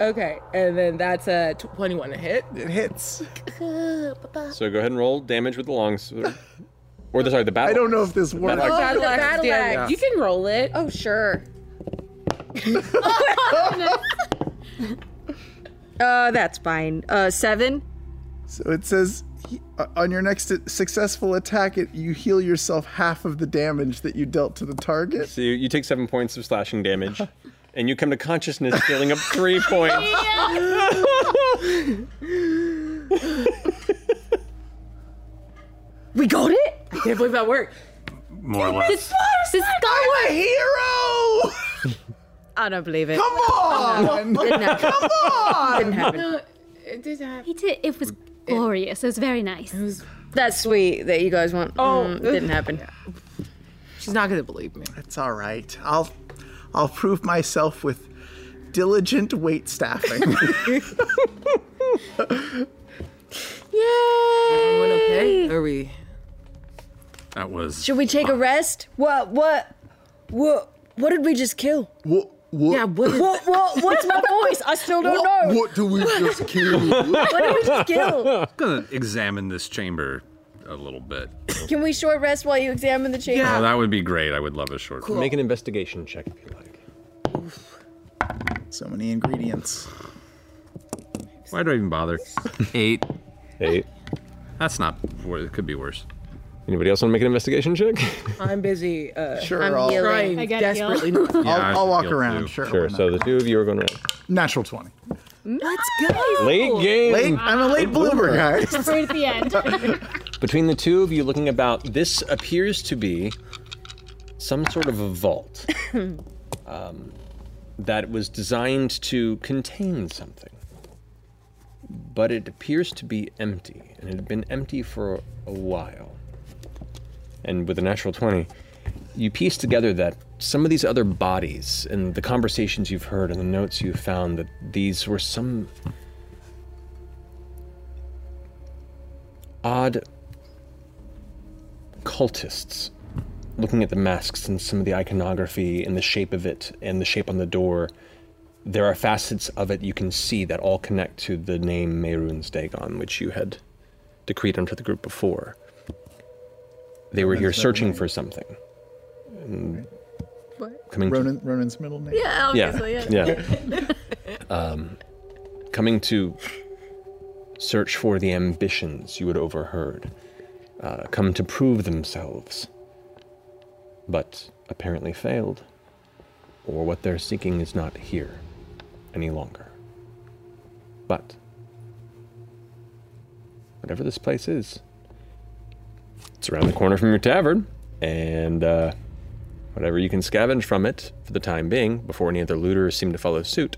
S6: Okay, and then that's a 21 to hit.
S4: It hits.
S2: so go ahead and roll damage with the longsword, or the sorry, the battle.
S4: I don't know if this
S2: works.
S6: Oh, battle
S2: the
S6: axe Oh,
S2: battle
S6: damage.
S2: axe.
S6: You can roll it.
S3: Oh, sure.
S24: Uh, that's fine. Uh, seven.
S12: So it says he- uh, on your next successful attack, it, you heal yourself half of the damage that you dealt to the target.
S2: So you, you take seven points of slashing damage, and you come to consciousness, scaling up three points.
S6: We got it? I can't believe that worked.
S5: More or
S6: This-
S5: less.
S6: this
S24: I'm
S6: a
S24: hero. I don't believe it.
S11: Come on!
S24: No, didn't happen.
S11: Come on!
S24: Didn't happen.
S11: No,
S7: it did happen. He did. It was glorious. It was very nice.
S24: That's sweet that you guys want. Oh,
S10: Mm,
S7: Oh.
S24: didn't happen.
S6: She's not gonna believe me.
S12: It's all right. I'll, I'll prove myself with diligent weight staffing.
S6: Everyone okay? Are we?
S5: That was.
S10: Should we take a rest? What? What? What? What did we just kill?
S26: What? What?
S10: Yeah. What? what, what's my voice? I still don't know.
S26: What do we just kill?
S10: What did we just kill?
S5: gonna examine this chamber a little bit.
S10: Can we short rest while you examine the chamber?
S5: Oh, that would be great. I would love a short.
S10: Cool.
S2: Make an investigation check if you like.
S12: So many ingredients.
S5: Why do I even bother? Eight.
S2: Eight.
S5: That's not. wor- It could be worse.
S2: Anybody else want to make an investigation check?
S6: I'm busy. Uh,
S12: sure,
S6: I'm
S12: I'll-
S6: trying
S12: I gotta heal.
S6: desperately. not-
S12: I'll-
S2: I
S12: I'll walk
S2: feel
S12: around,
S2: too.
S12: sure,
S2: Sure. So the two of you are going around.
S12: Natural 20.
S6: Let's go.
S2: Late game.
S12: Late- I'm a late bloomer, guys.
S7: Right at the end.
S2: Between the two of you looking about, this appears to be some sort of a vault um, that was designed to contain something. But it appears to be empty, and it had been empty for a while. And with a natural 20, you piece together that some of these other bodies and the conversations you've heard and the notes you found that these were some odd cultists looking at the masks and some of the iconography and the shape of it and the shape on the door there are facets of it you can see that all connect to the name Merun's Dagon which you had decreed unto the group before they were here
S12: Ronan's middle
S2: searching
S12: name.
S2: for something and
S12: What?
S2: coming to-
S12: Ronan, Ronan's middle name.
S2: Yeah, obviously, Yeah, yeah. um, coming to search for the ambitions you had overheard, uh, come to prove themselves, but apparently failed, or what they're seeking is not here any longer. But whatever this place is, it's around the corner from your tavern, and uh, whatever you can scavenge from it for the time being, before any other looters seem to follow suit,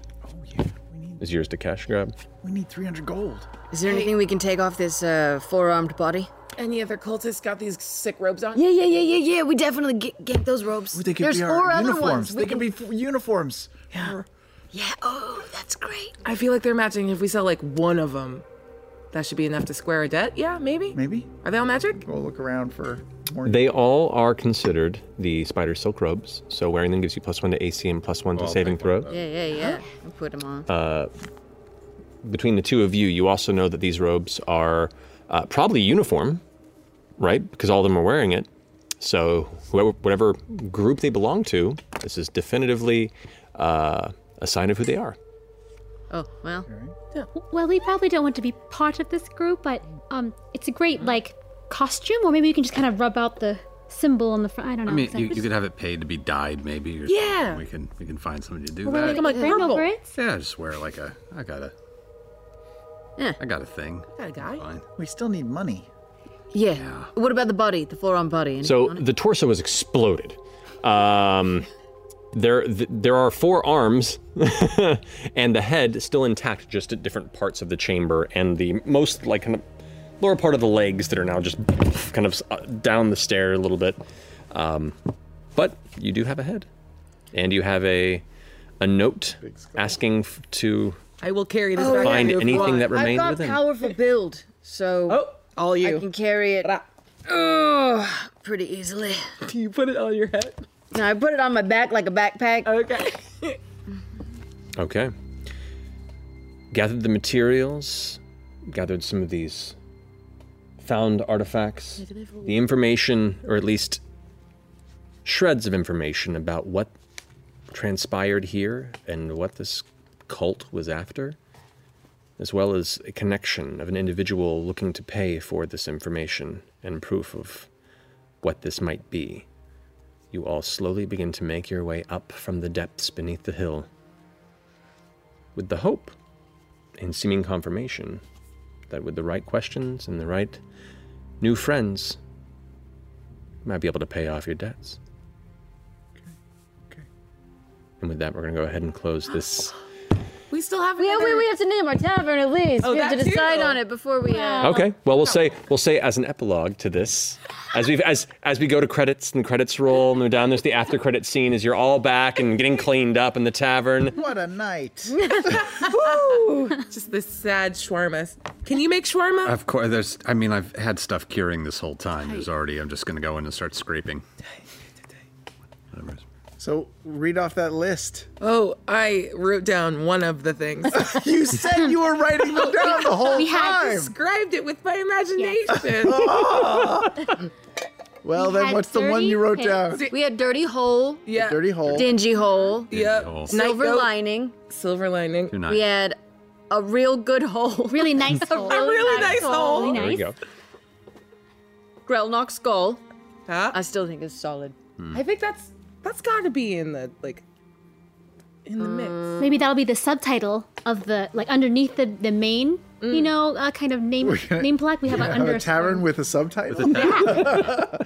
S2: is yours to cash grab.
S12: We need 300 gold.
S10: Is there anything we can take off this uh, four-armed body?
S6: Any other cultists got these sick robes on?
S10: Yeah, yeah, yeah, yeah, yeah. We definitely get, get those robes.
S12: They could
S10: There's
S12: be our
S10: four other
S12: uniforms.
S10: ones.
S12: They could be f- uniforms. Yeah.
S6: Yeah. Oh, that's great. I feel like they're matching. If we sell like one of them, that should be enough to square a debt. Yeah, maybe.
S12: Maybe.
S6: Are they all magic?
S12: We'll look around for more.
S2: They all are considered the spider silk robes, so wearing them gives you plus one to AC and plus one to
S10: Well, I'll
S2: saving
S10: take one
S2: throw.
S10: of Yeah, yeah, yeah. We put them on.
S2: Uh, between the two of you, you also know that these robes are uh, probably uniform, right? Because all of them are wearing it. So whoever, whatever group they belong to, this is definitively uh, a sign of who they are.
S10: Oh well.
S7: Well, we probably don't want to be part of this group, but um, it's a great like costume, or maybe you can just kind of rub out the symbol on the front. I don't
S5: I
S7: know.
S5: mean,
S7: exactly.
S5: you, you could have it paid to be dyed, maybe. Or
S7: Yeah.
S5: Something. We can we can find somebody to do
S7: Or we're
S5: that.
S7: like Like a purple. grandmother's?
S5: Yeah, just wear like a. I got a.
S10: Yeah.
S5: I got a thing.
S6: Got a guy.
S12: We still need money.
S10: Yeah. What about the body? The four-armed body? Any-
S2: So the torso is exploded. Um, there, th- there are four arms, and the head still intact, just at different parts of the chamber, and the most like kind of lower part of the legs that are now just kind of uh, down the stair a little bit. Um, but you do have a head, and you have a a note asking f- to
S6: I will carry this
S10: Oh,
S6: back.
S2: Find
S6: if
S2: anything
S6: want.
S2: that remained
S10: I've got
S2: within.
S10: powerful build, so oh,
S6: all you.
S10: I can carry it. Ugh, pretty easily.
S6: Do you put it on your head?
S10: No, I put it on my back like a backpack.
S6: Okay.
S2: Okay. Gathered the materials, gathered some of these found artifacts, the information, or at least shreds of information about what transpired here and what this cult was after. as well as a connection of an individual looking to pay for this information and proof of what this might be. You all slowly begin to make your way up from the depths beneath the hill, with the hope and seeming confirmation that with the right questions and the right new friends, you might be able to pay off your debts. And with that, we're going to go ahead and close this.
S6: We still have.
S10: Yeah, we, we have to name our tavern at least.
S6: Oh,
S10: we have to
S6: that too.
S10: decide on it before we.
S7: Oh.
S10: Uh,
S2: Okay. Well, we'll say we'll say as an epilogue to this, as we as as we go to credits and the credits roll and we're down. There's the after credit scene as you're all back and getting cleaned up in the tavern.
S27: What a night.
S6: Woo! Just this sad shawarma. Can you make shawarma?
S5: Of course, there's. I mean, I've had stuff curing this whole time. There's already. I'm just going to go in and start scraping.
S19: So read off that list.
S6: Oh, I wrote down one of the things.
S19: you said you were writing them down the whole
S6: we had
S19: time.
S6: described it with my imagination.
S10: Oh,
S19: Well,
S10: we
S19: then
S10: had
S19: what's the one you
S10: dirty
S19: wrote
S10: pits.
S19: down?
S10: We had dirty hole.
S6: Yeah.
S19: Dirty hole.
S10: Dingy hole.
S6: Yep.
S10: Silver lining.
S6: Silver lining.
S10: We had a real good hole.
S7: Really nice hole.
S10: a really nice, hole.
S2: There you go.
S10: Grelnock skull. I still think it's solid.
S2: Hmm.
S6: I think that's that's got to be in the like in the mix.
S7: Maybe that'll be the subtitle of the like underneath the the main, you
S6: Mm.
S7: know, uh, kind of name
S19: We're gonna-
S7: name plaque. We have
S19: We're
S7: an
S19: gonna
S7: under.
S19: a tavern with a subtitle.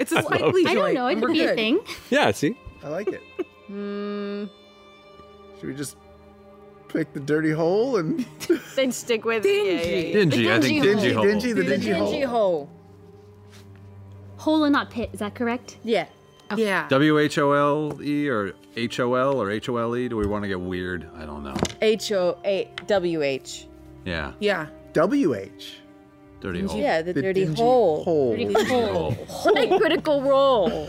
S6: it's
S2: a
S7: likely I don't know, it could be a thing.
S2: Yeah. See.
S19: I like it.
S10: Hmm.
S19: Should we just pick the dirty hole and
S10: Then stick with dingy.
S19: Dingy, I think dingy hole. Dingy, the
S10: the
S19: dingy hole.
S10: dingy hole.
S7: Hole and not pit. Is that correct?
S10: Yeah.
S7: Yeah.
S5: W H O L E or H O L or H O L E? Do we want to get weird? I don't know.
S10: H O A W H.
S5: Yeah.
S6: Yeah.
S19: W H.
S5: Dirty hole.
S10: Yeah, the, dirty hole. Dirty hole. What a critical roll.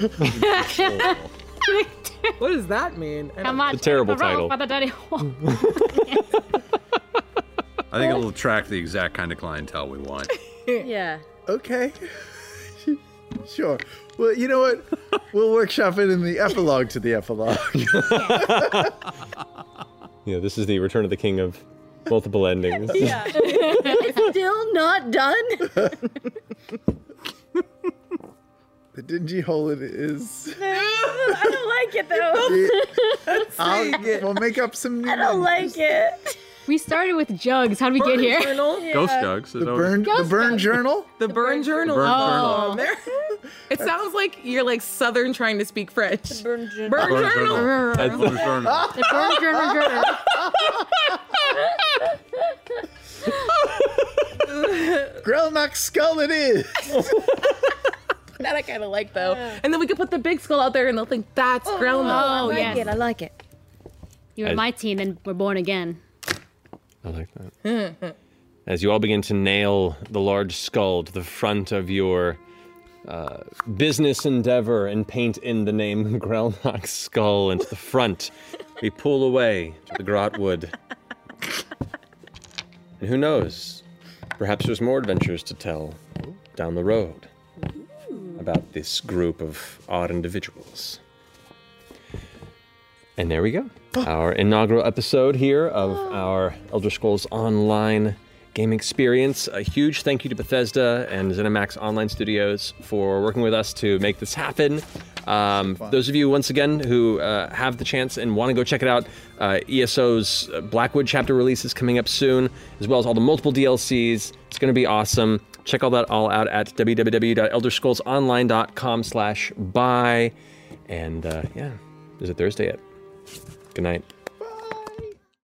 S6: what does that mean? I
S7: How
S6: don't-
S7: much?
S5: It's a terrible
S7: for roll
S5: title.
S7: For the dirty hole.
S5: I think it'll attract the exact kind of clientele we want.
S10: yeah.
S19: Okay. sure. Well, you know what? We'll workshop it in the epilogue to the epilogue.
S2: Yeah. This is the Return of the King of multiple endings.
S10: it's still not done.
S19: the dingy hole it is.
S10: I don't like it though.
S19: I'll, we'll make up some new.
S10: I don't like it.
S7: We started with jugs. How did we get
S19: Burn
S7: here?
S19: journal?
S5: Ghost jugs.
S19: The burn, the burn journal.
S6: The burn journal.
S19: Burn
S6: oh, there. It sounds like you're like Southern trying to speak French. Burn journal. Burn
S28: Burn
S6: journal.
S28: journal. That's burn journal.
S7: The burn journal journal.
S19: Grelnock skull it is.
S6: That I kind of like though. And then we could put the big skull out there, and they'll think that's oh,
S7: I like it, I
S6: like it.
S7: You were
S2: I-
S7: my team and we're born again.
S2: I like that. as you all begin to nail the large skull to the front of your uh, business endeavor and paint in the name Grelnock's skull into the front, we pull away to the Grotwood. and who knows? Perhaps there's more adventures to tell down the road about this group of odd individuals. And there we go. Our inaugural episode here of our Elder Scrolls Online game experience. A huge thank you to Bethesda and ZeniMax Online Studios for working with us to make this happen. Um, those of you, once again, who uh, have the chance and want to go check it out, uh, ESO's Blackwood chapter release is coming up soon, as well as all the multiple DLCs. It's going to be awesome. Check all that all out at www.elderscrollsonline.com slash buy. And uh, yeah, is it Thursday yet? Good night.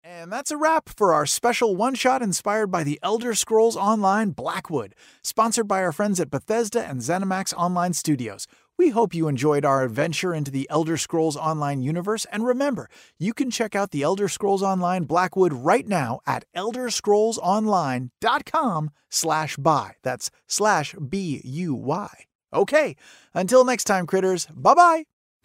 S4: And that's a wrap for our special one shot inspired by the Elder Scrolls Online Blackwood, sponsored by our friends at Bethesda and ZeniMax Online Studios. We hope you enjoyed our adventure into the Elder Scrolls Online universe, and remember, you can check out the Elder Scrolls Online Blackwood right now at elderscrollsonline.com slash buy. That's slash B-U-Y. Okay, until next time, critters, bye-bye!